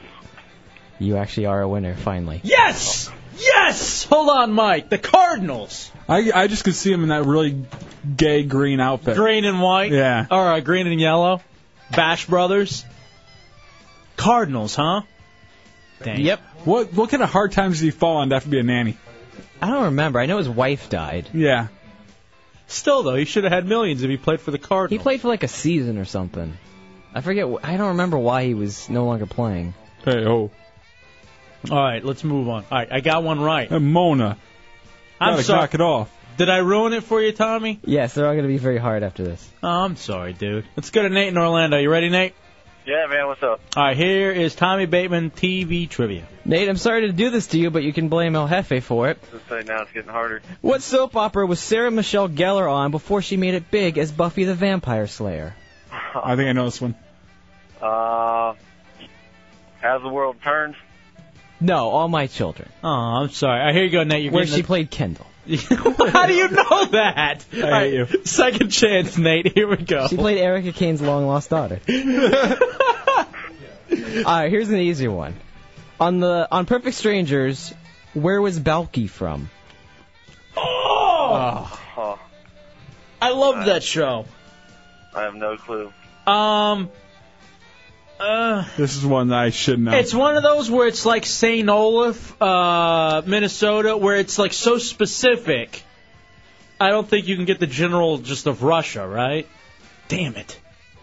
Speaker 4: You actually are a winner, finally.
Speaker 2: Yes! Yes! Hold on, Mike. The Cardinals.
Speaker 3: I, I just could see him in that really gay green outfit.
Speaker 2: Green and white.
Speaker 3: Yeah.
Speaker 2: Or uh, green and yellow. Bash Brothers. Cardinals, huh? Dang.
Speaker 3: Yep. What what kind of hard times did he fall on to have to be a nanny?
Speaker 4: I don't remember. I know his wife died.
Speaker 3: Yeah.
Speaker 2: Still, though, he should have had millions if he played for the Cardinals.
Speaker 4: He played for like a season or something. I forget. wh- I don't remember why he was no longer playing.
Speaker 3: Hey, oh.
Speaker 2: All right, let's move on. All right, I got one right.
Speaker 3: Mona.
Speaker 2: I'm
Speaker 3: Gotta
Speaker 2: sorry.
Speaker 3: knock it off.
Speaker 2: Did I ruin it for you, Tommy?
Speaker 4: Yes, they're all going to be very hard after this.
Speaker 2: Oh, I'm sorry, dude. Let's go to Nate in Orlando. You ready, Nate?
Speaker 13: Yeah, man, what's up?
Speaker 2: All right, here is Tommy Bateman TV trivia.
Speaker 4: Nate, I'm sorry to do this to you, but you can blame El Jefe for it.
Speaker 13: Just say now it's getting harder.
Speaker 4: What soap opera was Sarah Michelle Gellar on before she made it big as Buffy the Vampire Slayer?
Speaker 3: I think I know this one.
Speaker 13: Uh, as the world turns.
Speaker 4: No, All My Children.
Speaker 2: Oh, I'm sorry. All right, here you go, Nate. You're
Speaker 4: where
Speaker 2: getting
Speaker 4: she
Speaker 2: the-
Speaker 4: played Kendall.
Speaker 2: How do you know that? I
Speaker 4: hate
Speaker 2: you. Second chance, Nate. Here we go.
Speaker 4: She played Erica Kane's long lost daughter. Alright, here's an easier one. On the on Perfect Strangers, where was Balky from?
Speaker 2: Oh!
Speaker 13: Oh,
Speaker 2: I love that show.
Speaker 13: I have no clue.
Speaker 2: Um, uh,
Speaker 3: This is one that I should know.
Speaker 2: it's one of those where it's like St. Olaf, uh, Minnesota, where it's like so specific. I don't think you can get the general just of Russia, right? Damn it!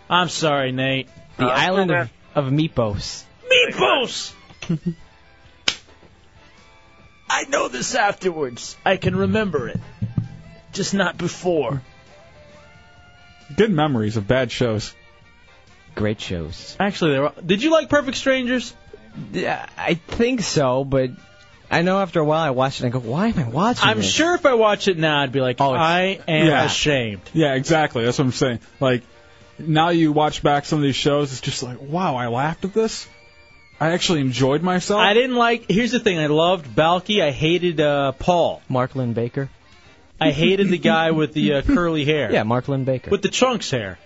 Speaker 2: I'm sorry, Nate.
Speaker 4: The island of, of Meepos.
Speaker 2: Meatballs. I know this afterwards. I can remember it, just not before.
Speaker 3: Good memories of bad shows.
Speaker 4: Great shows.
Speaker 2: Actually, they were. Did you like Perfect Strangers?
Speaker 4: Yeah, I think so, but I know after a while I watched it and I go, why am I watching
Speaker 2: I'm
Speaker 4: this?
Speaker 2: sure if I watch it now, I'd be like, I am
Speaker 3: Oh, Yeah.
Speaker 2: ashamed.
Speaker 3: Yeah, exactly. That's what I'm saying. Like now you watch back some of these shows, it's just like, wow, I laughed at this. I actually enjoyed myself.
Speaker 2: I didn't like. Here's the thing. I loved Balky. I hated uh, Paul.
Speaker 4: Mark Lynn Baker.
Speaker 2: I hated the guy with the uh, curly hair.
Speaker 4: Yeah, Mark Lynn Baker.
Speaker 2: With the chunks hair.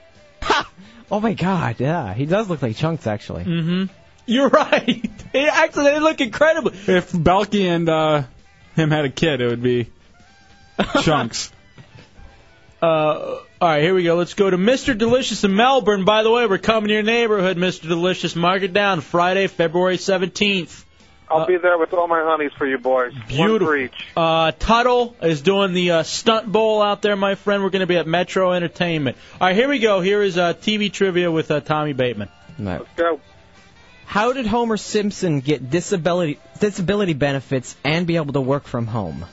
Speaker 4: Oh my god, yeah. He does look like Chunks actually.
Speaker 2: Mm-hmm. You're right. It actually, they look incredible.
Speaker 3: If Balky and uh, him had a kid, it would be chunks.
Speaker 2: Uh, all right, here we go. Let's go to Mr. Delicious in Melbourne. By the way, we're coming to your neighborhood, Mr. Delicious. Mark it down, Friday, February 17th.
Speaker 1: I'll be there with all my honeys for you boys. One
Speaker 2: Beautiful.
Speaker 1: for each.
Speaker 2: Uh, Tuttle is doing the uh, stunt bowl out there, my friend. We're going to be at Metro Entertainment. All right, here we go. Here is uh, TV trivia with uh, Tommy Bateman.
Speaker 4: No.
Speaker 1: Go.
Speaker 4: How did Homer Simpson get disability disability benefits and be able to work from home?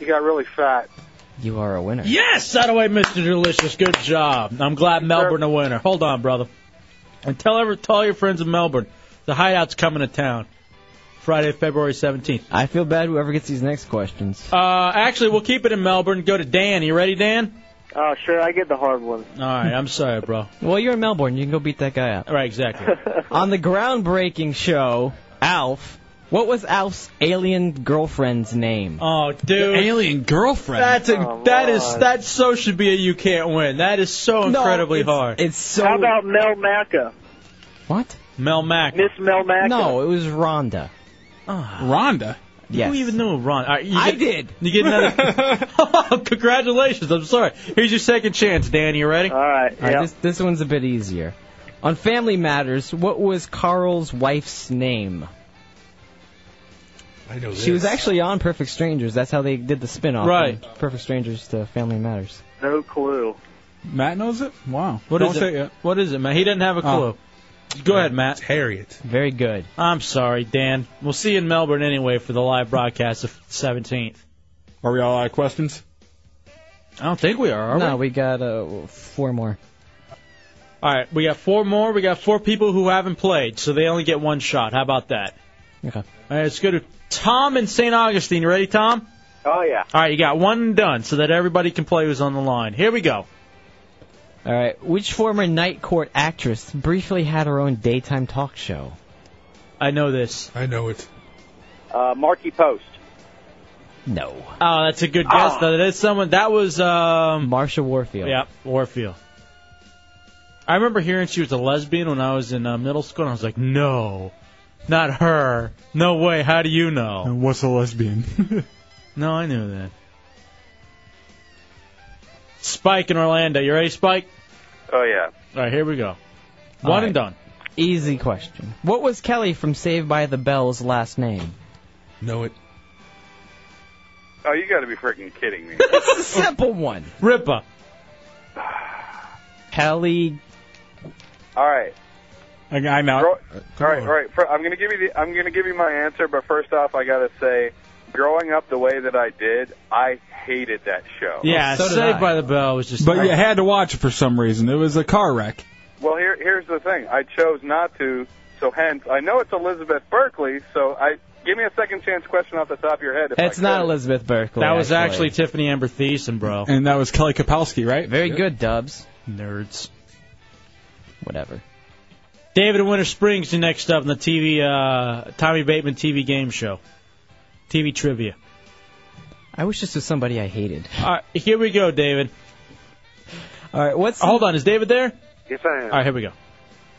Speaker 1: You got really fat.
Speaker 4: You are a winner.
Speaker 2: Yes, out of the way, Mr. Delicious. Good job. I'm glad Melbourne a winner. Hold on, brother. And tell ever tell your friends in Melbourne, the hideout's coming to town. Friday, February 17th.
Speaker 4: I feel bad whoever gets these next questions.
Speaker 2: Uh, actually, we'll keep it in Melbourne. Go to Dan. You ready, Dan?
Speaker 26: Oh, sure, I get the hard one.
Speaker 2: All right, I'm sorry, bro.
Speaker 4: Well, you're in Melbourne. You can go beat that guy up.
Speaker 2: Right, exactly.
Speaker 4: On the groundbreaking show, Alf. What was Alf's alien girlfriend's name?
Speaker 2: Oh, dude.
Speaker 4: alien girlfriend.
Speaker 2: That's a, that is that so should be a you can't win. That is so incredibly hard.
Speaker 4: It's so.
Speaker 17: How about Mel Macca?
Speaker 4: What?
Speaker 2: Mel Mack? Miss
Speaker 17: Mel Macca?
Speaker 4: No, it was Rhonda.
Speaker 2: Rhonda.
Speaker 4: Yes.
Speaker 2: Ah. Who even knew Ron? All right, you
Speaker 4: I
Speaker 2: get-
Speaker 4: did.
Speaker 2: You get another. Congratulations. I'm sorry. Here's your second chance, Dan. You ready? All
Speaker 26: right.
Speaker 4: All right, this, this one's a bit easier. On Family Matters, what was Carl's wife's name?
Speaker 28: I know
Speaker 4: She was actually on Perfect Strangers. That's how they did the spin-off.
Speaker 2: Right.
Speaker 4: from Perfect Strangers to Family Matters.
Speaker 26: No clue.
Speaker 3: Matt knows it? Wow.
Speaker 2: What
Speaker 3: Don't
Speaker 2: is
Speaker 3: say
Speaker 2: it? What is it, Matt? He doesn't have a clue.
Speaker 3: Oh.
Speaker 2: Go ahead, Matt.
Speaker 28: Harriet.
Speaker 4: Very good.
Speaker 2: I'm sorry, Dan. We'll see you in Melbourne anyway for the live broadcast of 17th.
Speaker 3: Are we all out of questions?
Speaker 2: I don't think we are, are
Speaker 4: no,
Speaker 2: we?
Speaker 4: we got uh, four more.
Speaker 2: All right, we got four more. We got four people who haven't played, so they only get one shot. How about that?
Speaker 4: Okay.
Speaker 2: All right, let's go to Tom in St. Augustine. You ready, Tom?
Speaker 17: Oh, yeah.
Speaker 2: All right, you got one done so that everybody can play who's on the line. Here we go.
Speaker 4: All right. Which former night court actress briefly had her own daytime talk show?
Speaker 2: I know this.
Speaker 28: I know it.
Speaker 13: Uh, Marky Post. Ah.
Speaker 4: No.
Speaker 2: Oh, that's a good guess. though. That is someone. That was um.
Speaker 4: Marsha Warfield.
Speaker 2: Yeah, Warfield. I remember hearing she was a lesbian when I was in uh, middle school, and I was like, no, not her. No way. How do you know?
Speaker 3: And what's a lesbian?
Speaker 2: No, I knew that. Spike in Orlando. You ready, Spike?
Speaker 10: Oh yeah.
Speaker 2: All right, here we go.
Speaker 4: All
Speaker 2: One
Speaker 4: right.
Speaker 2: and done.
Speaker 4: Easy question. What was Kelly from Saved by the Bell's last name?
Speaker 28: Know it.
Speaker 10: Oh, you got to be freaking kidding me.
Speaker 4: It's a simple one.
Speaker 2: Ripa.
Speaker 4: Kelly.
Speaker 10: All right.
Speaker 3: I, I know.
Speaker 2: Uh,
Speaker 10: All right, all right. Fir- I'm gonna give you the I'm gonna give you my answer, but first off, I gotta say, growing up the way that I did, I hated that show.
Speaker 2: Yeah,
Speaker 3: so did
Speaker 2: Saved
Speaker 3: I.
Speaker 2: by the Bell was just.
Speaker 3: But you had to watch it for some reason. It was a car wreck.
Speaker 10: Well, here here's the thing. I chose not to, so hence I know it's Elizabeth Berkley. So I give me a second chance question off the top of your head. If
Speaker 4: It's
Speaker 10: I
Speaker 4: not
Speaker 10: could.
Speaker 4: Elizabeth Berkley.
Speaker 2: That was actually Tiffany Amber Thiessen, bro.
Speaker 3: And that was Kelly Kapowski, right?
Speaker 4: very good, Dubs.
Speaker 2: Nerds.
Speaker 4: Whatever.
Speaker 2: David in Winter Springs the next up on the TV uh, Tommy Bateman TV game show, TV trivia.
Speaker 4: I wish this was somebody I hated.
Speaker 2: All right, here we go, David.
Speaker 4: All right, what's
Speaker 2: Hold on, is David there?
Speaker 10: Yes, I
Speaker 2: All
Speaker 10: am.
Speaker 2: right, here we go.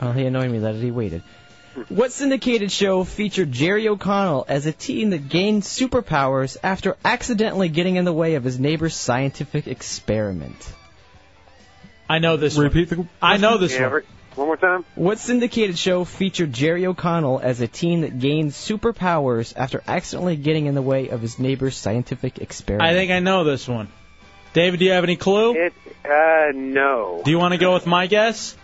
Speaker 4: Oh, he annoyed me that he waited. What syndicated show featured Jerry O'Connell as a teen that gained superpowers after accidentally getting in the way of his neighbor's scientific experiment?
Speaker 2: I know this. One.
Speaker 3: Repeat the.
Speaker 2: I know this
Speaker 10: Yeah,
Speaker 2: one.
Speaker 10: re- one more time.
Speaker 4: What syndicated show featured Jerry O'Connell as a teen that gained superpowers after accidentally getting in the way of his neighbor's scientific experiment?
Speaker 2: I think I know this one. David, do you have any clue?
Speaker 17: It, uh, no.
Speaker 2: Do you want to go with my guess?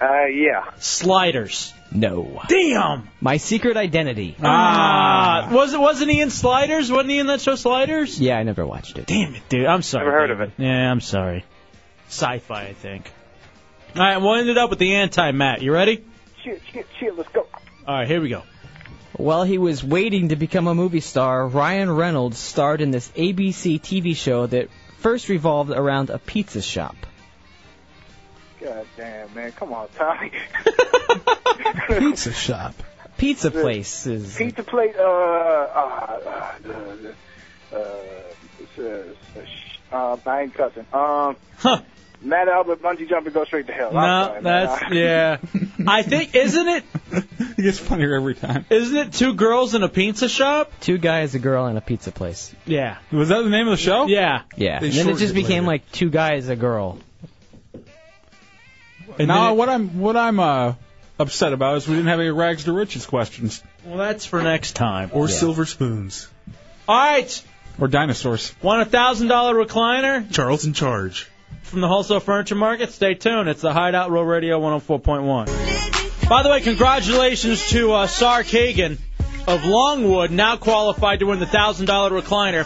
Speaker 17: Uh, yeah.
Speaker 2: Sliders.
Speaker 4: no.
Speaker 2: Damn.
Speaker 4: My secret identity.
Speaker 2: Ah, was it? Wasn't he in Sliders? Wasn't he in that show Sliders?
Speaker 4: Yeah, I never watched it.
Speaker 2: Damn it, dude. I'm sorry.
Speaker 10: Never heard of
Speaker 2: David. Yeah, I'm sorry. Sci-fi, I think. All right, we'll end it up with the anti-Matt. You ready?
Speaker 17: Shit, shit, shit, let's go.
Speaker 2: All right, here we go.
Speaker 4: While he was waiting to become a movie star, Ryan Reynolds starred in this ABC TV show that first revolved around a pizza shop.
Speaker 17: God damn, man. Come on, Tommy.
Speaker 28: Pizza shop.
Speaker 4: Pizza place is
Speaker 17: Pizza plate, uh, uh, uh, uh, uh, uh, sh- uh, I ain't cussing. Um,
Speaker 2: Huh.
Speaker 17: Matt Albert bungee jump and go straight to hell. Oh, I'm sorry,
Speaker 2: No,
Speaker 17: man.
Speaker 2: that's yeah. I think isn't it
Speaker 3: It gets funnier every time.
Speaker 2: isn't it two girls in a pizza shop?
Speaker 4: two guys, a girl, and a pizza place.
Speaker 2: Yeah,
Speaker 3: Was that the name of the show?
Speaker 2: yeah.
Speaker 4: Yeah.
Speaker 3: They
Speaker 4: And then it
Speaker 3: shortened
Speaker 4: just
Speaker 3: it
Speaker 4: became
Speaker 3: later.
Speaker 4: like two guys, a girl.
Speaker 2: And
Speaker 3: no,
Speaker 2: then it-
Speaker 3: what I'm what I'm uh, upset about is we didn't have any rags to riches questions
Speaker 2: Well, that's for next time.
Speaker 28: Or Silver Spoons.
Speaker 2: All right,
Speaker 3: or dinosaurs.
Speaker 2: want a thousand dollar recliner
Speaker 28: Charles in Charge.
Speaker 2: from the wholesale furniture market? Stay tuned. It's the Hideout Row Radio 104.1. By the way, congratulations to uh, Sark Hagen of Longwood, now qualified to win the thousand dollar recliner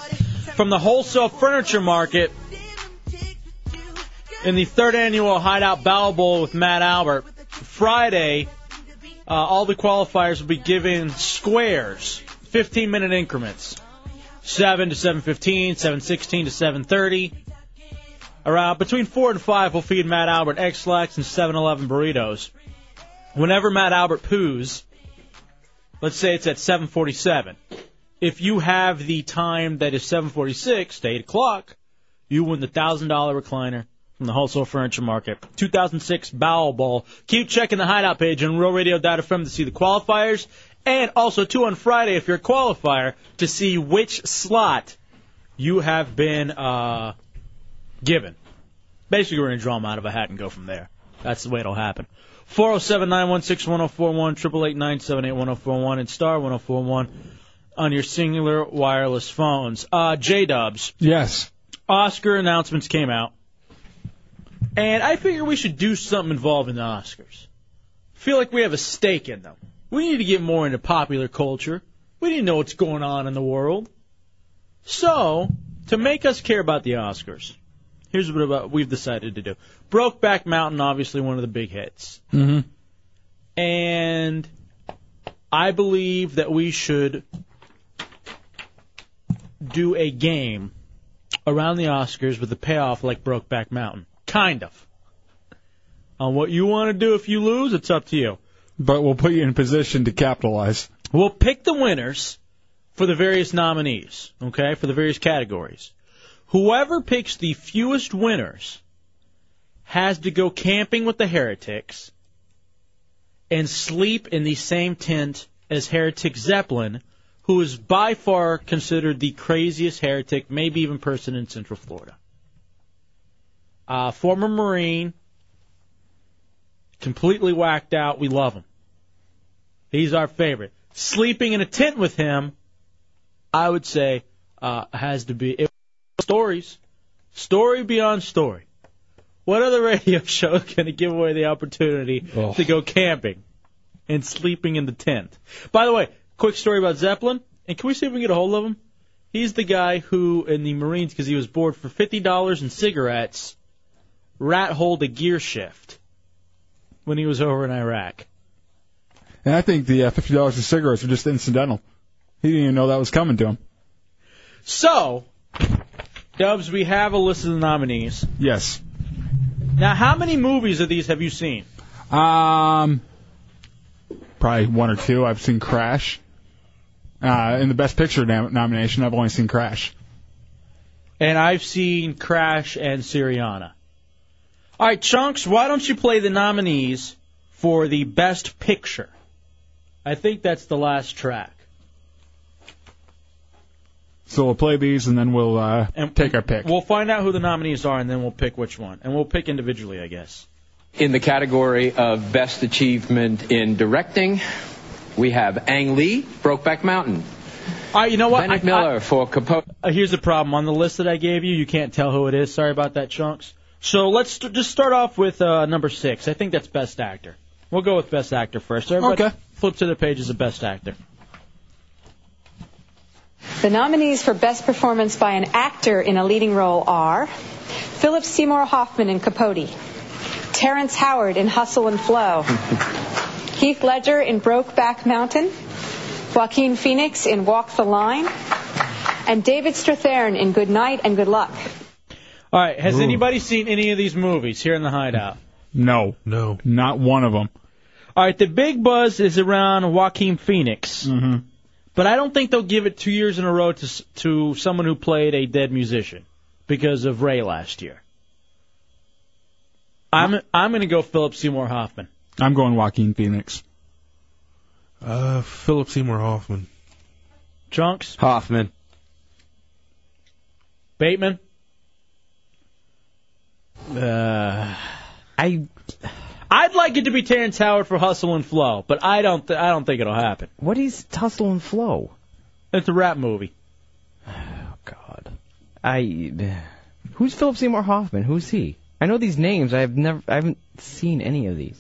Speaker 2: from the wholesale furniture market in the third annual Hideout Bow Bowl with Matt Albert. Friday, uh, all the qualifiers will be given squares, 15 minute increments, 7 to 7:15, 7:16 to 7:30, Around between four and five, we'll feed Matt Albert X-Lax and 7-Eleven burritos. Whenever Matt Albert poos, let's say it's at 7:47. If you have the time that is 7:46 to 8 o'clock, you win the thousand dollar recliner from the Wholesale Furniture Market. 2006 Bowel Ball. Keep checking the hideout page on RealRadio.fm to see the qualifiers, and also two on Friday if you're a qualifier to see which slot you have been uh, given. Basically, we're going to draw them out of a hat and go from there. That's the way it'll happen. 407 916 1041, 888 978 1041, and star 1041 on your singular wireless phones. Uh, J Dubs.
Speaker 3: Yes.
Speaker 2: Oscar announcements came out. And I figure we should do something involving the Oscars. Feel like we have a stake in them. We need to get more into popular culture. We need to know what's going on in the world. So, to make us care about the Oscars, here's what about we've decided to do. Brokeback Mountain, obviously one of the big hits.
Speaker 3: Mm-hmm.
Speaker 2: And I believe that we should do a game around the Oscars with a payoff like Brokeback Mountain. Kind of. On what you want to do if you lose, it's up to you.
Speaker 3: But we'll put you in position to capitalize.
Speaker 2: We'll pick the winners for the various nominees, okay, for the various categories. Whoever picks the fewest winners has to go camping with the heretics and sleep in the same tent as Heretic Zeppelin, who is by far considered the craziest heretic, maybe even person in Central Florida. Uh, former Marine, completely whacked out. We love him. He's our favorite. Sleeping in a tent with him, I would say, uh, has to be it, stories, story beyond story. What other radio show is going to give away the opportunity to go camping and sleeping in the tent? By the way, quick story about Zeppelin, and can we see if we can get a hold of him? He's the guy who, in the Marines, because he was bored for fifty dollars in cigarettes, rat holed a gear shift when he was over in Iraq.
Speaker 3: And I think the uh, fifty dollars in cigarettes were just incidental. He didn't even know that was coming to him.
Speaker 2: So, Dubs, we have a list of the nominees.
Speaker 3: Yes.
Speaker 2: Now, how many movies of these have you seen?
Speaker 3: Um, probably one or two. I've seen Crash. Uh, in the Best Picture nom- nomination, I've only seen Crash.
Speaker 2: And I've seen Crash and Syriana. All right, Chunks, why don't you play the nominees for the Best Picture? I think that's the last track.
Speaker 3: So we'll play these and then we'll uh, take our pick.
Speaker 2: We'll find out who the nominees are, and then we'll pick which one. And we'll pick individually, I guess.
Speaker 6: In the category of best achievement in directing, we have Ang Lee, Brokeback Mountain.
Speaker 2: All right, you know what?
Speaker 6: Bennett
Speaker 2: I-
Speaker 6: Miller for Capote.
Speaker 2: Uh, here's the problem on the list that I gave you. You can't tell who it is. Sorry about that, chunks. So let's st- just start off with uh, number six. I think that's best actor. We'll go with best actor first. Everybody
Speaker 3: Okay.
Speaker 2: Flip to the pages of best actor.
Speaker 7: The nominees for Best Performance by an Actor in a Leading Role are Philip Seymour Hoffman in Capote, Terrence Howard in Hustle and Flow, Heath Ledger in Brokeback Mountain, Joaquin Phoenix in Walk the Line, and David Strathairn in Good Night and Good Luck.
Speaker 2: All right. Has anybody seen any of these movies here in the hideout?
Speaker 3: No. No. Not one of them.
Speaker 2: All right. The big buzz is around Joaquin Phoenix,
Speaker 3: Mm-hmm.
Speaker 2: but I don't think they'll give it two years in a row to s- to someone who played a dead musician because of Ray last year. I'm I'm going to go Philip Seymour Hoffman.
Speaker 3: I'm going Joaquin Phoenix.
Speaker 28: Uh, Philip Seymour Hoffman.
Speaker 2: Chunks?
Speaker 28: Hoffman.
Speaker 2: Bateman.
Speaker 4: Uh, I
Speaker 2: I'd like it to be Terrence Howard for Hustle and Flow, but I don't th- I don't think it'll happen.
Speaker 4: what is Tussle and Flow? Oh,
Speaker 2: It's a rap movie.
Speaker 4: I who's Philip Seymour Hoffman? Who's he? I know these names. I've never, I haven't seen any of these.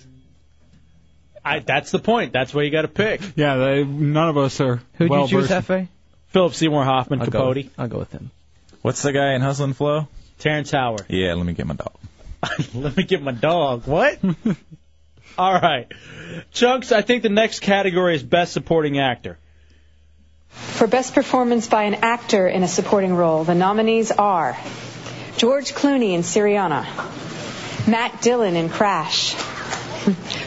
Speaker 2: I, that's the point. That's why you got to pick.
Speaker 3: Yeah, they, none of us are.
Speaker 4: Who do you
Speaker 3: well
Speaker 4: choose,
Speaker 3: versed-
Speaker 4: Hefe?
Speaker 2: Philip Seymour Hoffman,
Speaker 4: I'll go
Speaker 2: Capote,
Speaker 4: with- I'll go with him.
Speaker 8: What's the guy in Hustle and Flow?
Speaker 2: Terrence Howard.
Speaker 8: Yeah, let me get my dog.
Speaker 2: Let me get my dog. What? All right, Chunks. I think the next category is Best Supporting Actor.
Speaker 7: For Best Performance by an Actor in a Supporting Role, the nominees are George Clooney in Syriana, Matt Dillon in Crash,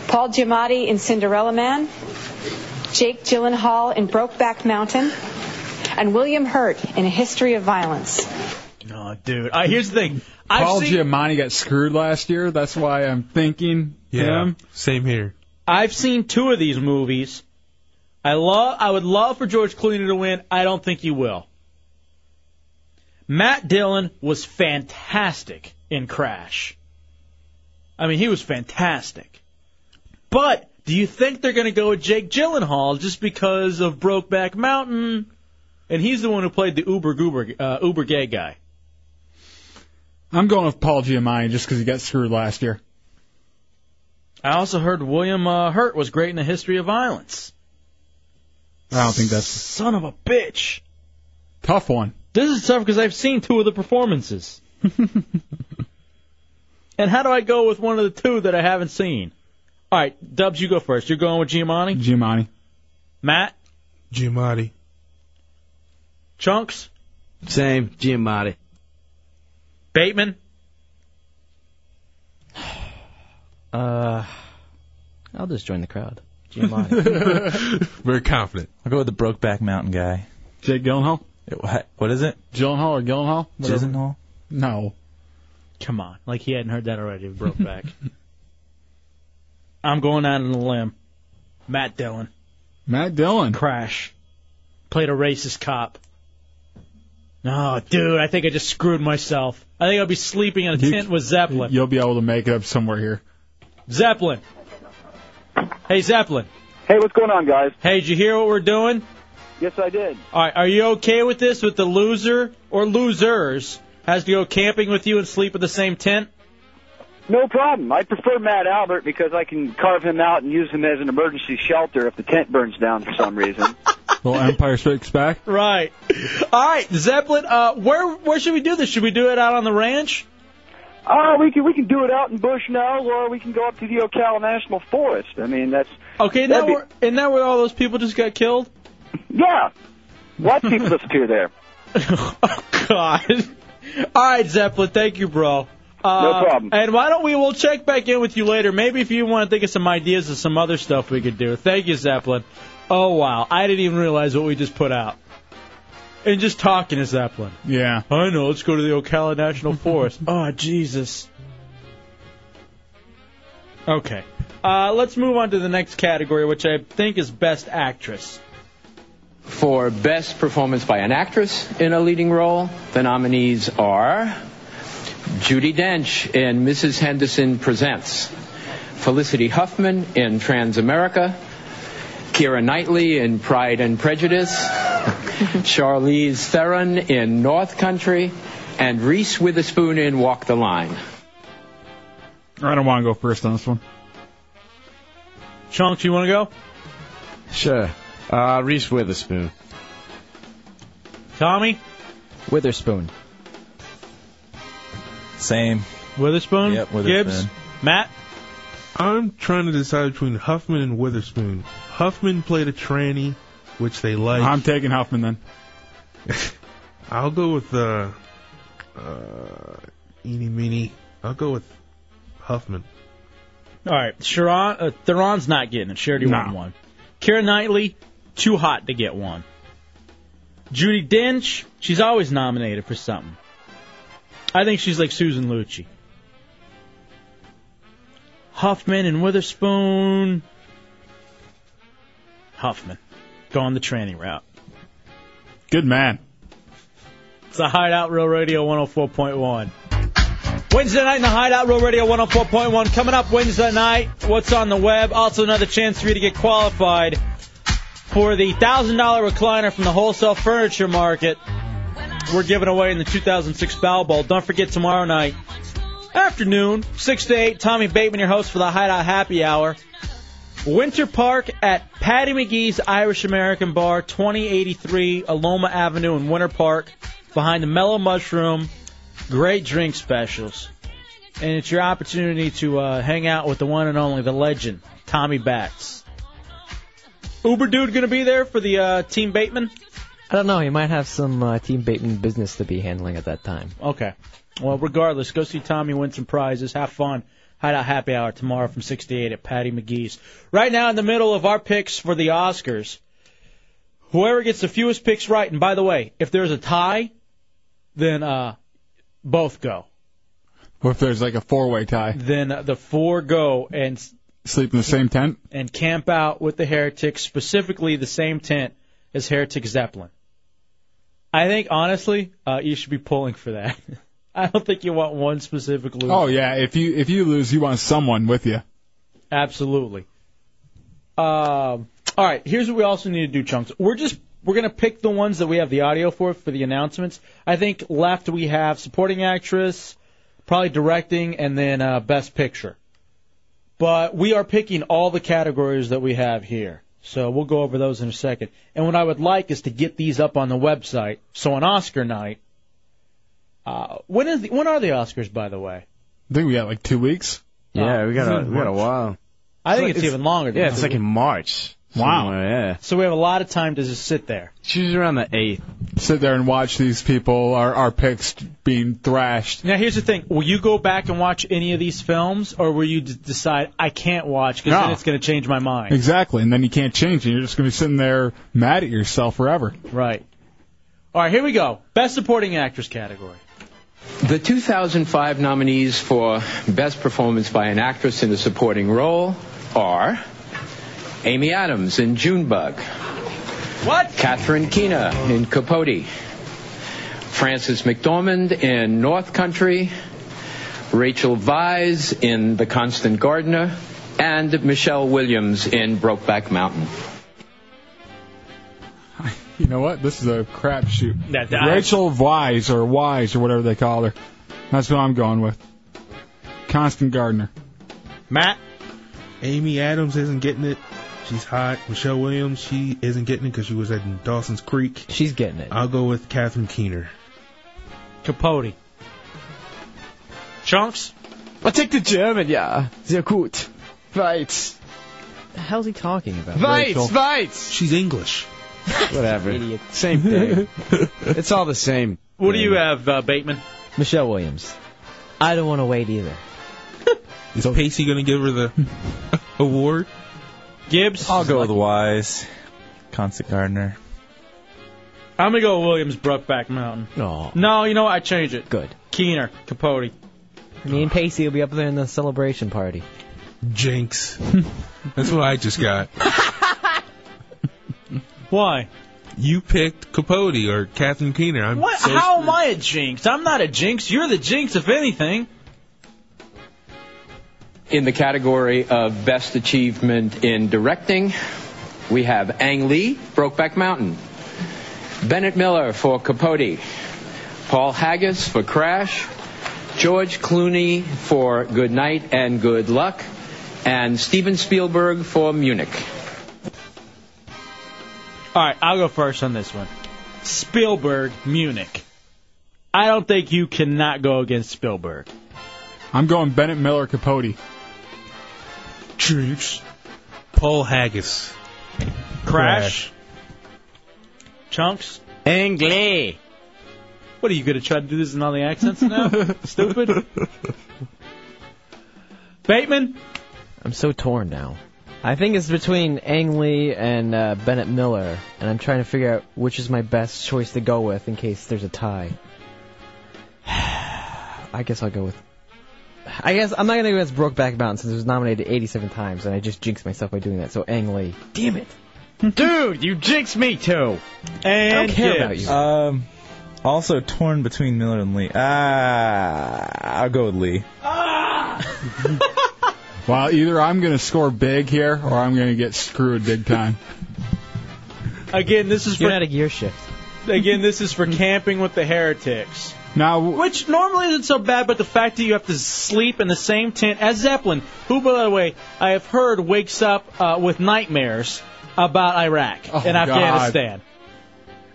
Speaker 7: Paul Giamatti in Cinderella Man, Jake Gyllenhaal in Brokeback Mountain, and William Hurt in A History of Violence.
Speaker 2: Oh, dude. Uh, here's the thing. I've
Speaker 3: Paul
Speaker 2: seen-
Speaker 3: Giamatti got screwed last year. That's why I'm thinking
Speaker 28: Yeah,
Speaker 3: him.
Speaker 28: Same here.
Speaker 2: I've seen two of these movies. I love. I would love for George Clooney to win. I don't think he will. Matt Dillon was fantastic in Crash. I mean, he was fantastic. But do you think they're going to go with Jake Gyllenhaal just because of Brokeback Mountain? And he's the one who played the uber goober, uh, uber gay guy.
Speaker 3: I'm going with Paul Giamatti just because he got screwed last year.
Speaker 2: I also heard William uh, Hurt was great in the history of violence.
Speaker 3: I don't think that's
Speaker 2: Son of a bitch.
Speaker 3: tough one.
Speaker 2: This is tough because I've seen two of the performances.
Speaker 9: Uh,
Speaker 2: and how do I go with one of the two that I haven't seen? All right, Dubs, you go first. You're going with Giamatti?
Speaker 3: Giamatti.
Speaker 2: Matt?
Speaker 28: Giamatti.
Speaker 2: Chunks?
Speaker 5: Same, Giamatti.
Speaker 2: Bateman?
Speaker 4: Uh, I'll just join the crowd.
Speaker 8: Giamatti.
Speaker 28: Very confident.
Speaker 8: I'll go with the Brokeback Mountain guy.
Speaker 3: Jake Gyllenhaal?
Speaker 8: What, what is it?
Speaker 3: Gyllenhaal or Gyllenhaal? Whatever.
Speaker 8: Gyllenhaal?
Speaker 3: No.
Speaker 2: Come on. Like he hadn't heard that already. It broke back. I'm going out on a limb. Matt Dillon.
Speaker 3: Matt Dillon.
Speaker 2: Crash. Played a racist cop. No, dude, I think I just screwed myself. I think I'll be sleeping in a tent with Zeppelin.
Speaker 3: You'll be able to make it up somewhere here.
Speaker 2: Zeppelin. Hey, Zeppelin.
Speaker 9: Hey, what's going on, guys?
Speaker 2: Hey, did you hear what we're doing?
Speaker 9: Yes, I did.
Speaker 2: All right, are you okay with this? With the loser or losers has to go camping with you and sleep in the same tent?
Speaker 9: No problem. I prefer Matt Albert because I can carve him out and use him as an emergency shelter if the tent burns down for some reason.
Speaker 3: Little Empire Strikes Back.
Speaker 2: Right. All right, Zeppelin. Uh, where where should we do this? Should we do it out on the ranch?
Speaker 9: Uh, we can we can do it out in bush now, or we can go up to the Ocala National Forest. I mean, that's
Speaker 2: Okay, now
Speaker 9: That'd be-
Speaker 2: we're, and now where all those people just got killed?
Speaker 9: yeah. Lots of people disappear there.
Speaker 2: Oh, God. All right, Zeppelin. Thank you, bro. Uh,
Speaker 9: No problem.
Speaker 2: And why don't we? We'll check back in with you later. Maybe if you want to think of some ideas of some other stuff we could do. Thank you, Zeppelin. Oh wow, I didn't even realize what we just put out. And just talking to Zeppelin.
Speaker 3: Yeah.
Speaker 2: I know. Let's go to the Ocala National Forest. oh Jesus. Okay. Uh, let's move on to the next category, which I think is Best Actress.
Speaker 6: For best performance by an actress in a leading role, the nominees are Judy Dench in Mrs. Henderson Presents, Felicity Huffman in Transamerica, Kira Knightley in Pride and Prejudice, Charlize Theron in North Country, and Reese Witherspoon in Walk the Line.
Speaker 3: I don't want to go first on this one.
Speaker 2: Chunks, you want to go?
Speaker 5: Sure. Uh, Reese Witherspoon.
Speaker 2: Tommy?
Speaker 4: Witherspoon.
Speaker 8: Same.
Speaker 2: Witherspoon?
Speaker 8: Yep, Witherspoon.
Speaker 2: Gibbs? Matt?
Speaker 28: I'm trying to decide between Huffman and Witherspoon. Huffman played a tranny, which they like.
Speaker 3: I'm taking Huffman then.
Speaker 28: I'll go with uh, uh, eeny meeny. I'll go with Huffman.
Speaker 2: All right, Sharon, uh, Theron's not getting it. Charity
Speaker 28: No.
Speaker 2: won one. Kira Knightley, too hot to get one. Judy Dench, she's always nominated for something. I think she's like Susan Lucci. Huffman and Witherspoon. Huffman, going the tranny route.
Speaker 3: Good man.
Speaker 2: It's the Hideout Real Radio 104.1. Wednesday night in the Hideout Real Radio 104.1. Coming up Wednesday night, what's on the web? Also, another chance for you to get qualified for the $1,000 recliner from the wholesale furniture market we're giving away in the 2006 Bow Bowl. Don't forget tomorrow night, afternoon, 6 to 8. Tommy Bateman, your host for the Hideout Happy Hour. Winter Park at Patty McGee's Irish American Bar, 2083 Aloma Avenue in Winter Park, behind the Mellow Mushroom. Great drink specials. And it's your opportunity to uh, hang out with the one and only, the legend, Tommy Batts. Uber Dude going to be there for the uh, Team Bateman? Oh.
Speaker 4: I don't know. You might have some uh, Team Bateman business to be handling at that time.
Speaker 2: Okay. Well, regardless, go see Tommy, win some prizes, have fun. Hideout Happy Hour tomorrow from 6 to 8 at Patty McGee's. Right now, in the middle of our picks for the Oscars, whoever gets the fewest picks right, and by the way, if there's a tie, then uh, both go.
Speaker 3: Or if there's like a four way tie.
Speaker 2: Then uh, the four go and
Speaker 3: Sleep in the same tent?
Speaker 2: and camp out with the heretics, specifically the same tent as Heretic Zeppelin. I think honestly, uh, you should be pulling for that. I don't think you want one specific loser.
Speaker 3: Oh yeah, if you if you lose, you want someone with you.
Speaker 2: Absolutely. Um, all right, here's what we also need to do, chunks. We're just we're gonna pick the ones that we have the audio for for the announcements. I think left we have supporting actress, probably directing, and then uh, best picture. But we are picking all the categories that we have here. So we'll go over those in a second. And what I would like is to get these up on the website. So on Oscar night, uh, when is the, when are the Oscars, by the way? Hmm.
Speaker 3: I think we got like two weeks.
Speaker 5: Yeah, we got a-
Speaker 3: It's in
Speaker 5: we got a
Speaker 3: March.
Speaker 5: while.
Speaker 2: I think it's, even longer. Than
Speaker 5: Yeah,
Speaker 2: two
Speaker 5: it's like in
Speaker 2: weeks.
Speaker 5: March.
Speaker 3: Wow.
Speaker 5: somewhere, yeah.
Speaker 2: So we have a lot of time to just sit there.
Speaker 5: She's around the eighth.
Speaker 3: Sit there and watch these people, our our picks being thrashed.
Speaker 2: Now here's the thing: Will you go back and watch any of these films, or will you d- decide I can't watch because then
Speaker 3: No.
Speaker 2: it's going to change my mind?
Speaker 3: Exactly, and then you can't change it. You're just gonna be sitting there mad at yourself forever.
Speaker 2: Right. All right, here we go. Best Supporting Actress category.
Speaker 6: The 2005 nominees for Best Performance by an Actress in a Supporting Role are Amy Adams in Junebug.
Speaker 2: What?
Speaker 6: Catherine Keener in Capote. Frances McDormand in North Country. Rachel Vise in The Constant Gardener. And Michelle Williams in Brokeback Mountain.
Speaker 3: You know what? This is a crapshoot.
Speaker 2: That- that-
Speaker 3: Rachel Wise or Wise or whatever they call her. That's what I'm going with. Constant Gardner.
Speaker 2: Matt?
Speaker 28: Amy Adams isn't getting it. She's hot. Michelle Williams, she isn't getting it because she was at Dawson's Creek.
Speaker 4: She's getting it.
Speaker 28: I'll go with Catherine Keener.
Speaker 2: Capote. Chunks?
Speaker 11: I'll take the German, yeah. Sehr gut. Weiz.
Speaker 4: The hell's he talking about?
Speaker 11: Weiz,
Speaker 4: Rachel?
Speaker 11: Weiz.
Speaker 28: She's English.
Speaker 5: Whatever.
Speaker 4: Idiot.
Speaker 5: Same thing. it's all the same.
Speaker 2: What do you have, uh, Bateman?
Speaker 4: Michelle Williams. I don't want to wait either.
Speaker 28: Is Pacey going to give her the award?
Speaker 2: Gibbs?
Speaker 8: I'll go with Wise. Constant Gardner.
Speaker 2: I'm gonna go Williams Brokeback Mountain.
Speaker 4: No.
Speaker 2: No, you know what? I change it.
Speaker 4: Good.
Speaker 2: Keener, Capote.
Speaker 4: Me and Pacey will be up there in the celebration party.
Speaker 28: Jinx. That's what I just got.
Speaker 2: Why?
Speaker 28: You picked Capote or Catherine Keener. I'm
Speaker 2: What?
Speaker 28: so
Speaker 2: How am I a jinx? I'm not a jinx. You're the jinx, if anything.
Speaker 6: In the category of Best Achievement in Directing, we have Ang Lee, Brokeback Mountain. Bennett Miller for Capote. Paul Haggis for Crash. George Clooney for Good Night and Good Luck. And Steven Spielberg for Munich.
Speaker 2: All right, I'll go first on this one. Spielberg, Munich. I don't think you cannot go against Spielberg.
Speaker 3: I'm going Bennett Miller Capote.
Speaker 28: Jinx. Paul Haggis.
Speaker 2: Crash. Chunks.
Speaker 5: Anglais.
Speaker 2: What are you gonna try to do this in all the accents now? Stupid. Bateman.
Speaker 4: I'm so torn now. I think it's between Ang Lee and uh, Bennett Miller, and I'm trying to figure out which is my best choice to go with in case there's a tie. I guess I'll go with. I guess I'm not gonna go against Brokeback Mountain since it was nominated 87 times, and I just jinxed myself by doing that. So Ang Lee, damn it!
Speaker 11: Dude, you jinxed me too.
Speaker 2: And
Speaker 4: I don't care about
Speaker 2: Gibbs.
Speaker 4: you.
Speaker 8: Um, also torn between Miller and Lee. Ah, I'll go with Lee.
Speaker 3: Well, either I'm gonna score big here or I'm gonna get screwed big time.
Speaker 2: Again, this is
Speaker 4: You're
Speaker 2: for
Speaker 4: not a gear shift.
Speaker 2: again this is for camping with the heretics.
Speaker 3: Now
Speaker 2: Which normally isn't so bad, but the fact that you have to sleep in the same tent as Zeppelin, who, by the way, I have heard wakes up uh, with nightmares about Iraq
Speaker 3: Oh,
Speaker 2: and
Speaker 3: God.
Speaker 2: Afghanistan.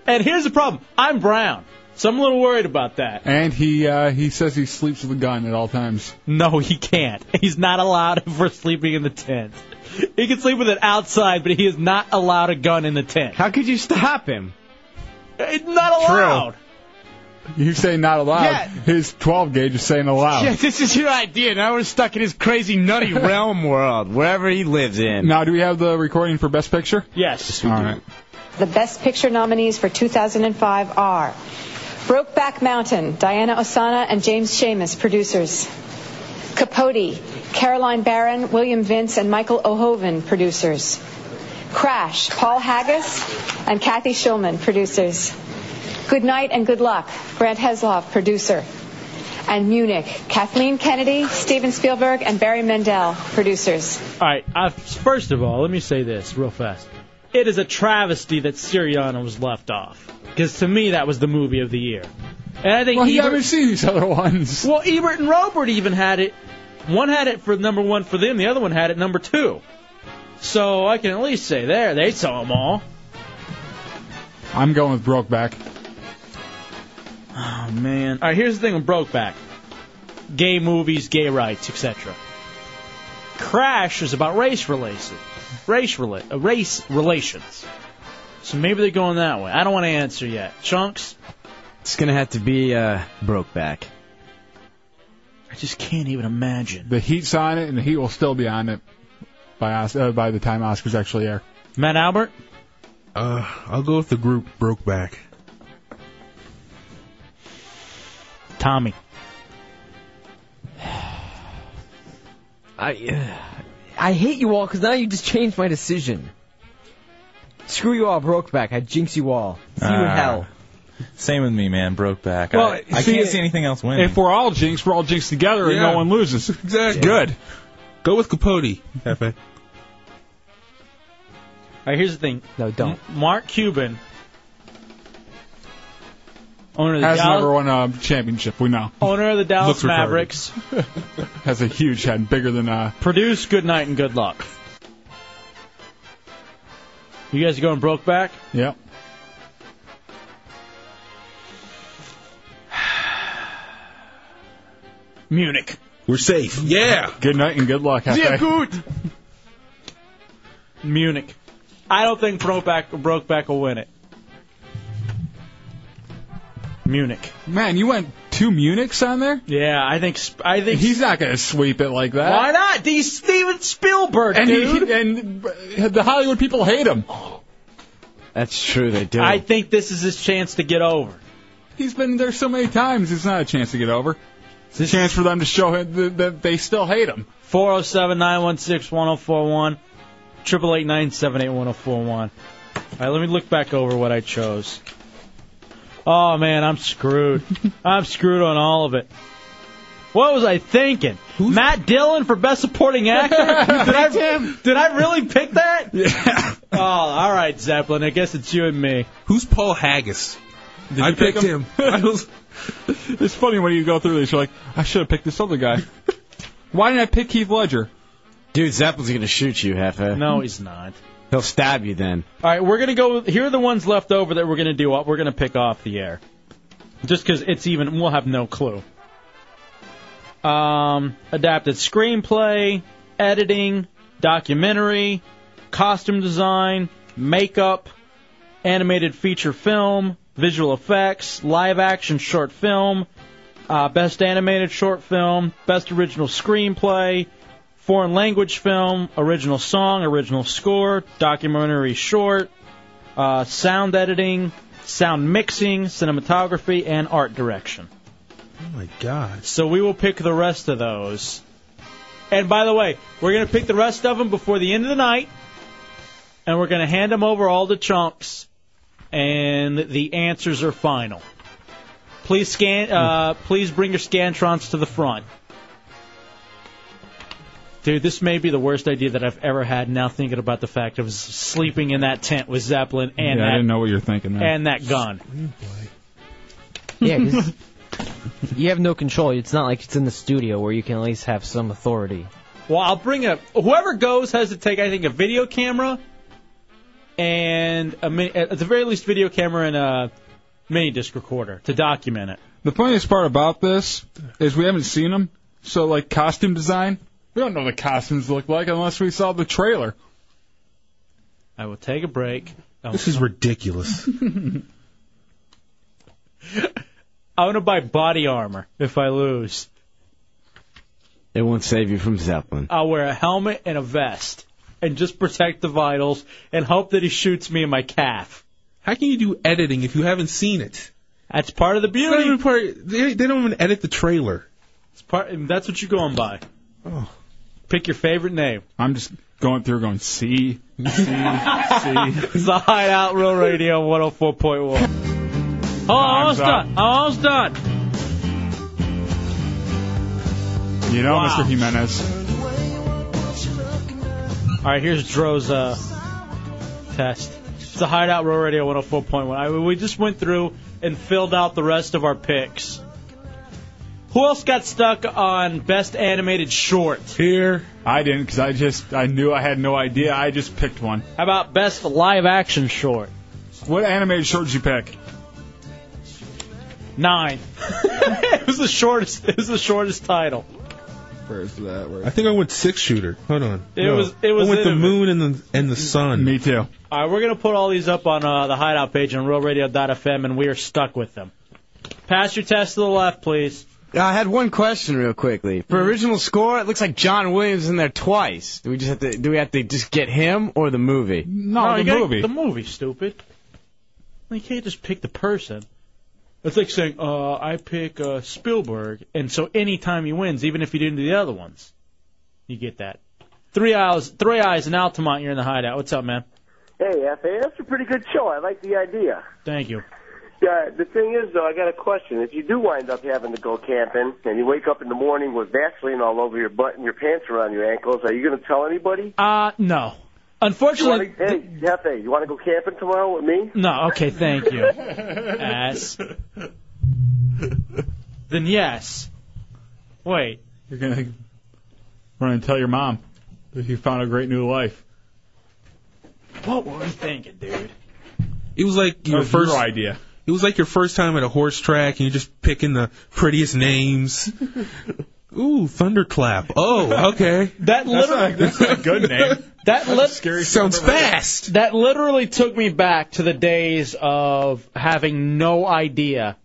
Speaker 2: And here's the problem I'm brown, so I'm a little worried about that.
Speaker 3: and he uh, he says he sleeps with a gun at all times.
Speaker 2: No, he can't. He's not allowed for sleeping in the tent. He can sleep with it outside, but he is not allowed a gun in the tent.
Speaker 11: How could you stop him?
Speaker 2: It's not allowed.
Speaker 3: You say not allowed.
Speaker 11: Yeah.
Speaker 3: His 12 gauge is saying allowed.
Speaker 11: Yeah, this is your idea. Now we're stuck in his crazy nutty realm world, wherever he lives in.
Speaker 3: Now, do we have the recording for Best Picture?
Speaker 2: Yes.
Speaker 3: All right.
Speaker 7: The Best Picture nominees for 2005 are Brokeback Mountain, Diana Osana and James Seamus, producers. Capote, Caroline Barron, William Vince, and Michael O'Hoven, producers. Crash, Paul Haggis and Kathy Schulman, producers. Good Night and Good Luck, Grant Heslov, producer. And Munich, Kathleen Kennedy, Steven Spielberg, and Barry Mendel, producers.
Speaker 2: All right. Uh, first of all, let me say this real fast. It is a travesty that Siriano was left off, because to me that was the movie of the year. And I think
Speaker 3: Well, you
Speaker 2: Ebert-
Speaker 3: haven't seen these other ones.
Speaker 2: Well, Ebert and Robert even had it. One had it for number one for them. The other one had it number two. So I can at least say there they saw them all.
Speaker 3: I'm going with Brokeback.
Speaker 2: Oh man! All right, here's the thing with Brokeback: gay movies, gay rights, etc. Crash is about race relations, race rela- uh, race relations. So maybe they're going that way. I don't want to answer yet. Chunks,
Speaker 5: It's gonna have to be uh, broke back.
Speaker 2: I just can't even imagine.
Speaker 3: The Heat's on it, and the Heat will still be on it by Os- uh, by the time Oscars actually air.
Speaker 2: Matt Albert.
Speaker 28: Uh, I'll go with the group Brokeback.
Speaker 2: Tommy.
Speaker 4: I, uh, I hate you all because now you just changed my decision. Screw you all, Brokeback. I jinx you all. See you in
Speaker 8: Ah.
Speaker 4: hell.
Speaker 8: Same with me, man. Broke back.
Speaker 3: Well,
Speaker 8: I, I
Speaker 3: see,
Speaker 8: can't see anything else winning.
Speaker 3: If we're all jinxed, we're all jinxed together, and
Speaker 8: Yeah.
Speaker 3: no one loses.
Speaker 8: Exactly.
Speaker 3: Good.
Speaker 28: Go with Capote. Hefe.
Speaker 2: All right, here's the thing. No, don't. Mark Cuban, owner of the
Speaker 3: Has
Speaker 2: Dallas,
Speaker 3: never won a championship. We know.
Speaker 2: owner of the Dallas
Speaker 3: Looks retarded.
Speaker 2: Mavericks,
Speaker 3: Has a huge head, bigger than uh.
Speaker 2: produced Good Night and Good Luck. You guys are going Brokeback.
Speaker 3: Yep.
Speaker 2: Munich.
Speaker 28: We're safe. Yeah.
Speaker 3: Good night and good luck. Hefe.
Speaker 2: good. Munich. I don't think Brokeback Brokeback will win it. Munich.
Speaker 3: Man, you went two Munichs on there.
Speaker 2: Yeah, I think sp- I think
Speaker 3: He's not going to sweep it like that.
Speaker 2: Why not? D. Steven Spielberg,
Speaker 3: And
Speaker 2: dude.
Speaker 3: he and the Hollywood people hate him.
Speaker 5: That's true. They do.
Speaker 2: I think this is his chance to get over.
Speaker 3: He's been there so many times. It's not a chance to get over. It's a chance for them to show him th- that they still hate him.
Speaker 2: 407 916 1041. 888 978 1041. All right, let me look back over what I chose. Oh, man, I'm screwed. I'm screwed on all of it. What was I thinking? Matt Dillon for Best Supporting Actor? did, I, did I really pick that? Yeah. Oh, all right, Zeppelin. I guess it's you and me.
Speaker 28: Who's Paul Haggis?
Speaker 3: Did
Speaker 28: I
Speaker 3: you pick
Speaker 28: picked him. I was-
Speaker 3: It's funny when you go through this. You're like, I should have picked this other guy. Why didn't I pick Keith Ledger?
Speaker 5: Dude, Zeppelin's gonna shoot you, Hefe.
Speaker 2: No, he's not.
Speaker 5: He'll stab you then.
Speaker 2: All right, we're gonna go. Here are the ones left over that we're gonna do. We're gonna pick off the air, just 'cause it's even. We'll have no clue. Um, adapted screenplay, editing, documentary, costume design, makeup, animated feature film, visual effects, live action short film, uh, best animated short film, best original screenplay, foreign language film, original song, original score, documentary short, uh, sound editing, sound mixing, cinematography, and art direction.
Speaker 28: Oh my God.
Speaker 2: So we will pick the rest of those. And by the way, we're going to pick the rest of them before the end of the night, and we're going to hand them over all the chunks, and the answers are final. Please scan. Uh, please bring your scantrons to the front. Dude, this may be the worst idea that I've ever had. Now thinking about the fact of s- sleeping in that tent with Zeppelin and
Speaker 3: yeah, I
Speaker 2: that
Speaker 3: didn't know what you're thinking, man.
Speaker 2: and that gun.
Speaker 4: Yeah, 'cause you have no control. It's not like it's in the studio where you can at least have some authority.
Speaker 2: Well, I'll bring up whoever goes has to take, I think, a video camera and a mini, at the very least, video camera and a mini disc recorder to document it.
Speaker 3: the funniest part about this is we haven't seen him. So like costume design, we don't know what the costumes look like unless we saw the trailer.
Speaker 2: I will take a Oh, break.
Speaker 28: This is ridiculous.
Speaker 2: I want to buy body armor if I lose.
Speaker 5: It won't save you from Zeppelin.
Speaker 2: I'll wear a helmet and a vest and just protect the vitals and hope that he shoots me in my calf.
Speaker 28: How can you do editing if you haven't seen it?
Speaker 2: That's part of the beauty.
Speaker 28: Not even part- they, they don't even edit the trailer.
Speaker 2: It's part, and that's what you're going by.
Speaker 28: Oh.
Speaker 2: Pick your favorite name.
Speaker 3: I'm just going through going, see, see, see.
Speaker 2: It's the Hideout Real Radio 104.1. Oh, I'm almost
Speaker 3: up.
Speaker 2: done. I'm almost done.
Speaker 3: You know,
Speaker 2: Wow.
Speaker 3: Mr. Jimenez.
Speaker 2: All right, here's Dro's uh, test. It's the Hideout Row Radio 104.1. I mean, we just went through and filled out the rest of our picks. Who else got stuck on Best Animated Short?
Speaker 3: Here. I didn't because I just, I knew I had no idea. I just picked one.
Speaker 2: How about Best Live Action Short?
Speaker 3: What animated short did you pick?
Speaker 2: Nine. it was the shortest. It was the shortest title.
Speaker 3: Where's that? Where's
Speaker 28: I think I went six shooter. Hold on.
Speaker 2: It was- it was
Speaker 28: I went the
Speaker 2: innovative.
Speaker 28: moon and the and the sun.
Speaker 3: Me too.
Speaker 2: All right, we're gonna put all these up on uh, the Hideout page on RealRadio.fm, and we are stuck with them. Pass your test to the left, please. Mm-hmm.
Speaker 5: I had one question real quickly. For original score, it looks like John Williams in there twice. Do we just have to? Do we have to just get him or the movie?
Speaker 2: No, you gotta- The movie, stupid. You can't just pick the person. It's like saying, uh, I pick uh, Spielberg, and so anytime he wins, even if you didn't do the other ones, you get that. Three eyes, three eyes in Altamont. You're in the hideout. What's up, man?
Speaker 28: Hey, FA, that's a pretty good show. I like the idea.
Speaker 2: Thank you.
Speaker 28: Yeah, Uh, the thing is, though, I got a question. If you do wind up having to go camping and you wake up in the morning with Vaseline all over your butt and your pants around your ankles, are you going to tell anybody?
Speaker 2: Uh, no. Unfortunately,
Speaker 28: you wanna, hey, Hefe, you want to go camping tomorrow with me?
Speaker 2: no. Okay, thank you. Ass. Then yes. Wait.
Speaker 3: You're gonna run and tell your mom that you found a great new life.
Speaker 2: What were we thinking, dude?
Speaker 28: It was like your
Speaker 3: That was
Speaker 28: first
Speaker 3: your idea.
Speaker 28: It was like your first time at a horse track, and you're just picking the prettiest names. Ooh, thunderclap. Oh, okay.
Speaker 2: That literally. That lit-
Speaker 28: Sounds fast.
Speaker 2: That literally took me back to the days of having no idea.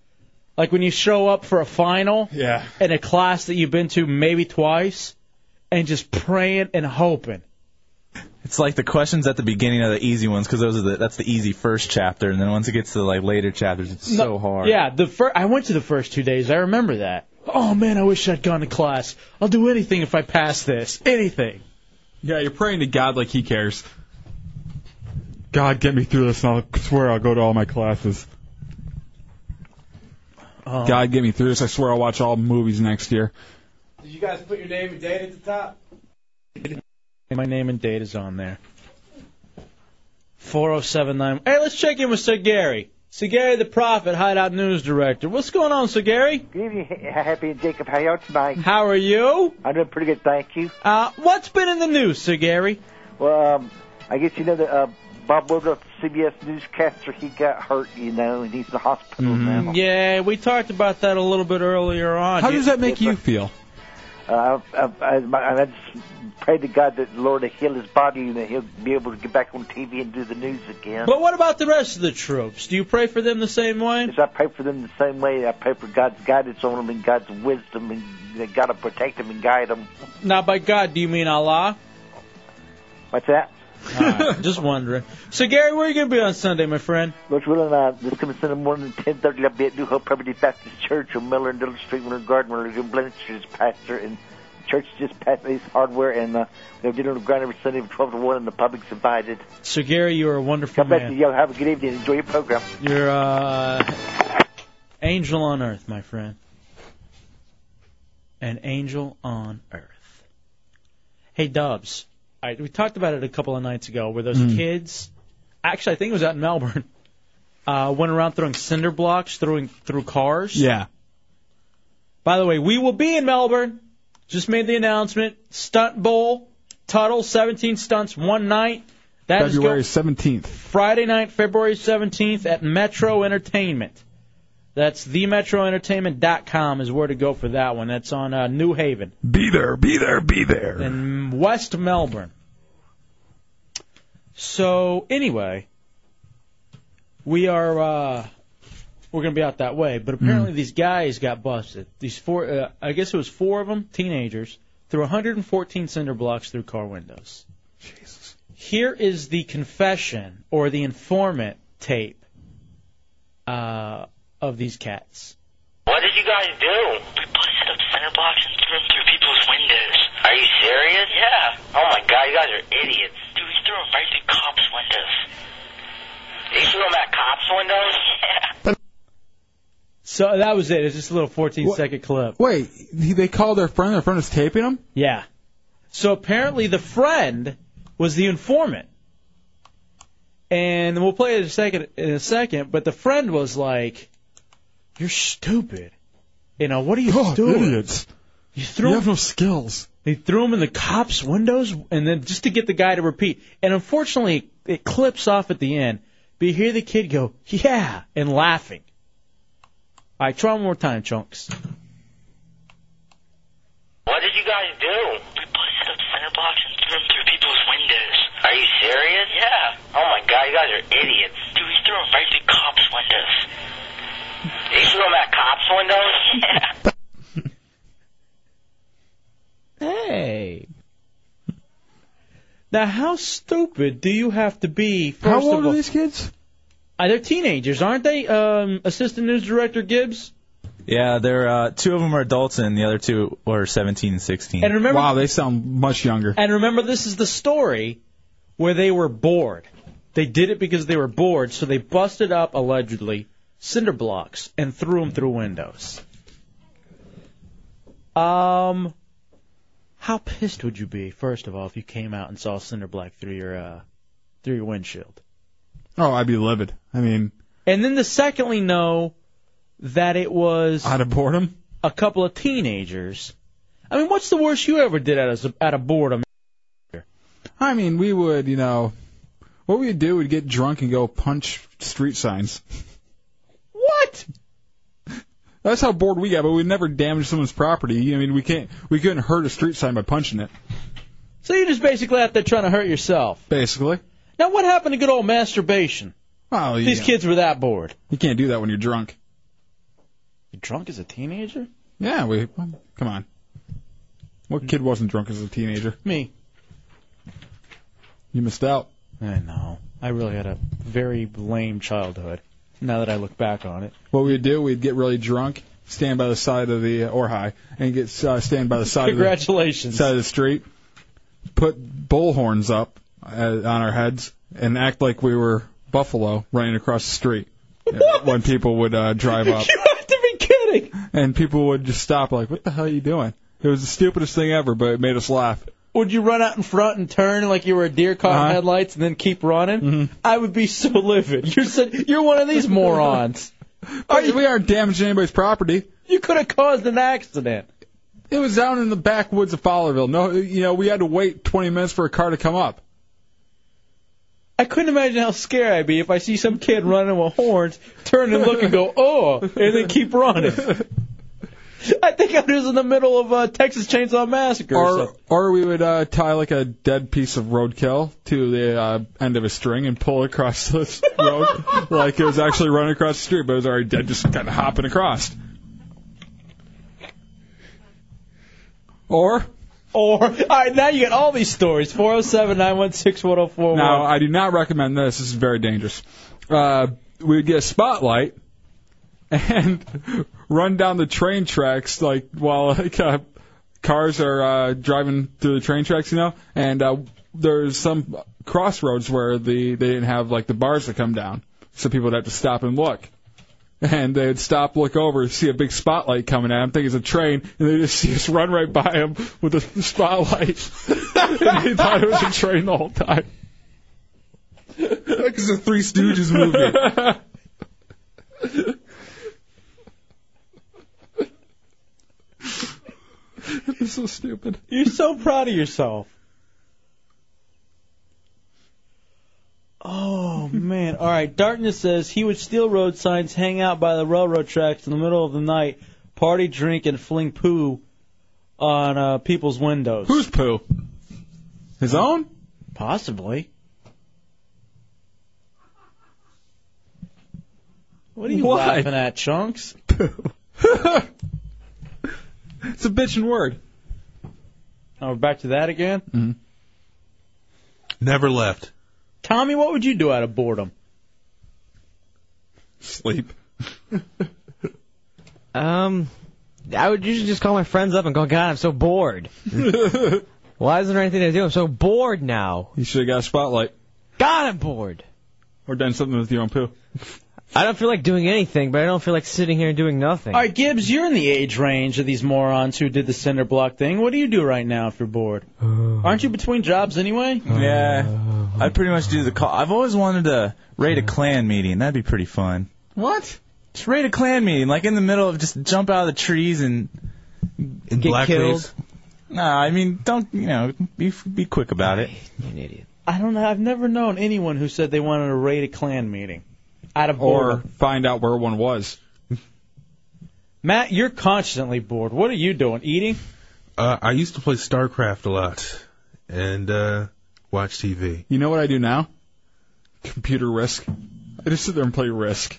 Speaker 2: Like when you show up for a final
Speaker 3: Yeah.
Speaker 2: in a class that you've been to maybe twice and just praying and hoping.
Speaker 8: It's like the questions at the beginning are the easy ones because those are the that's the easy first chapter, and then once it gets to the like later chapters, it's so hard.
Speaker 2: Yeah, the fir- I went to the first two days. I remember that. Oh man, I wish I'd gone to class. I'll do anything if I pass this. Anything.
Speaker 3: Yeah, you're praying to God like He cares. God, get me through this, and I swear I'll go to all my classes.
Speaker 2: Oh.
Speaker 3: God, get me through this. I swear I'll watch all movies next year.
Speaker 5: Did you guys put your name and date at the top?
Speaker 2: My name and date is on there. 4079. Hey, let's check in with Sir Gary. Sir Gary the Prophet, Hideout News Director. What's going on, Sir Gary?
Speaker 19: Good evening, Ha- Happy and Jacob. How y'all tonight?
Speaker 2: How are you?
Speaker 19: I'm doing pretty good, thank you.
Speaker 2: Uh, what's been in the news, Sir Gary?
Speaker 19: Well, um, I guess you know that uh, Bob Woodruff, CBS newscaster, he got hurt, you know, and he's in the hospital now.
Speaker 2: Mm-hmm. Yeah, we talked about that a little bit earlier on.
Speaker 19: How does that
Speaker 3: Make you feel.
Speaker 19: Uh, I, I, I, I just pray to God that the Lord will heal his body and that he'll be able to get back on TV and do the news again.
Speaker 2: But what about the rest of the troops? Do you pray for them the same way?
Speaker 19: Yes, I pray for them the same way. I pray for God's guidance on them and God's wisdom and that God will protect them and guide them.
Speaker 2: Now, by God, do you mean Allah?
Speaker 19: What's that?
Speaker 2: All right, just wondering. So, Gary, where are you going to be on Sunday, my friend?
Speaker 19: Lord's willing, uh, this coming Sunday morning at 10.30, I'll be at New Hope Property Baptist Church on Miller and Dillon Street, Miller Garden, where Jim Blanchard's pastor, and the church just passed Ace Hardware, and uh, they'll get on the ground every Sunday from 12 to 1, and the public's invited.
Speaker 2: So, Gary, you are a wonderful
Speaker 19: God bless
Speaker 2: man.
Speaker 19: you. Y'all have a good evening. Enjoy your program.
Speaker 2: You're uh, angel on earth, my friend. An angel on earth. Hey, Dubs. I, we talked about it a couple of nights ago, where those
Speaker 20: Mm.
Speaker 2: kids, actually, I think it was out in Melbourne, uh, went around throwing cinder blocks throwing through cars.
Speaker 3: Yeah.
Speaker 2: By the way, we will be in Melbourne. Just made the announcement. Stunt Bowl, Tuttle, 17 stunts, one night. That is go-
Speaker 3: February 17th.
Speaker 2: Friday night, February 17th at Metro Entertainment. That's themetroentertainment.com is where to go for that one. That's on uh, New Haven
Speaker 3: Be there, be there, be there.
Speaker 2: in West Melbourne. So anyway, we are uh, were going to be out that way. But apparently,
Speaker 3: Hmm.
Speaker 2: these guys got busted. These four, uh, I guess it was four of them, teenagers, threw 114 cinder blocks through car windows. Jesus. Here is the confession or the informant tape uh, of these cats.
Speaker 15: What did you guys do? We busted up center blocks and threw them through people's windows. Are you serious? Yeah. Oh my god, you guys are idiots. Dude, we threw them right through cops' windows. You threw them at cops' windows?
Speaker 2: So that was it. It's just a little 14 second clip.
Speaker 3: Wait, he- they called their friend. Their friend was taping them.
Speaker 2: Yeah. So apparently the friend was the informant. And we'll play it in a second in a second, but the friend was like You're stupid. You know, what are you doing?
Speaker 3: idiots.
Speaker 2: Oh, You threw
Speaker 3: have no skills.
Speaker 2: They threw him in the cops' windows and then just to get the guy to repeat. And unfortunately it clips off at the end. But you hear the kid go, Yeah and laughing. All right, try one more time, chunks.
Speaker 15: What did you guys do? We busted up center blocks and threw them through people's windows. Are you serious? Yeah. Oh my god, you guys are idiots. Dude, we threw them right through cops' windows. You threw them at cops' windows? Yeah.
Speaker 2: Hey. Now, how stupid do you have to be? First
Speaker 3: How old
Speaker 2: of
Speaker 3: are
Speaker 2: all,
Speaker 3: these kids?
Speaker 2: Uh, they're teenagers, aren't they? Um, Assistant News Director Gibbs.
Speaker 8: Yeah, they're uh, two of them are adults and the other two are 17 and 16.
Speaker 2: And remember- Wow,
Speaker 8: they sound much younger.
Speaker 2: And remember, this is the story where they were bored. They did it because they were bored, so they busted up allegedly cinder blocks and threw them through windows. Um, how pissed would you be, first of all, if you came out and saw cinder block through your uh, through your windshield?
Speaker 3: Oh, I'd be livid. I mean,
Speaker 2: And then the secondly, know that it was
Speaker 3: out of boredom.
Speaker 2: A couple of teenagers. I mean, what's the worst you ever did out of out of boredom?
Speaker 3: I mean, we would, you know, what we'd do, we'd get drunk and go punch street signs.
Speaker 2: What?
Speaker 3: That's how bored we got, but we'd never damage someone's property. I mean, we can't, we couldn't hurt a street sign by punching it.
Speaker 2: So you're just basically out there trying to hurt yourself.
Speaker 3: Basically.
Speaker 2: Now, what happened to good old masturbation?
Speaker 3: Well,
Speaker 2: These kids were that bored.
Speaker 3: You can't do that when you're drunk.
Speaker 2: You're drunk as a teenager?
Speaker 3: Yeah, we, well, come on. What kid wasn't drunk as a teenager?
Speaker 2: Me.
Speaker 3: You missed out.
Speaker 2: I know. I really had a very lame childhood. Now that I look back on it.
Speaker 3: What we'd do, we'd get really drunk, stand by the side of the, uh, or high, and get, uh, stand by the side of the,
Speaker 2: Congratulations.
Speaker 3: side of the street, put bullhorns up uh, on our heads, and act like we were buffalo running across the street when people would uh, drive up.
Speaker 2: you have to be kidding.
Speaker 3: And people would just stop, like, "What the hell are you doing?" It was the stupidest thing ever, but it made us laugh.
Speaker 2: Would you run out in front and turn like you were a deer caught
Speaker 3: Uh-huh. Mm-hmm.
Speaker 2: in headlights and then keep running? I would be so livid. You're so, you're one of these morons.
Speaker 3: we aren't damaging anybody's property.
Speaker 2: You could have caused an accident.
Speaker 3: It was down in the backwoods of Fowlerville. No, you know, we had to wait 20 minutes for a car to come up.
Speaker 2: I couldn't imagine how scared I'd be if I see some kid running with horns, turn and look and go, oh, and then keep running. I think I was in the middle of uh, Texas Chainsaw Massacre. or
Speaker 3: Or,
Speaker 2: something.
Speaker 3: or we would uh, tie like a dead piece of roadkill to the uh, end of a string and pull it across the road like it was actually running across the street, but it was already dead, just kind of hopping across. Or
Speaker 2: Or, all right, now you got all these stories. 407 916
Speaker 3: Now, I do not recommend this. This is very dangerous. Uh, we would get a spotlight and run down the train tracks, like while like uh, cars are uh, driving through the train tracks, you know. And uh, there's some crossroads where the they didn't have like the bars that come down, so people would have to stop and look. And they'd stop, look over, see a big spotlight coming at them, think it's a train, and they just see us run right by them with the spotlight. and they thought it was a train the whole time.
Speaker 11: Like it's a Three Stooges movie.
Speaker 3: You're so stupid.
Speaker 2: You're so proud of yourself. Oh man! All right. Darkness says he would steal road signs, hang out by the railroad tracks in the middle of the night, party, drink, and fling poo on uh, people's windows. Whose
Speaker 3: poo? His own?
Speaker 2: Possibly. What are you
Speaker 3: What?
Speaker 2: laughing at, Chunks?
Speaker 3: It's a bitchin' word.
Speaker 2: Oh, we're back to that again? Mm-hmm.
Speaker 28: Never left.
Speaker 2: Tommy, what would you do out of boredom?
Speaker 28: Sleep.
Speaker 4: Um, I would usually just call my friends up and go, God, I'm so bored. Why isn't there anything to do? I'm so bored now.
Speaker 3: You should have got a spotlight.
Speaker 4: God, I'm bored.
Speaker 3: Or done something with your own poo.
Speaker 4: I don't feel like doing anything, but I don't feel like sitting here and doing nothing.
Speaker 2: All right, Gibbs, you're in the age range of these morons who did the cinder block thing. What do you do right now if you're bored?
Speaker 3: Uh.
Speaker 2: Aren't you between jobs anyway?
Speaker 8: Yeah, I'd pretty much do the call. I've always wanted to raid a clan meeting. That'd be pretty fun.
Speaker 2: What?
Speaker 8: Just raid a clan meeting, like in the middle of just jump out of the trees and
Speaker 28: In Get blackface? killed?
Speaker 8: No, I mean don't you know? Be be quick about it.
Speaker 4: You're an idiot.
Speaker 2: I don't know. I've never known anyone who said they wanted to raid a clan meeting out of
Speaker 3: Or
Speaker 2: boredom.
Speaker 3: find out where one was.
Speaker 2: Matt, you're constantly bored. What are you doing? Eating?
Speaker 28: Uh, I used to play StarCraft a lot and uh, watch TV.
Speaker 3: You know what I do now? Computer Risk. I just sit there and play Risk.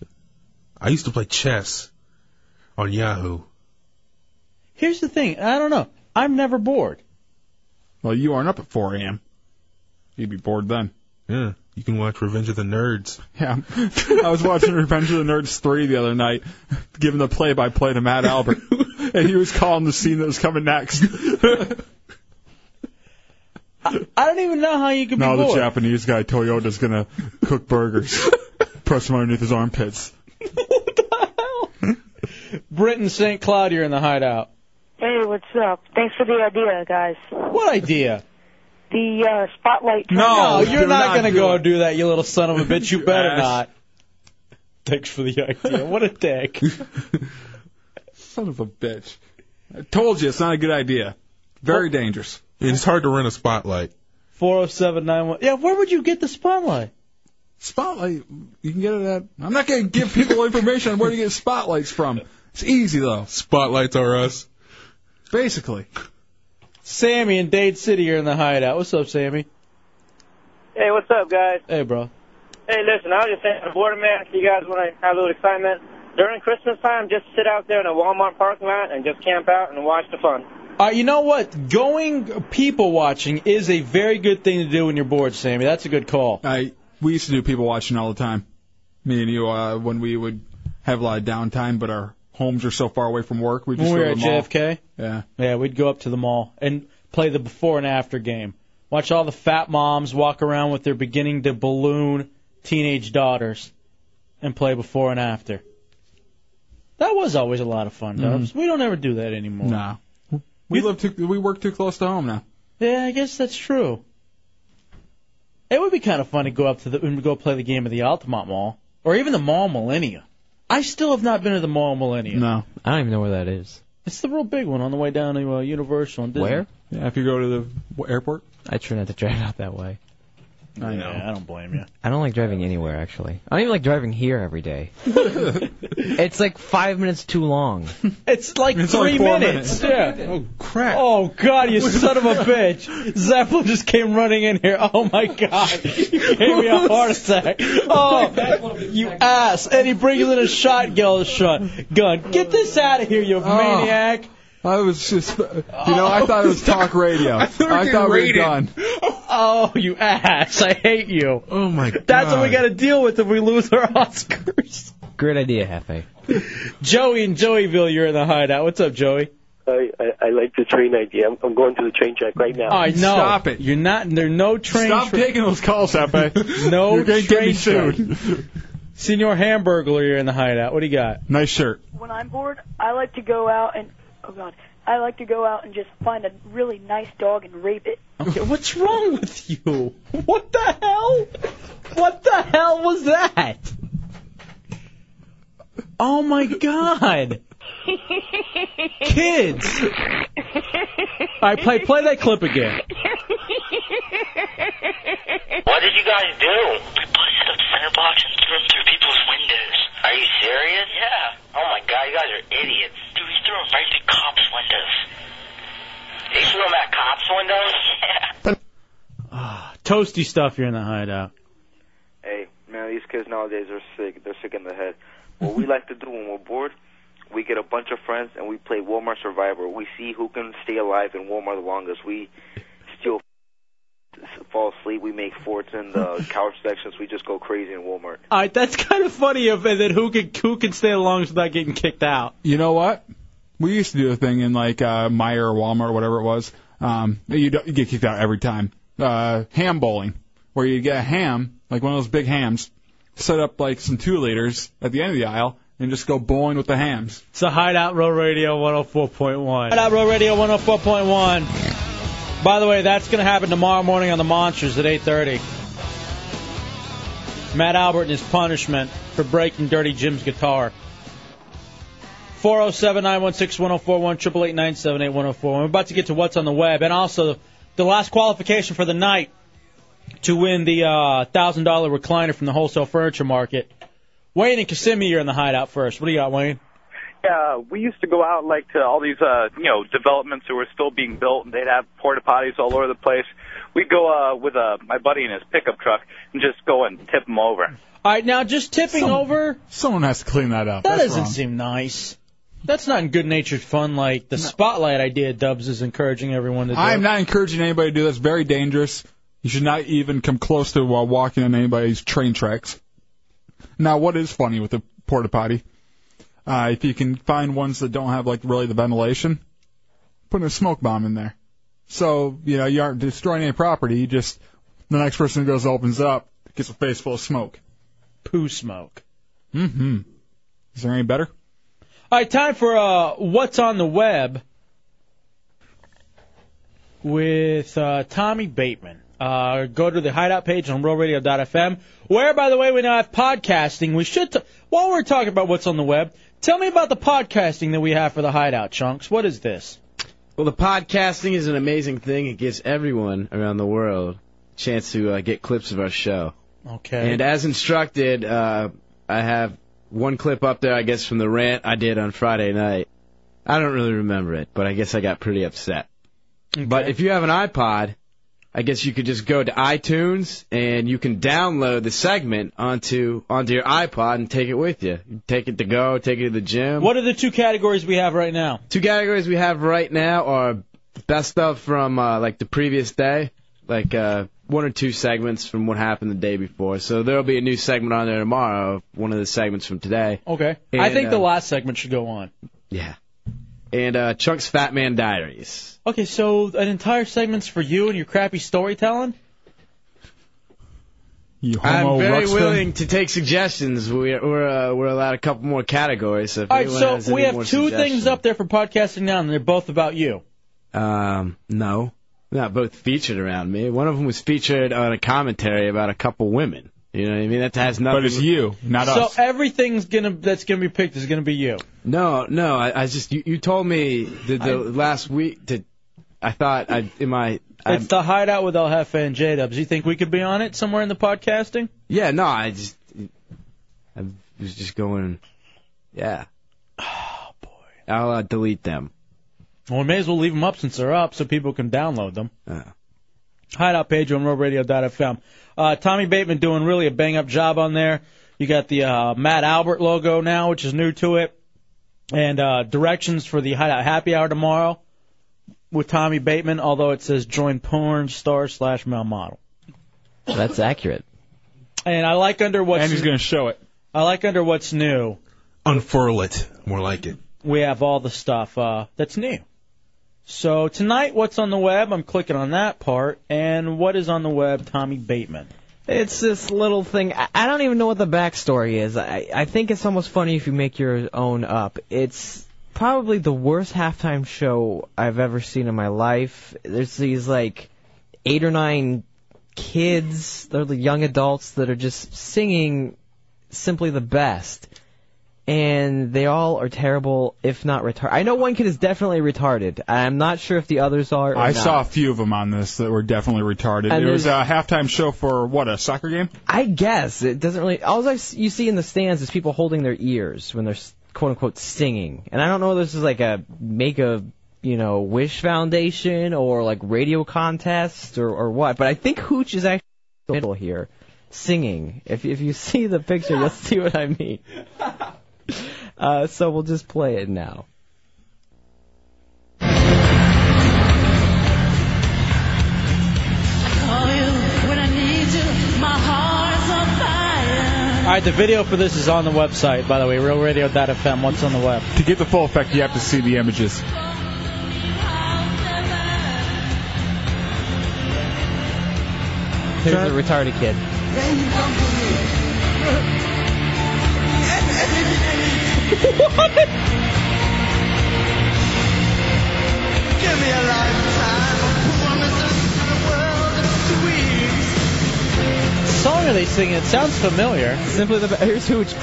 Speaker 28: I used to play chess on Yahoo.
Speaker 2: Here's the thing. I don't know. I'm never bored.
Speaker 3: Well, you aren't up at 4 a.m. You'd be bored then.
Speaker 28: Yeah, you can watch Revenge of the Nerds.
Speaker 3: Yeah, I was watching Revenge of the Nerds 3 the other night, giving the play-by-play to Matt Albert, and he was calling the scene that was coming next.
Speaker 2: I don't even know how you could
Speaker 3: now
Speaker 2: be
Speaker 3: the
Speaker 2: bored.
Speaker 3: Japanese guy Toyota's gonna cook burgers, press them underneath his armpits.
Speaker 2: Britain, St. Cloud, you're in the hideout.
Speaker 25: Hey, what's up? Thanks for the idea, guys.
Speaker 2: What idea?
Speaker 25: The uh, spotlight.
Speaker 2: you're not going to
Speaker 25: do
Speaker 2: go do that, you little son of a bitch. You better
Speaker 3: ass.
Speaker 2: not. Thanks for the idea. What a dick.
Speaker 3: Son of a bitch! I told you it's not a good idea. Very dangerous.
Speaker 28: It's hard to run a spotlight.
Speaker 2: 40791. Yeah, where would you get the spotlight?
Speaker 3: Spotlight, you can get it at. I'm not gonna give people information on where to get spotlights from. It's easy though.
Speaker 28: Uh, Spotlights are us.
Speaker 3: Basically,
Speaker 2: Sammy in Dade City, you're in the hideout. What's up, Sammy?
Speaker 11: Hey, what's up, guys?
Speaker 2: Hey, bro.
Speaker 11: Hey, listen, I was just saying, I'm bored of man. You guys want to have a little excitement during Christmas time? Just sit out there in a Walmart parking lot and just camp out and watch the fun.
Speaker 2: Uh, you know what? Going people watching is a very good thing to do when you're bored, Sammy. That's a good call.
Speaker 3: I we used to do people watching all the time. Me and you, uh, when we would have a lot of downtime, but our homes are so far away from work, we just
Speaker 2: When we
Speaker 3: go
Speaker 2: were
Speaker 3: to
Speaker 2: at
Speaker 3: the mall.
Speaker 2: JFK,
Speaker 3: Yeah.
Speaker 2: yeah, we'd go up to the mall and play the before and after game. Watch all the fat moms walk around with their beginning to balloon teenage daughters and play before and after. That was always a lot of fun, Dubs. We don't ever do that anymore.
Speaker 3: No. Mm-hmm. We live too. We work too close to home now.
Speaker 2: Yeah, I guess that's true. It would be kind of fun to go up to the and go play the game at the Altamont Mall or even the Mall Millennia. I still have not been to the Mall Millennia.
Speaker 3: No.
Speaker 4: I don't even know where that is.
Speaker 2: It's the real big one on the way down to uh, Universal and Disney.
Speaker 4: Where?
Speaker 3: Yeah, if you go to the w- airport.
Speaker 4: I try not to drive out that way.
Speaker 3: I know.
Speaker 2: Yeah, I don't blame you.
Speaker 4: I don't like driving anywhere, actually. I don't even like driving here every day. it's like five minutes too long.
Speaker 2: It's like
Speaker 4: It's
Speaker 2: three
Speaker 4: only four
Speaker 2: minutes.
Speaker 4: minutes.
Speaker 2: Yeah. Oh crap! Oh god, you son of a bitch! Zeppelin just came running in here. Oh my god! You gave me a heart attack. Oh, you ass! And he brings in a shotgun. Gun. Get this out of here, you maniac!
Speaker 3: Oh.
Speaker 2: Oh.
Speaker 3: I was just, you know, I thought it was talk radio. I
Speaker 2: we were getting
Speaker 3: thought we were
Speaker 2: raided.
Speaker 3: done.
Speaker 2: Oh, you ass! I hate you.
Speaker 28: Oh my god.
Speaker 2: That's what we got to deal with if we lose our Oscars.
Speaker 4: Great idea, Hefe.
Speaker 2: Joey in Joeyville, you're in the hideout. What's up, Joey?
Speaker 31: I, I, I like the train idea. I'm, I'm going to the train track right now.
Speaker 2: I know.
Speaker 3: Stop it.
Speaker 2: You're not. There are no train.
Speaker 3: Stop
Speaker 2: tra-
Speaker 3: taking those calls, Hefe.
Speaker 2: No
Speaker 3: You're gonna get
Speaker 2: train
Speaker 3: me
Speaker 2: strike.
Speaker 3: sued.
Speaker 2: Senor Hamburglar, you're in the hideout. What do you got?
Speaker 3: Nice shirt.
Speaker 18: when I'm bored, I like to go out and oh god, I like to go out and just find a really nice dog and rape it.
Speaker 2: Okay, what's wrong with you? What the hell? What the hell was that? Oh my god. Kids. All right, play play that clip again.
Speaker 30: What did you guys do? We busted up center blocks and threw them through people's windows. Are you serious? Yeah. Oh my god, you guys are idiots. Dude, we threw them right through cops' windows. They threw them at cops' windows? Yeah.
Speaker 2: Ah, Toasty stuff. You're in the hideout.
Speaker 32: Hey, man, these kids nowadays are sick. They're sick in the head.
Speaker 30: What we like to do when we're bored, we get a bunch of friends and we play Walmart Survivor. We see who can stay alive in Walmart the longest. We steal, fall asleep. We make forts in the couch sections. We just go crazy in Walmart.
Speaker 2: All right, that's kind of funny. Of and then who can who can stay along without getting kicked out?
Speaker 3: You know what? We used to do a thing in like uh, Meyer or Walmart or whatever it was. Um, you don't you get kicked out every time. Uh, ham bowling, where you get a ham, like one of those big hams, set up like some two liters at the end of the aisle, and just go bowling with the hams.
Speaker 2: It's a Hideout Row Radio 104.1. Hideout Row Radio 104.1. By the way, that's going to happen tomorrow morning on the Monsters at 8:30. Matt Albert and his punishment for breaking Dirty Jim's guitar. 407-916-1041, 888-978-1041. We're about to get to what's on the web, and also the last qualification for the night to win the uh, thousand dollar recliner from the wholesale furniture market. Wayne and Kissimmee, you're in the hideout first. What do you got, Wayne?
Speaker 1: Yeah, we used to go out like to all these uh, you know developments that were still being built, and they'd have porta potties all over the place. We'd go uh, with uh, my buddy in his pickup truck and just go and tip them over.
Speaker 2: All right, now just tipping over.
Speaker 3: Someone has to clean that up.
Speaker 2: That
Speaker 3: That's
Speaker 2: doesn't
Speaker 3: wrong.
Speaker 2: seem nice. That's not in good natured fun like the spotlight idea Dubs is encouraging everyone to do.
Speaker 3: I am not encouraging anybody to do that. It's very dangerous. You should not even come close to while walking on anybody's train tracks. Now, what is funny with the porta potty? Uh, if you can find ones that don't have like really the ventilation, put a smoke bomb in there. So you know you aren't destroying any property. You just the next person who goes opens up gets a face full of smoke.
Speaker 2: Poo smoke.
Speaker 3: Mm-hmm. Is there any better?
Speaker 2: All right, time for uh, what's on the web with uh, Tommy Bateman. Uh, go to the hideout page on RealRadio.fm, where, by the way, we now have podcasting. We should, t- while we're talking about what's on the web, tell me about the podcasting that we have for the hideout, Chunks. What is this?
Speaker 5: Well, the podcasting is an amazing thing. It gives everyone around the world a chance to uh, get clips of our show.
Speaker 2: Okay.
Speaker 5: And um, as instructed, uh, I have one clip up there, I guess, from the rant I did on Friday night. I don't really remember it, but I guess I got pretty upset. But if you have an iPod, I guess you could just go to iTunes and you can download the segment onto onto your iPod and take it with you. Take it to go, take it to the gym.
Speaker 2: What are the two categories we have right now?
Speaker 5: Two categories we have right now are best of from uh, like the previous day, like uh, one or two segments from what happened the day before. So there'll be a new segment on there tomorrow, one of the segments from today.
Speaker 2: Okay. I
Speaker 5: And,
Speaker 2: think the
Speaker 5: uh,
Speaker 2: last segment should go on.
Speaker 5: Yeah. And uh, Chuck's Fat Man Diaries.
Speaker 2: Okay, so an entire segment's for you and your crappy storytelling?
Speaker 3: You
Speaker 5: I'm
Speaker 2: homo
Speaker 5: very
Speaker 2: Ruxton.
Speaker 5: willing to take suggestions. We're we're, uh, we're allowed a couple more categories. So if
Speaker 2: All right,
Speaker 5: anyone has
Speaker 2: so we
Speaker 5: any
Speaker 2: have
Speaker 5: more
Speaker 2: two
Speaker 5: suggestions-
Speaker 2: things up there for podcasting now, and they're both about you.
Speaker 5: Um, no, not both featured around me. One of them was featured on a commentary about a couple women. You know what I mean? That has nothing.
Speaker 3: But it's you, not
Speaker 2: so
Speaker 3: us.
Speaker 2: everything's gonna that's gonna be picked is gonna be you.
Speaker 5: No, no. I, I just you, you told me the, the last week to. I thought I in my. I,
Speaker 2: It's the hideout with El Jefe and J Dubs. You think we could be on it somewhere in the podcasting?
Speaker 5: yeah, no. I just. I was just going. Yeah. Oh boy. I'll uh, delete them.
Speaker 2: Well, we may as well leave them up since they're up, so people can download them.
Speaker 5: Uh.
Speaker 2: Hideout page on RoadRadio.fm. Uh, Tommy Bateman doing really a bang up job on there. You got the uh, Matt Albert logo now, which is new to it, and uh, directions for the Hideout Happy Hour tomorrow with Tommy Bateman. Although it says join porn star slash male model.
Speaker 4: That's accurate.
Speaker 2: And I like under what's
Speaker 4: And he's
Speaker 2: going
Speaker 3: to show it.
Speaker 2: I like under what's new.
Speaker 16: Unfurl it. More like it.
Speaker 2: We have all the stuff uh, that's new. So tonight, what's on the web? I'm clicking on that part, and what is on the web? Tommy Bateman.
Speaker 4: It's this little thing. I I don't even know what the backstory is. I, I think it's almost funny if you make your own up. It's probably the worst halftime show I've ever seen in my life. There's these like eight or nine kids, they're the young adults that are just singing simply the best. And they all are terrible, if not retarded. I know one kid is definitely retarded. I'm not sure if the others are. Or
Speaker 3: I
Speaker 4: not.
Speaker 3: saw a few of them on this that were definitely retarded.
Speaker 4: And
Speaker 3: it was uh, a
Speaker 4: there's-
Speaker 3: halftime show for what a soccer game.
Speaker 4: I guess it doesn't really. All I s- you see in the stands is people holding their ears when they're s- quote unquote singing, and I don't know if this is like a make a you know wish foundation or like radio contest or or what, but I think Hooch is actually in the middle here singing. If if you see the picture, you'll see what I mean. Uh, so we'll just play it now.
Speaker 18: Call you when I need you. My heart's on fire.
Speaker 2: All right, the video for this is on the website, by the way, realradio.fm. What's on the web?
Speaker 3: To get the full effect, you have to see the images.
Speaker 4: Here's a retarded kid.
Speaker 18: what? Give me a lifetime of promises to the world of dreams.
Speaker 2: What song are they singing? It sounds familiar.
Speaker 4: Simply the here's Hooch.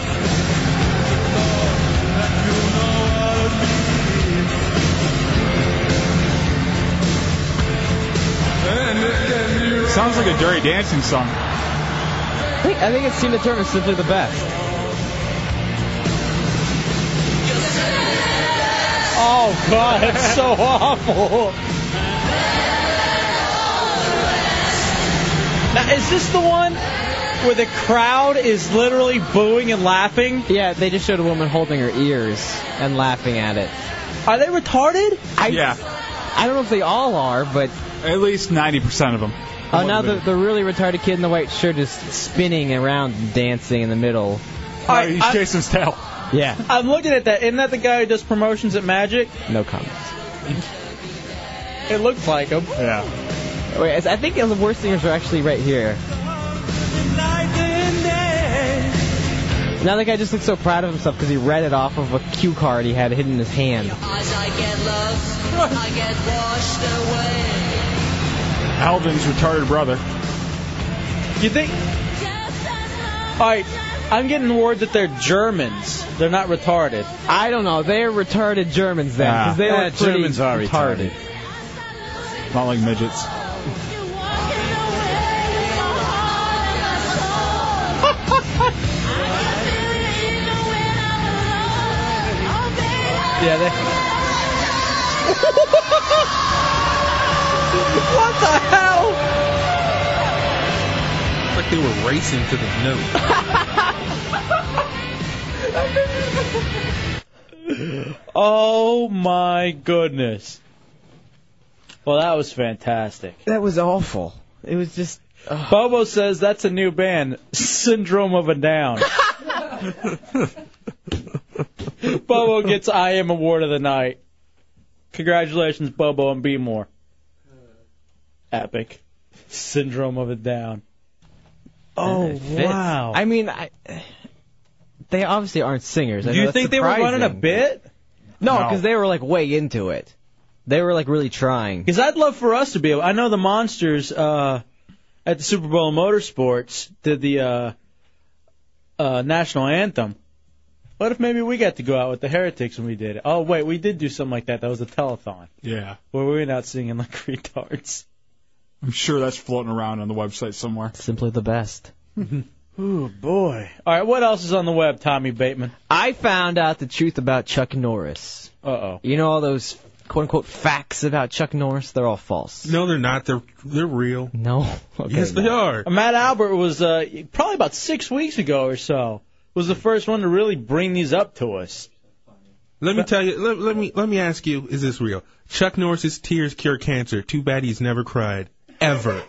Speaker 3: Sounds like a dirty dancing song.
Speaker 4: I think, I think it's Tina Turner simply the best.
Speaker 2: Oh God, that's so awful. Now, is this the one
Speaker 3: Oh,
Speaker 2: where the crowd is literally booing and laughing?
Speaker 4: Yeah, they just showed a woman holding her ears and laughing at it.
Speaker 2: Are they retarded?
Speaker 4: I,
Speaker 3: Yeah.
Speaker 4: I don't know if they all are, but
Speaker 3: At least 90% of them.
Speaker 4: oh, now the, the really retarded kid in the white shirt is spinning around, and dancing in the middle.
Speaker 2: All right,
Speaker 3: he's
Speaker 2: I-
Speaker 3: Jason's tail.
Speaker 4: Yeah,
Speaker 2: I'm looking at that. Isn't that the guy who does promotions at Magic?
Speaker 4: no comment.
Speaker 2: It looks like him.
Speaker 3: Yeah.
Speaker 4: Wait, I I think the worst singers are actually right here. Now the guy just looks so proud of himself because he read it off of a cue card he had hidden in his hand.
Speaker 18: As I get lost, I get washed away.
Speaker 3: Alvin's retarded brother.
Speaker 2: You think? All right, I'm getting word that they're Germans. They're not retarded.
Speaker 4: I don't know. They're retarded Germans then,
Speaker 3: Ah.
Speaker 4: because they
Speaker 3: Yeah,
Speaker 4: were pretty
Speaker 3: Germans are retarded.
Speaker 4: retarded.
Speaker 3: Not like midgets.
Speaker 2: Yeah, they. what the hell?
Speaker 28: It's like they were racing to the note.
Speaker 2: Oh my goodness. Well, that was fantastic.
Speaker 4: That was awful. It was just.
Speaker 2: Bobo says that's a new band, Syndrome of a Down. Bobo gets I Am Award of the Night. Congratulations, Bobo and B More. Epic. Syndrome of a Down. Oh,
Speaker 4: It fits.
Speaker 2: wow.
Speaker 4: I mean, I, they obviously aren't singers. I
Speaker 2: Do
Speaker 4: know
Speaker 2: you
Speaker 4: that's
Speaker 2: think they were running a
Speaker 4: surprising.
Speaker 2: bit?
Speaker 4: No,
Speaker 2: No.
Speaker 4: because they were like way into it. They were like really trying.
Speaker 2: Because I'd love for us to be able. I know the monsters uh, at the Super Bowl in Motorsports did the uh, uh, national anthem. What if maybe we got to go out with the Heretics when we did it? Oh wait, we did do something like that. That was a telethon
Speaker 3: Yeah.
Speaker 2: where we went out singing like retards.
Speaker 3: I'm sure that's floating around on the website somewhere.
Speaker 4: Simply the best.
Speaker 2: Oh boy! All right, what else is on the web, Tommy Bateman?
Speaker 4: I found out the truth about Chuck Norris.
Speaker 2: Uh oh.
Speaker 4: You know all those quote unquote facts about Chuck Norris? They're all false.
Speaker 28: No, they're not. They're they're real.
Speaker 4: No. Okay,
Speaker 28: yes, they are.
Speaker 2: Matt Albert was uh, probably about six weeks ago or so was the first one to really bring these up to us.
Speaker 28: Let me tell you. Let, let me let me ask you. Is this real? Chuck Norris's tears cure cancer. Too bad he's never cried ever.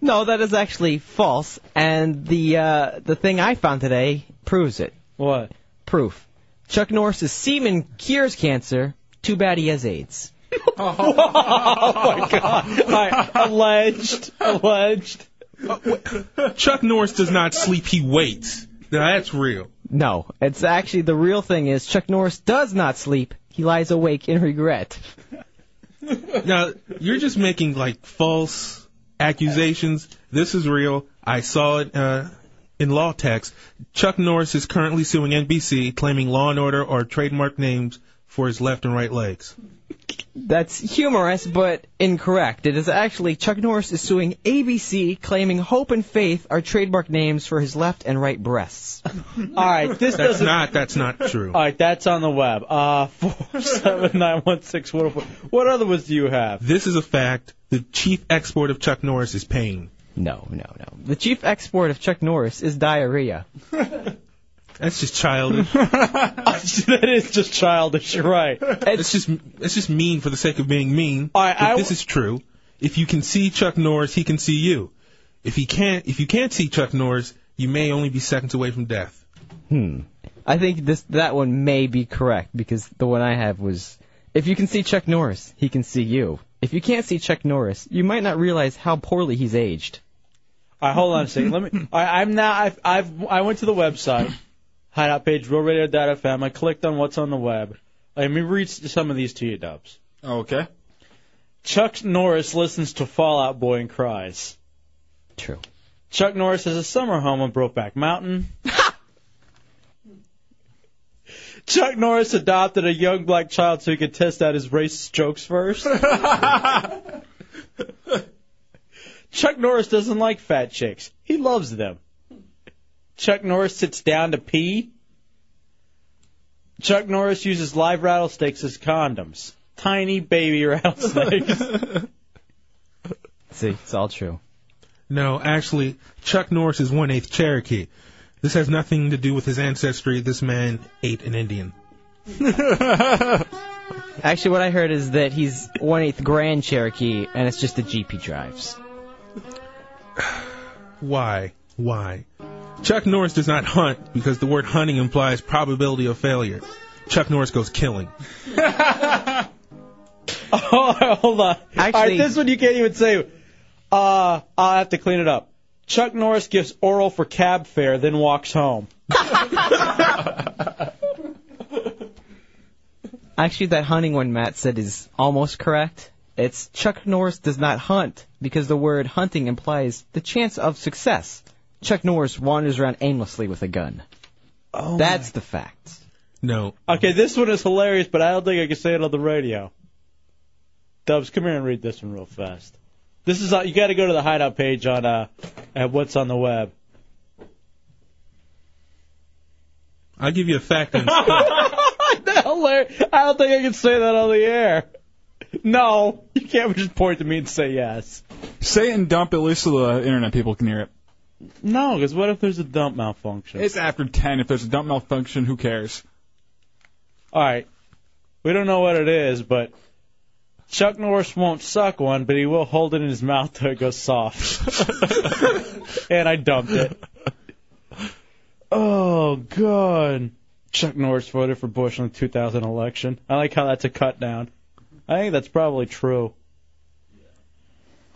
Speaker 4: No, that is actually false. And the uh, the thing I found today proves it.
Speaker 2: What?
Speaker 4: Proof. Chuck Norris's semen cures cancer. Too bad he has AIDS.
Speaker 2: Oh my God! All right, alleged, alleged.
Speaker 28: Chuck Norris does not sleep. He waits. Now that's real.
Speaker 4: No, it's actually the real thing is Chuck Norris does not sleep. He lies awake in regret.
Speaker 28: Now you're just making like false accusations. This is real. I saw it uh, in law text. Chuck Norris is currently suing NBC, claiming Law and Order or trademark names for his left and right legs.
Speaker 4: That's humorous, but incorrect. It is actually Chuck Norris is suing ABC, claiming Hope and Faith are trademark names for his left and right breasts.
Speaker 2: All right, this
Speaker 28: That's
Speaker 2: doesn't.
Speaker 28: not. That's not true.
Speaker 2: All right, that's on the web. Uh, four seven nine one six one zero four. What other ones do you have?
Speaker 28: This is a fact. The chief export of Chuck Norris is pain.
Speaker 4: No, no, no. The chief export of Chuck Norris is diarrhea.
Speaker 16: That's just childish.
Speaker 2: that is just childish. You're right.
Speaker 16: It's just it's just mean for the sake of being mean.
Speaker 2: Alright,
Speaker 16: If
Speaker 2: I w-
Speaker 16: this is true, if you can see Chuck Norris, he can see you. If he can't, if you can't see Chuck Norris, you may only be seconds away from death.
Speaker 4: Hmm. I think this that one may be correct because the one I have was if you can see Chuck Norris, he can see you. If you can't see Chuck Norris, you might not realize how poorly he's aged.
Speaker 2: All right, hold on a second. Let me. All right, I'm now. I've, I've. I went to the website, hideout page, realradio.fm. I clicked on what's on the web. Let me read s- some of these to you, Dubs.
Speaker 3: Okay.
Speaker 2: Chuck Norris listens to Fallout Boy and cries.
Speaker 4: True.
Speaker 2: Chuck Norris has a summer home on Brokeback Mountain. Chuck Norris adopted a young black child so he could test out his racist jokes first. Chuck Norris doesn't like fat chicks. He loves them. Chuck Norris sits down to pee. Chuck Norris uses live rattlesnakes as condoms. Tiny baby rattlesnakes.
Speaker 4: See, it's all true.
Speaker 16: No, actually, Chuck Norris is one eighth Cherokee. This has nothing to do with his ancestry. This man ate an Indian.
Speaker 4: Actually, what I heard is that he's one eighth Grand Cherokee, and it's just the Jeep he drives.
Speaker 16: Why? Why? Chuck Norris does not hunt because the word hunting implies probability of failure. Chuck Norris goes killing.
Speaker 2: Hold on. All right, this one you can't even say. Uh, I'll have to clean it up. Chuck Norris gives oral for cab fare, then walks home.
Speaker 4: Actually, that hunting one Matt said is almost correct. It's Chuck Norris does not hunt because the word hunting implies the chance of success. Chuck Norris wanders around aimlessly with a gun.
Speaker 2: Oh,
Speaker 4: That's the fact.
Speaker 16: No.
Speaker 2: Okay, this one is hilarious, but I don't think I can say it on the radio. Dubs, come here and read this one real fast. This is uh, you got to go to the hideout page on uh at what's on the web.
Speaker 16: I'll give you a fact. and-
Speaker 2: hilarious. I don't think I can say that on the air. No, you can't just point to me and say yes.
Speaker 3: Say it and dump it at least so the internet people can hear it.
Speaker 2: No, because what if there's a dump malfunction?
Speaker 3: It's after 10. If there's a dump malfunction, who cares?
Speaker 2: All right. We don't know what it is, but Chuck Norris won't suck one, but he will hold it in his mouth till it goes soft. and I dumped it. Oh, God. Chuck Norris voted for Bush in the 2000 election. I like how that's a cut down. I think that's probably true.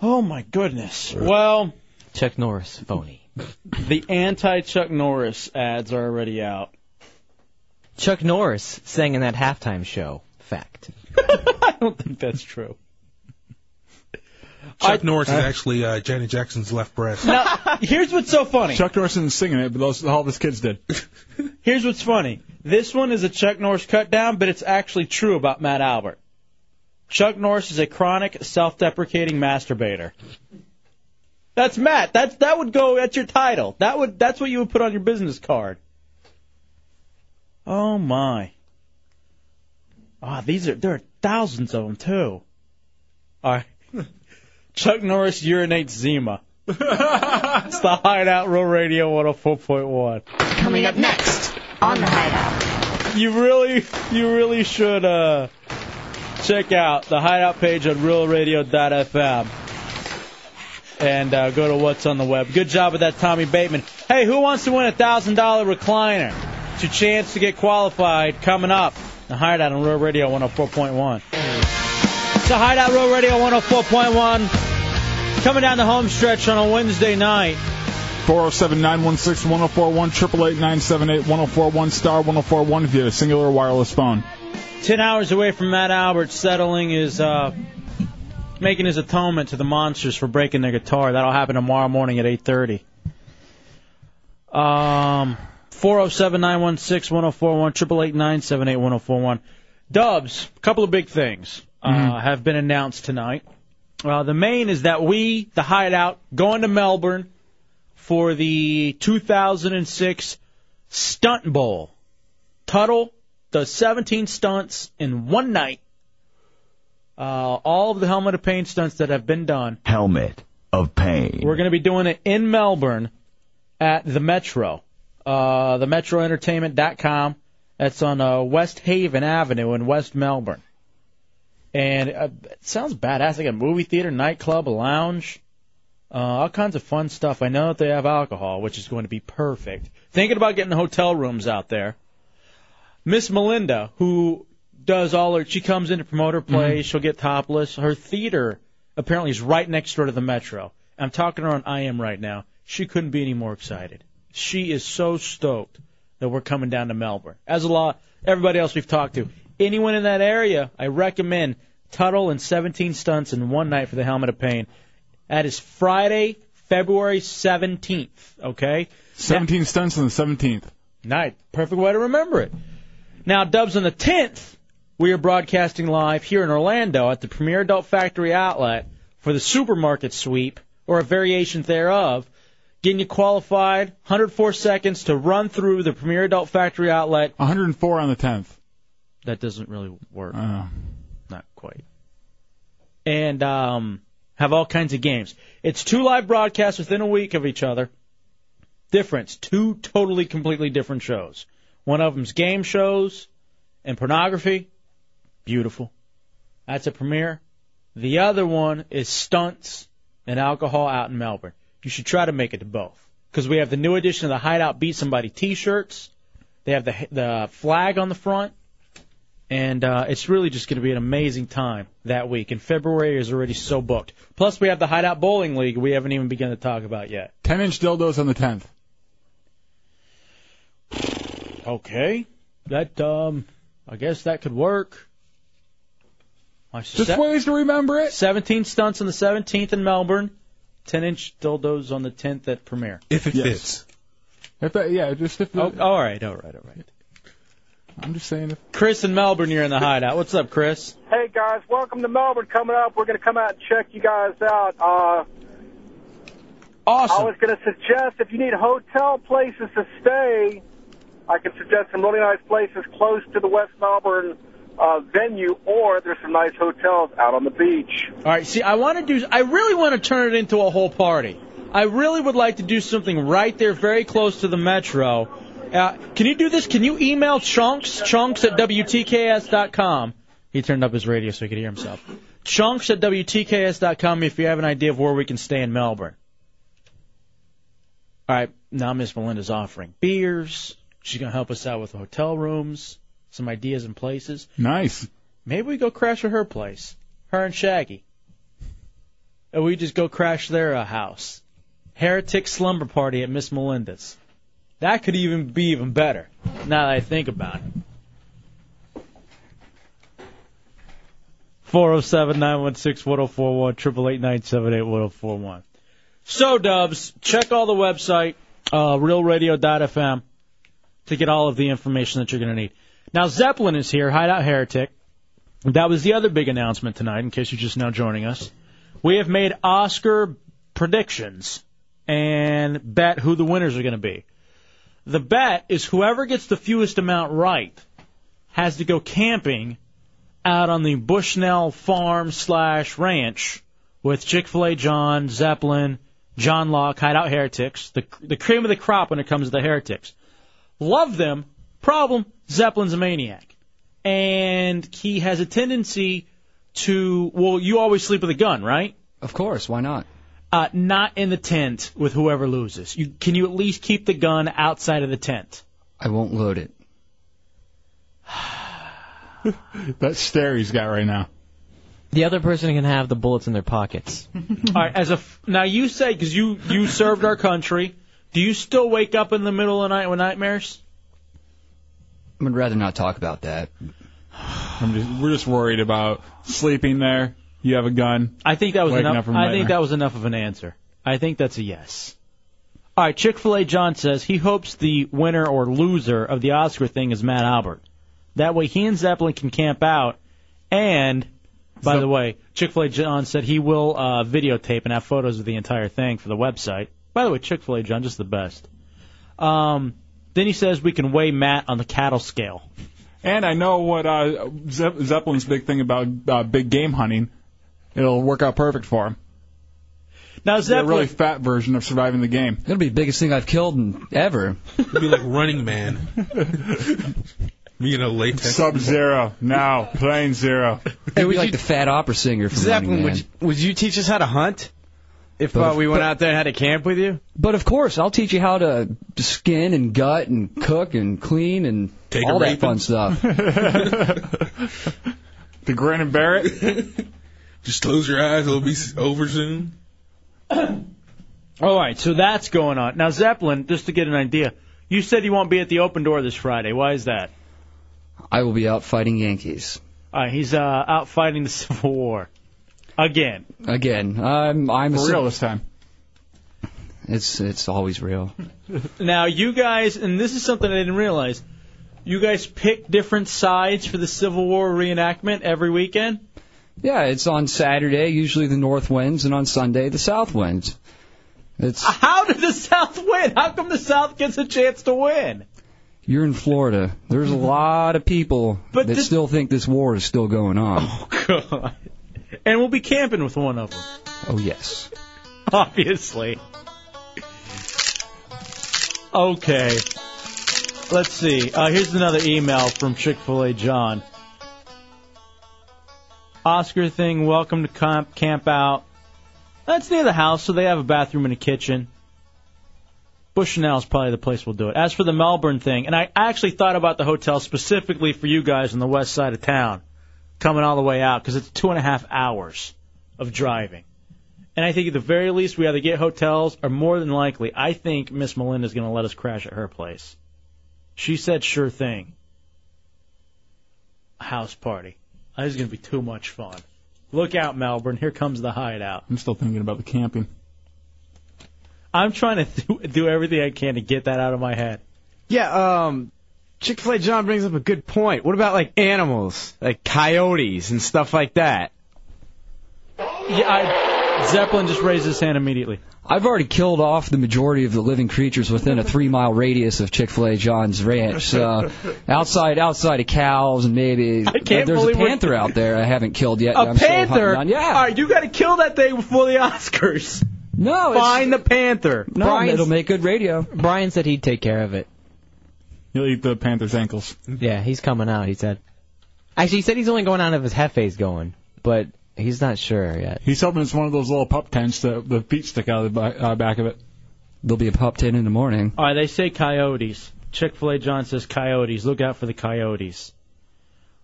Speaker 2: Oh, my goodness. Well,
Speaker 4: Chuck Norris, phony.
Speaker 2: the anti Chuck Norris ads are already out.
Speaker 4: Chuck Norris sang in that halftime show. Fact.
Speaker 2: I don't think that's true.
Speaker 16: Chuck Norris is actually uh, Janet Jackson's left breast.
Speaker 2: Now, here's what's so funny.
Speaker 3: Chuck Norris isn't singing it, but those, all of his kids did.
Speaker 2: Here's what's funny. This one is a Chuck Norris cut down, but it's actually true about Matt Albert. Chuck Norris is a chronic, self-deprecating masturbator. That's Matt. That's that would go. That's your title. That would. That's what you would put on your business card. Oh my. Ah, these are there are thousands of them too. All right. Chuck Norris urinates Zima. it's the Hideout Real Radio 104.1.
Speaker 10: Coming up next on the Hideout.
Speaker 2: you really you really should uh check out the hideout page on realradio.fm and uh, go to what's on the web good job with that tommy bateman hey who wants to win a thousand dollar recliner it's your chance to get qualified coming up the hideout on real radio 104.1 it's the hideout real radio 104.1 coming down the home stretch on a wednesday night
Speaker 3: 407 916 1041, 888 978 1041, star 1041 if you have a singular wireless phone.
Speaker 2: 10 hours away from Matt Albert settling his, uh, making his atonement to the monsters for breaking their guitar. That'll happen tomorrow morning at 8.30. Um, 407-916-1041, 888-978-1041. Dubs, a couple of big things uh, have been announced tonight. Uh, the main is that we, the Hideout, going to Melbourne for the 2006 Stunt Bowl. Tuttle does 17 stunts in one night. Uh, all of the helmet of pain stunts that have been done.
Speaker 26: Helmet of pain.
Speaker 2: We're going to be doing it in Melbourne at the Metro. uh, themetroentertainment.com. That's on uh, West Haven Avenue in West Melbourne. And uh, it sounds badass. They got a movie theater, nightclub, a lounge, uh, all kinds of fun stuff. I know that they have alcohol, which is going to be perfect. Thinking about getting hotel rooms out there. Miss Melinda, who does all her, she comes in to promote her play. She'll get topless. Her theater apparently is right next door to the Metro. I'm talking to her on I Am right now. She couldn't be any more excited. She is so stoked that we're coming down to Melbourne. As a lot, everybody else we've talked to, anyone in that area, I recommend Tuttle and 17 stunts in one night for the Helmet of Pain. That is Friday, February 17th. Okay,
Speaker 3: 17 stunts on the 17th.
Speaker 2: night, perfect way to remember it. Now, Dubs on the 10th, we are broadcasting live here in Orlando at the Premier Adult Factory Outlet for the supermarket sweep or a variation thereof. Getting you qualified, 104 seconds to run through the Premier Adult Factory Outlet.
Speaker 3: 104 on the 10th.
Speaker 2: That doesn't really work.
Speaker 3: Uh,
Speaker 2: Not quite. And um, have all kinds of games. It's two live broadcasts within a week of each other. Difference two totally, completely different shows. One of them's game shows and pornography. Beautiful. That's a premiere. The other one is stunts and alcohol out in Melbourne. You should try to make it to both because we have the new edition of the Hideout Beat Somebody T-shirts. They have the the flag on the front, and uh, it's really just going to be an amazing time that week. And February is already so booked. Plus, we have the Hideout Bowling League we haven't even begun to talk about yet.
Speaker 3: 10 inch dildos on the 10th.
Speaker 2: Okay, that um, I guess that could work.
Speaker 3: Just ways to remember it.
Speaker 2: 17 stunts on the 17th in Melbourne, 10 inch dildos on the 10th at Premiere.
Speaker 16: If it
Speaker 3: Yes.
Speaker 16: fits.
Speaker 3: If that, yeah, just if.
Speaker 2: Oh, all right, all right, all right.
Speaker 3: I'm just saying. If,
Speaker 2: Chris in Melbourne, you're in the hideout. What's up, Chris?
Speaker 26: Hey guys, welcome to Melbourne. Coming up, we're going to come out and check you guys out. Uh,
Speaker 2: awesome.
Speaker 26: I was going to suggest if you need hotel places to stay, I can suggest some really nice places close to the West Melbourne uh, venue, or there's some nice hotels out on the beach.
Speaker 2: All right, see, I want to do. I really want to turn it into a whole party. I really would like to do something right there, very close to the metro. Uh, can you do this? Can you email chunks chunks at wtks.com? He turned up his radio so he could hear himself. Chunks at wtks.com if you have an idea of where we can stay in Melbourne. All right, now Miss Melinda's offering beers. She's gonna help us out with hotel rooms, some ideas and places.
Speaker 3: nice.
Speaker 2: Maybe we go crash at her place. Her and Shaggy. And we just go crash their uh, house. Heretic slumber party at Miss Melinda's. That could even be even better. Now that I think about it. 407 916 1041, 888 978 1041. So, Dubs, check all the website, uh, realradio.fm, to get all of the information that you're going to need. Now, Zeppelin is here, Hideout Heretic. That was the other big announcement tonight, in case you're just now joining us. We have made Oscar predictions and bet who the winners are going to be. The bet is whoever gets the fewest amount right has to go camping out on the Bushnell farm slash ranch with Chick fil A John, Zeppelin, John Locke, Hideout Heretics, the, the cream of the crop when it comes to the heretics. Love them. Problem Zeppelin's a maniac and he has a tendency to well you always sleep with a gun right
Speaker 14: of course why not
Speaker 2: uh, not in the tent with whoever loses you can you at least keep the gun outside of the tent
Speaker 14: I won't load it.
Speaker 3: that stare he's got right now.
Speaker 4: The other person can have the bullets in their pockets.
Speaker 2: all right as a f- now you say because you you served our country do you still wake up in the middle of the night with nightmares
Speaker 14: I would rather not talk about that.
Speaker 3: I'm just, we're just worried about sleeping there. You have a gun.
Speaker 2: I think that was
Speaker 3: Waking
Speaker 2: enough.
Speaker 3: up from
Speaker 2: I
Speaker 3: nightmare.
Speaker 2: think that was enough of an answer. I think that's a yes. All right, Chick Fil A John says he hopes the winner or loser of the Oscar thing is Matt Albert. That way, he and Zeppelin can camp out. And by the way, Chick Fil A John said he will uh, videotape and have photos of the entire thing for the website. By the way, Chick Fil A John, just the best. Um, then he says we can weigh Matt on the cattle scale.
Speaker 3: And I know what uh, Ze- Zeppelin's big thing about uh, big game hunting. It'll work out perfect for him.
Speaker 2: Now
Speaker 3: It'd be a
Speaker 2: Zeppelin,
Speaker 3: really fat version of surviving the game.
Speaker 14: It'll be the biggest thing I've killed in, ever.
Speaker 16: It'll be like Running Man. you know, latex.
Speaker 3: Sub Zero now, Plane Zero.
Speaker 14: It would be like the fat opera singer from
Speaker 5: Zeppelin,
Speaker 14: Running Man.
Speaker 5: would you, would you teach us how to hunt? If uh, we went out there and had a camp with you?
Speaker 14: But of course, I'll teach you how to skin and gut and cook and clean and
Speaker 5: Take a
Speaker 14: all that
Speaker 5: raping.
Speaker 14: fun stuff.
Speaker 3: the grin and bear it.
Speaker 16: Just close your eyes. It'll be s- over soon.
Speaker 2: All right, so that's going on. Now, Zeppelin, just to get an idea, you said you won't be at the open door this Friday. Why is that?
Speaker 14: I will be out fighting Yankees
Speaker 2: All right, he's uh, out fighting the Civil War. Again.
Speaker 14: again. I'm I'm a
Speaker 2: For real
Speaker 3: this time.
Speaker 14: It's it's always real.
Speaker 2: Now, you guys, and this is something I didn't realize, you guys pick different sides for the Civil War reenactment every weekend?
Speaker 14: Yeah, it's on Saturday. Usually the North wins, and on Sunday the South wins. It's
Speaker 2: How did the South win? How come the South gets a chance to win?
Speaker 14: you're in Florida. There's a lot of people that still think this war is still going on.
Speaker 2: God. And we'll be camping with one of them,
Speaker 14: oh yes.
Speaker 2: obviously. Okay. Let's see. Uh, here's another email from Chick fil A John. Oscar thing, welcome to camp, camp out. That's near the house, so they have a bathroom and a kitchen. Bushnell is probably the place we'll do it. As for the Melbourne thing, and I actually thought about the hotel specifically for you guys on the west side of town, coming all the way out, because it's two and a half hours of driving. And I think at the very least, we either get hotels, or more than likely, I think Miss Melinda's going to let us crash at her place. She said, sure thing. House party. This is going to be too much fun. Look out, Melbourne. Here comes the hideout.
Speaker 3: I'm still thinking about the camping.
Speaker 2: I'm trying to th- do everything I can to get that out of my head.
Speaker 5: Yeah, um, Chick fil A John brings up a good point. What about, like, animals? Like coyotes and stuff like that?
Speaker 2: Yeah, I, Zeppelin just raised his hand immediately.
Speaker 14: I've already killed off the majority of the living creatures within a three mile radius of Chick Fil A John's ranch. So outside, outside of cows and maybe I
Speaker 2: can't
Speaker 14: there's
Speaker 2: believe
Speaker 14: a
Speaker 2: what-
Speaker 14: panther out there I haven't killed yet.
Speaker 2: A
Speaker 14: that I'm still hunting
Speaker 2: panther?
Speaker 14: on. Yeah.
Speaker 2: All right, you got to kill that thing before the Oscars.
Speaker 14: No,
Speaker 2: find the panther.
Speaker 14: No,
Speaker 4: Brian's-
Speaker 14: it'll make good radio.
Speaker 4: Brian said he'd take care of it.
Speaker 3: He'll eat the Panthers' ankles.
Speaker 4: Yeah, he's coming out. He said. Actually, he said he's only going out if his hefe's going, but he's not sure yet.
Speaker 3: He's hoping it's one of those little pup tents that the feet stick out of the bi- uh, back of it.
Speaker 14: There'll be a pup tent in the morning.
Speaker 2: All right, they say coyotes. Chick fil A John says coyotes. Look out for the coyotes.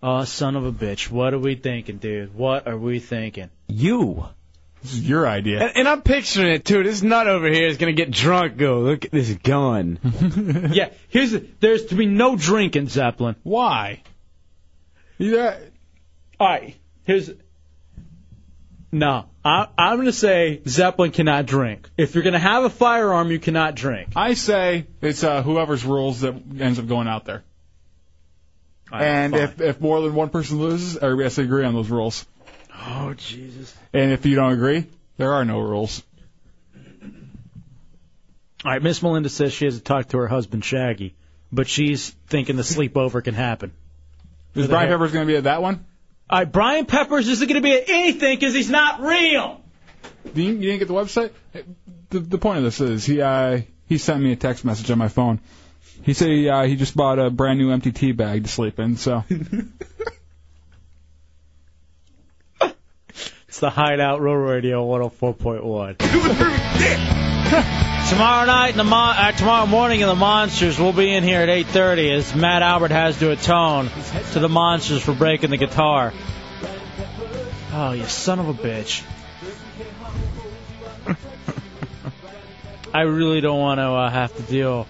Speaker 2: Oh, son of a bitch. What are we thinking, dude? What are we thinking?
Speaker 5: You.
Speaker 3: This is your idea.
Speaker 5: And, and I'm picturing it, too. This nut over here is going to get drunk. Go, look at this gun.
Speaker 2: yeah, here's the, there's to be no drinking, Zeppelin. Why?
Speaker 3: Yeah.
Speaker 2: All right, here's. No, I, I'm going to say Zeppelin cannot drink. If you're going to have a firearm, you cannot drink.
Speaker 3: I say it's uh, whoever's rules that ends up going out there. and if, if more than one person loses, everybody has to agree on those rules.
Speaker 2: Oh, Jesus.
Speaker 3: And if you don't agree, there are no rules.
Speaker 2: All right, Miss Melinda says she hasn't talked to her husband, Shaggy, but she's thinking the sleepover can happen.
Speaker 3: Is Brian Pepper's going to be at that one?
Speaker 2: All right, Brian Peppers isn't going to be at anything because he's not real.
Speaker 3: Do you, you didn't get the website? The, the point of this is he uh, he sent me a text message on my phone. He said he, uh, he just bought a brand new empty tea bag to sleep in. So
Speaker 2: It's the Hideout Row Radio 104.1. tomorrow night, in the mon- uh, tomorrow morning in the Monsters, we'll be in here at 8:30 as Matt Albert has to atone to the Monsters for breaking the guitar. Oh, you son of a bitch! I really don't want to uh, have to deal.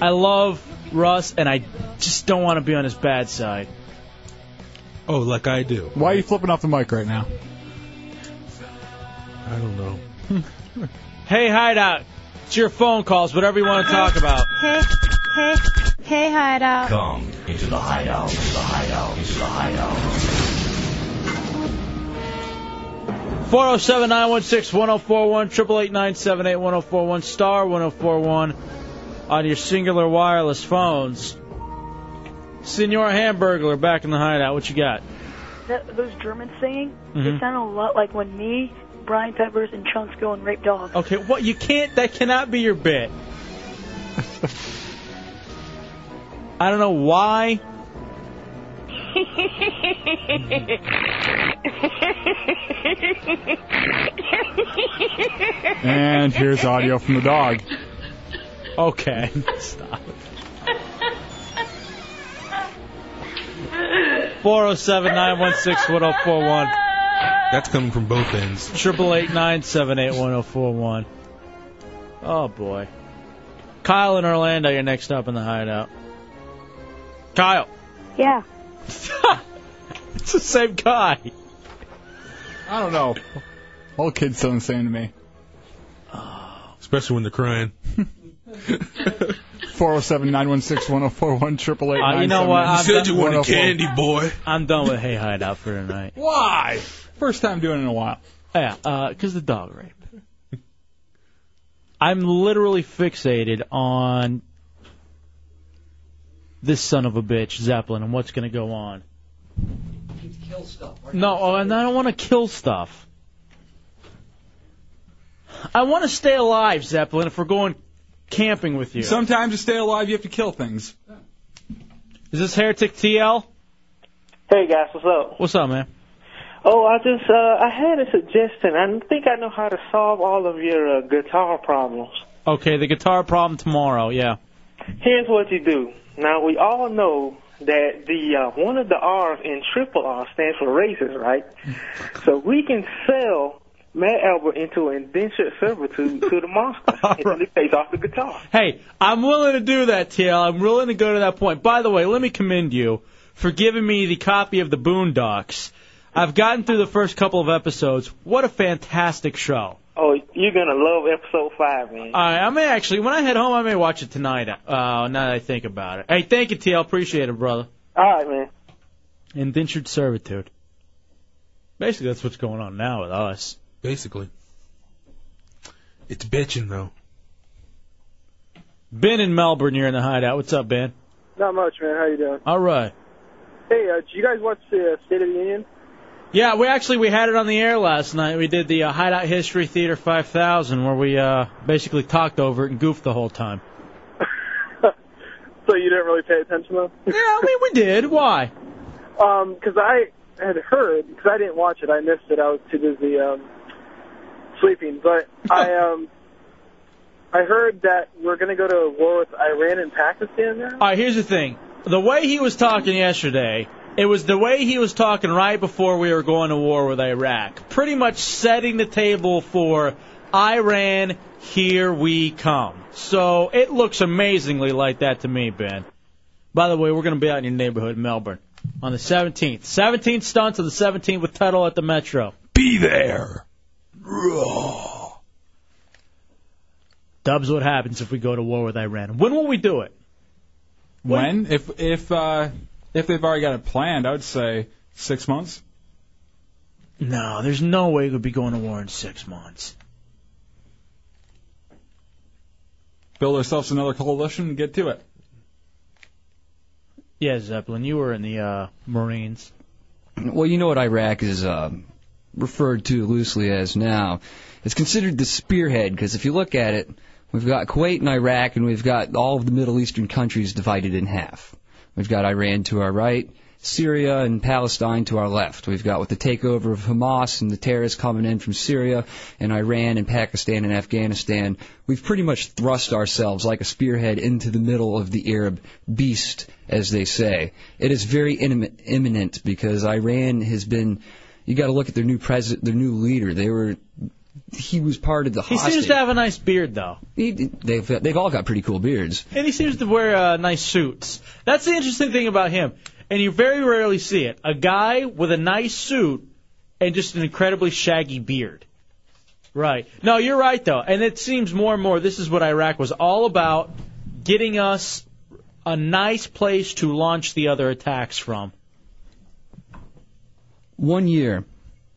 Speaker 2: I love Russ, and I just don't want to be on his bad side.
Speaker 16: Oh, like I do.
Speaker 3: why are you flipping off the mic right now?
Speaker 16: I don't know.
Speaker 2: Hey, Hideout, it's your phone calls, whatever you want to talk about.
Speaker 6: Hey, hey, hey, hideout.
Speaker 10: Come into the hideout, into the hideout, into the hideout.
Speaker 2: 407 916 1041, 888 978 1041, star 1041 on your singular wireless phones. Senor Hamburglar back in the hideout. What you got?
Speaker 27: That, those Germans singing,
Speaker 18: Mm-hmm.
Speaker 2: Mhm.
Speaker 27: it sounded a lot like when me Brian Peppers and Chunks go and rape dogs.
Speaker 2: Okay, what you can't that cannot be your bit. I don't know why.
Speaker 3: And here's audio from the dog.
Speaker 2: Okay, stop. 407 916 1041.
Speaker 16: That's coming from both ends.
Speaker 2: 888 978 1041. Oh, boy. Kyle in Orlando, you're next up in the hideout. Kyle.
Speaker 27: Yeah.
Speaker 2: it's the same guy.
Speaker 3: I don't know. All kids sound the same to me.
Speaker 16: Especially when they're crying.
Speaker 3: 407 916 1041
Speaker 2: Uh, you know what? I'm done-
Speaker 16: boy.
Speaker 2: I'm done with Hey Hideout for tonight.
Speaker 3: Why? First time doing it in a while.
Speaker 2: Yeah, because the dog rape. I'm literally fixated on this son of a bitch, Zeppelin, and what's going to go on.
Speaker 14: Kill stuff.
Speaker 2: No, oh, and I don't want to kill stuff. I want to stay alive, Zeppelin, if we're going camping with you.
Speaker 3: Sometimes to stay alive, you have to kill things.
Speaker 2: Is this Heretic TL?
Speaker 7: Hey guys, what's up?
Speaker 2: What's up, man?
Speaker 7: Oh, I just uh, I had a suggestion. I think I know how to solve all of your uh, guitar problems.
Speaker 2: Okay, the guitar problem tomorrow, yeah.
Speaker 7: Here's what you do. Now we all know that the uh, one of the R's in triple R stands for racist, right? so we can sell Matt Albert into indentured servitude to the monster, and he pays off the guitar.
Speaker 2: Hey, I'm willing to do that, TL. I'm willing to go to that point. By the way, let me commend you for giving me the copy of the Boondocks. I've gotten through the first couple of episodes. What a fantastic show.
Speaker 7: Oh, you're gonna love episode five, man.
Speaker 2: All right, I may actually, when I head home, I may watch it tonight, uh, now that I think about it. Hey, thank you, TL. Appreciate it, brother.
Speaker 7: All right, man.
Speaker 2: Indentured servitude. Basically, that's what's going on now with us.
Speaker 16: Basically. It's bitching, though.
Speaker 2: Ben in Melbourne, you're in the hideout. What's up, Ben?
Speaker 9: Not much, man. How you doing?
Speaker 2: All right.
Speaker 9: Hey, uh, do you guys watch the uh, State of the Union?
Speaker 2: Yeah, we actually we had it on the air last night. We did the uh, Hideout History Theater 5000, where we uh, basically talked over it and goofed the whole time.
Speaker 9: So you didn't really pay attention though?
Speaker 2: yeah, I mean we did. Why?
Speaker 9: Um, 'cause I had heard, because I didn't watch it, I missed it. I was too busy um, sleeping. But I um, I heard that we're gonna go to war with Iran and Pakistan now.
Speaker 2: All right, here's the thing: the way he was talking yesterday, it was the way he was talking right before we were going to war with Iraq, pretty much setting the table for Iran. Here we come. So it looks amazingly like that to me, Ben. By the way, we're going to be out in your neighborhood, Melbourne, on the 17th. 17th stunts on the 17th with Tuttle at the Metro.
Speaker 16: Be there.
Speaker 2: Dubs, what happens if we go to war with Iran? When will we do it?
Speaker 3: When? If if uh, if they've already got it planned, I would say six months.
Speaker 2: No, there's no way we'll be going to war in six months.
Speaker 3: Build ourselves another coalition and get to it.
Speaker 2: Yeah, Zeppelin, you were in the uh, Marines.
Speaker 14: Well, you know what Iraq is uh, referred to loosely as now. It's considered the spearhead because if you look at it, we've got Kuwait and Iraq, and we've got all of the Middle Eastern countries divided in half. We've got Iran to our right, Syria and Palestine to our left. We've got with the takeover of Hamas and the terrorists coming in from Syria and Iran and Pakistan and Afghanistan. We've pretty much thrust ourselves like a spearhead into the middle of the Arab beast, as they say. It is very imminent- imminent because Iran has been. You got to look at their new president, their new leader. They were. He was part of the
Speaker 2: He
Speaker 14: hostage.
Speaker 2: seems to have a nice beard, though.
Speaker 14: He- they've they've all got pretty cool beards.
Speaker 2: And he seems to wear uh, nice suits. That's the interesting thing about him. And you very rarely see it. A guy with a nice suit and just an incredibly shaggy beard. Right. No, you're right, though. And it seems more and more this is what Iraq was all about getting us a nice place to launch the other attacks from.
Speaker 14: One year,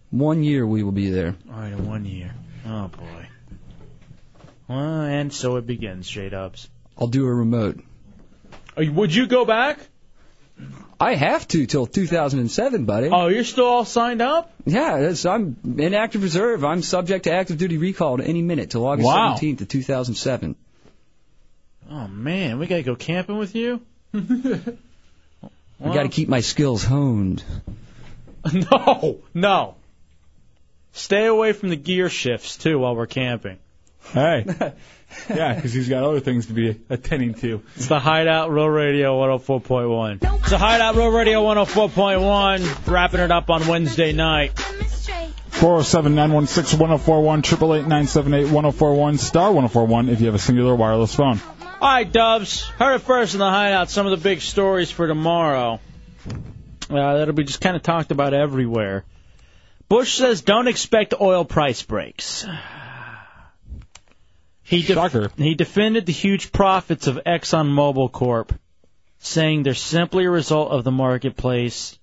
Speaker 14: one year we will be there.
Speaker 2: All right, in one year. Oh, boy. Well, and so it begins, J Dubs.
Speaker 14: I'll do a remote.
Speaker 2: Would you go back?
Speaker 14: I have to till 2007, buddy.
Speaker 2: Oh, you're still all signed up?
Speaker 14: Yeah, that's, I'm in active reserve. I'm subject to active duty recall at any minute till August
Speaker 2: Wow.
Speaker 14: 17th of 2007.
Speaker 2: Oh man, we gotta go camping with you.
Speaker 14: I got to keep my skills honed.
Speaker 2: no, no. Stay away from the gear shifts too while we're camping.
Speaker 3: Hey. yeah, because he's got other things to be attending to.
Speaker 2: It's the Hideout Row Radio 104.1. It's the Hideout Row Radio 104.1. Wrapping it up on Wednesday night.
Speaker 3: 407 916 1041, 888 978 1041, star 1041 if you have a singular wireless phone.
Speaker 2: All right, Dubs. Heard it first in the Hideout. Some of the big stories for tomorrow. Uh, that'll be just kind of talked about everywhere. Bush says don't expect oil price breaks. He def- He defended the huge profits of ExxonMobil Corp, saying they're simply a result of the marketplace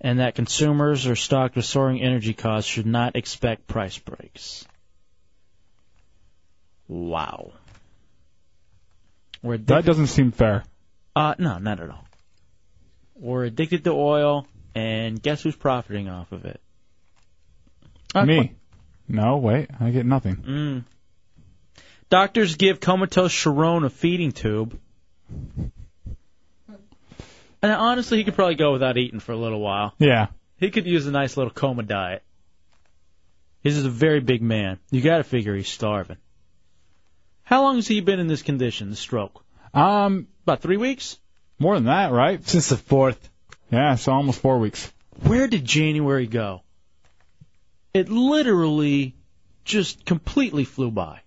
Speaker 2: and that consumers are stocked with soaring energy costs should not expect price breaks. Wow. We're
Speaker 3: That doesn't seem fair.
Speaker 2: Uh, no, not at all. We're addicted to oil, and guess who's profiting off of it?
Speaker 3: Me. No, wait, I get nothing.
Speaker 2: Mm. Doctors give comatose Sharon a feeding tube. And honestly, he could probably go without eating for a little while.
Speaker 3: Yeah.
Speaker 2: He could use a nice little coma diet. This is a very big man. You got to figure he's starving. How long has he been in this condition, the stroke?
Speaker 3: Um,
Speaker 2: about three weeks.
Speaker 3: More than that, right?
Speaker 5: Since the fourth.
Speaker 3: Yeah, so almost four weeks.
Speaker 2: Where did January go? It literally just completely flew by.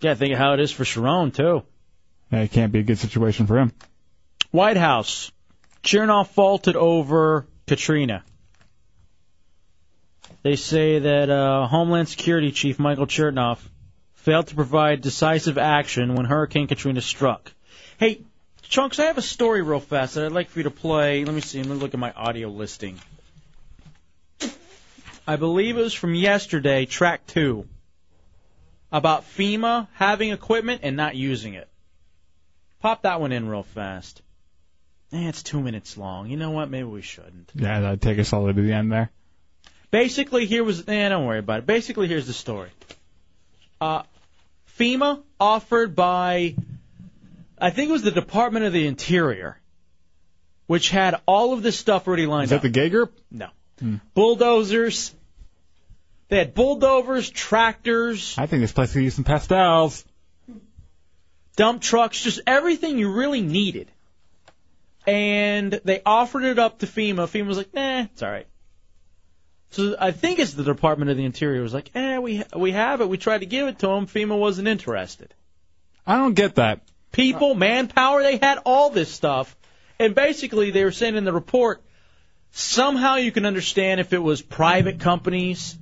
Speaker 2: Yeah, think of how it is for Sharon too.
Speaker 3: Yeah, it can't be a good situation for him.
Speaker 2: White House. Chernoff faulted over Katrina. They say that uh, Homeland Security Chief Michael Chernoff failed to provide decisive action when Hurricane Katrina struck. Hey, Chunks, I have a story real fast that I'd like for you to play. Let me see. Let me look at my audio listing. I believe it was from yesterday, track two, about FEMA having equipment and not using it. Pop that one in real fast. Eh, it's two minutes long. You know what? Maybe we shouldn't.
Speaker 3: Yeah, that'd take us all the way to the end there.
Speaker 2: Basically, here was. Eh, don't worry about it. Basically, here's the story. Uh, FEMA offered by, I think it was the Department of the Interior, which had all of this stuff already lined
Speaker 3: Is that
Speaker 2: up.
Speaker 3: the gay group? Hmm.
Speaker 2: No. Bulldozers. They had bulldozers, tractors,
Speaker 3: I think this place could use some pastels.
Speaker 2: dump trucks, just everything you really needed. And they offered it up to FEMA. FEMA was like, nah, it's all right. So I think it's the Department of the Interior was like, eh, we we have it. We tried to give it to them. FEMA wasn't interested.
Speaker 3: I don't get that. Uh,
Speaker 2: People, manpower, they had all this stuff, and basically they were saying in the report, somehow you can understand if it was private companies.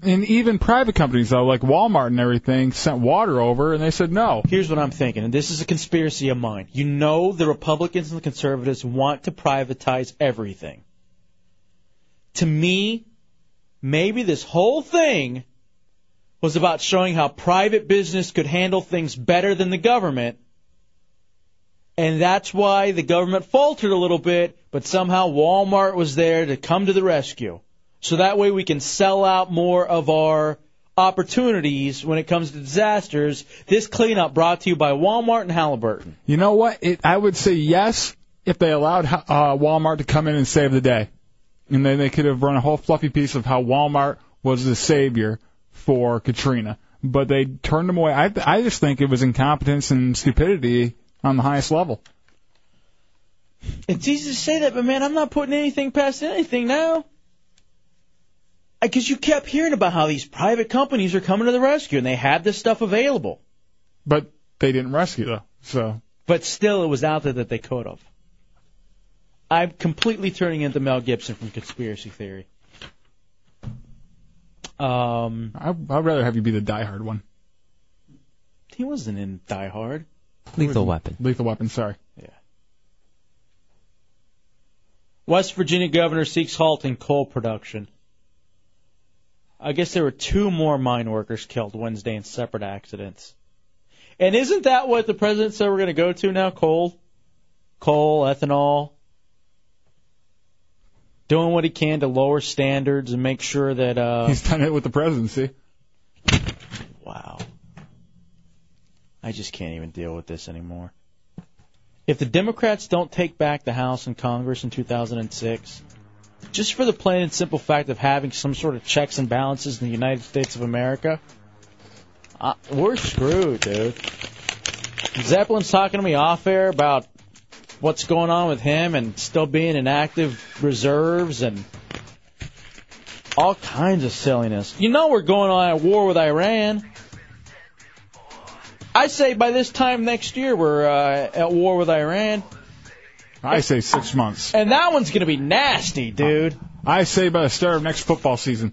Speaker 3: And even private companies, though, like Walmart and everything, sent water over, and they said no.
Speaker 2: Here's what I'm thinking, and this is a conspiracy of mine. You know the Republicans and the conservatives want to privatize everything. To me, maybe this whole thing was about showing how private business could handle things better than the government. And that's why the government faltered a little bit, but somehow Walmart was there to come to the rescue. So that way we can sell out more of our opportunities when it comes to disasters. This cleanup brought to you by Walmart and Halliburton.
Speaker 3: You know what? It, I would say yes if they allowed uh, Walmart to come in and save the day, and then they could have run a whole fluffy piece of how Walmart was the savior for Katrina. But they turned them away. I, I just think it was incompetence and stupidity on the highest level.
Speaker 2: It's easy to say that, but man, I'm not putting anything past anything now. Because you kept hearing about how these private companies are coming to the rescue and they had this stuff available.
Speaker 3: But they didn't rescue though, so
Speaker 2: But still, it was out there that they could have. I'm completely turning into Mel Gibson from conspiracy theory. Um,
Speaker 3: I, I'd rather have you be the diehard one.
Speaker 2: He wasn't in Die Hard.
Speaker 3: Lethal Weapon. Lethal Weapon. Sorry.
Speaker 2: West Virginia governor seeks halt in coal production. I guess there were two more mine workers killed Wednesday in separate accidents. And isn't that what the president said we're going to go to now, coal? coal, ethanol, doing what he can to lower standards and make sure that uh,
Speaker 3: He's done it with the presidency.
Speaker 2: Wow. I just can't even deal with this anymore. If the Democrats don't take back the House and Congress in 2006, just for the plain and simple fact of having some sort of checks and balances in the United States of America, uh, we're screwed, dude. Zeppelin's talking to me off air about what's going on with him and still being in active reserves and all kinds of silliness. You know we're going on at war with Iran. I say by this time next year we're uh, at war with Iran,
Speaker 3: I say six months.
Speaker 2: and that one's going to be nasty, dude.
Speaker 3: I say by the start of next football season.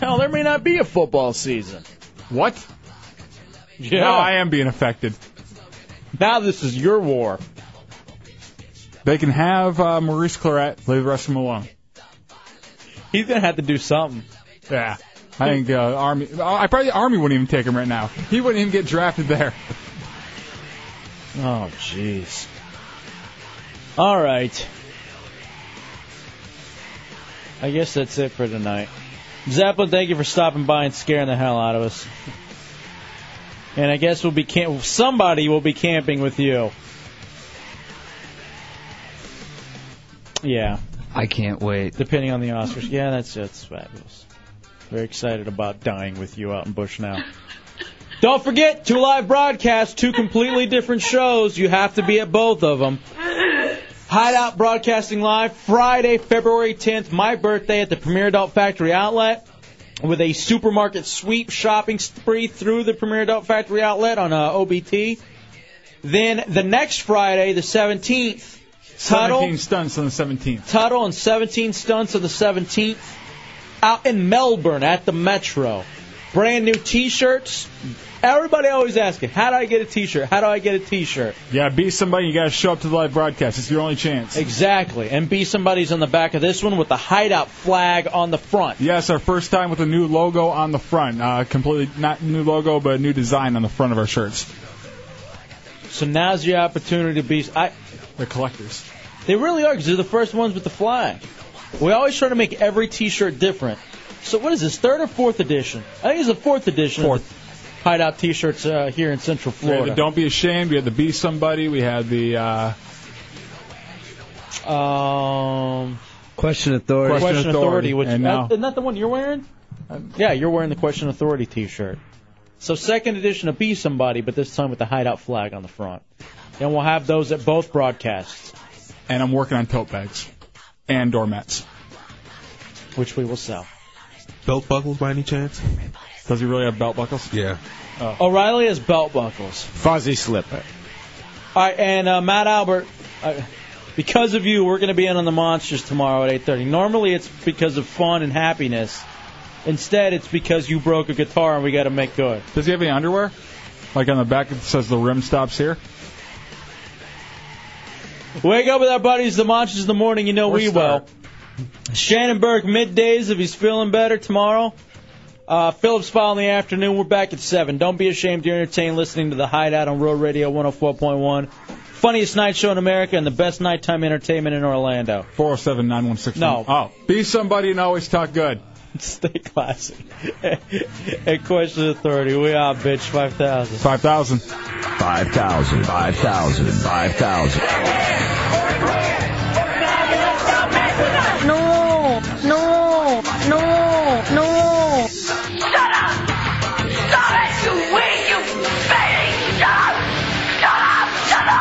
Speaker 2: Hell, there may not be a football season.
Speaker 3: What?
Speaker 2: Yeah.
Speaker 3: Now I am being affected.
Speaker 2: Now this is your war.
Speaker 3: They can have uh, Maurice Claret, leave the rest of them alone.
Speaker 2: He's gonna have to do something.
Speaker 3: Yeah. I think uh, Army. I probably Army wouldn't even take him right now. He wouldn't even get drafted there.
Speaker 2: Oh, jeez. All right. I guess that's it for tonight. Zeppelin, thank you for stopping by and scaring the hell out of us. And I guess we'll be camp- somebody will be camping with you. Yeah.
Speaker 14: I can't wait.
Speaker 2: Depending on the Oscars. Yeah, that's that's fabulous. Very excited about dying with you out in Bush now. Don't forget, two live broadcasts, two completely different shows. You have to be at both of them. Hideout Broadcasting Live, Friday, February 10th, my birthday at the Premier Adult Factory Outlet with a supermarket sweep shopping spree through the Premier Adult Factory Outlet on uh, OBT. Then the next Friday, the 17th, Tuttle.
Speaker 3: 17 stunts on the 17th.
Speaker 2: Tuttle and 17 stunts of the 17th out in Melbourne at the Metro. Brand new T-shirts. Everybody always asking, how do I get a T-shirt? How do I get a T-shirt?
Speaker 3: Yeah, be somebody. You got to show up to the live broadcast. It's your only chance.
Speaker 2: Exactly. And be somebody's on the back of this one with the hideout flag on the front.
Speaker 3: Yes, our first time with a new logo on the front. Uh, completely not new logo, but a new design on the front of our shirts.
Speaker 2: So now's your opportunity to be. I,
Speaker 3: they're collectors.
Speaker 2: They really are because they're the first ones with the flag. We always try to make every T-shirt different. So what is this? Third or fourth edition? I think it's the fourth edition. Fourth. Hideout T-shirts uh, here in Central
Speaker 3: We had
Speaker 2: Florida.
Speaker 3: the Don't Be Ashamed. We had the Be Somebody. We had the uh,
Speaker 2: Um,
Speaker 5: Question authority.
Speaker 2: Question, Authority, which
Speaker 3: and now
Speaker 2: uh, isn't that the one you're wearing? Yeah, you're wearing the Question Authority T-shirt. So second edition of Be Somebody, but this time with the hideout flag on the front. And we'll have those at both broadcasts,
Speaker 3: and I'm working on tote bags and doormats.
Speaker 2: which we will sell.
Speaker 16: Belt buckles by any chance?
Speaker 3: Does he really have belt buckles?
Speaker 16: Yeah.
Speaker 2: Oh. O'Reilly has belt buckles.
Speaker 5: Fuzzy slipper.
Speaker 2: All right, and uh, Matt Albert, uh, because of you, we're going to be in on the monsters tomorrow at 8:30. Normally, it's because of fun and happiness. Instead, it's because you broke a guitar and we got to make good.
Speaker 3: Does he have any underwear? Like on the back it says the rim stops here.
Speaker 2: Wake up with our buddies, the monsters in the morning. You know we will. Shannon Burke, middays if he's feeling better tomorrow. Uh, Phillips File in the afternoon. We're back at 7. Don't be ashamed to entertain listening to The Hideout on Road Radio 104.1. Funniest night show in America and the best nighttime entertainment in Orlando.
Speaker 3: 407 916.
Speaker 2: No.
Speaker 3: Oh, be somebody and always talk good.
Speaker 2: Stay classy. and question authority. We are bitch five thousand.
Speaker 3: Five thousand.
Speaker 28: 5,000, 5,000, 5,000.
Speaker 10: No, no, no, no. Shut up! Stop it, you weak, you baby! Shut up! Shut up! Shut up!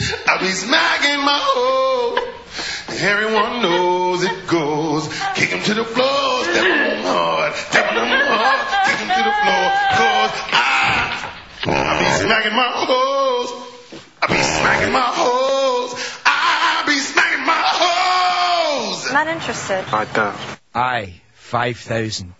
Speaker 13: I be smacking my hoe. Everyone knows it goes. Kick him to the floor, step on him hard, step on him hard, kick him to the floor, cause I, I be smacking my hoes. I be smacking my hoes. I be smacking my hoes.
Speaker 6: Not interested.
Speaker 5: I, 5,000.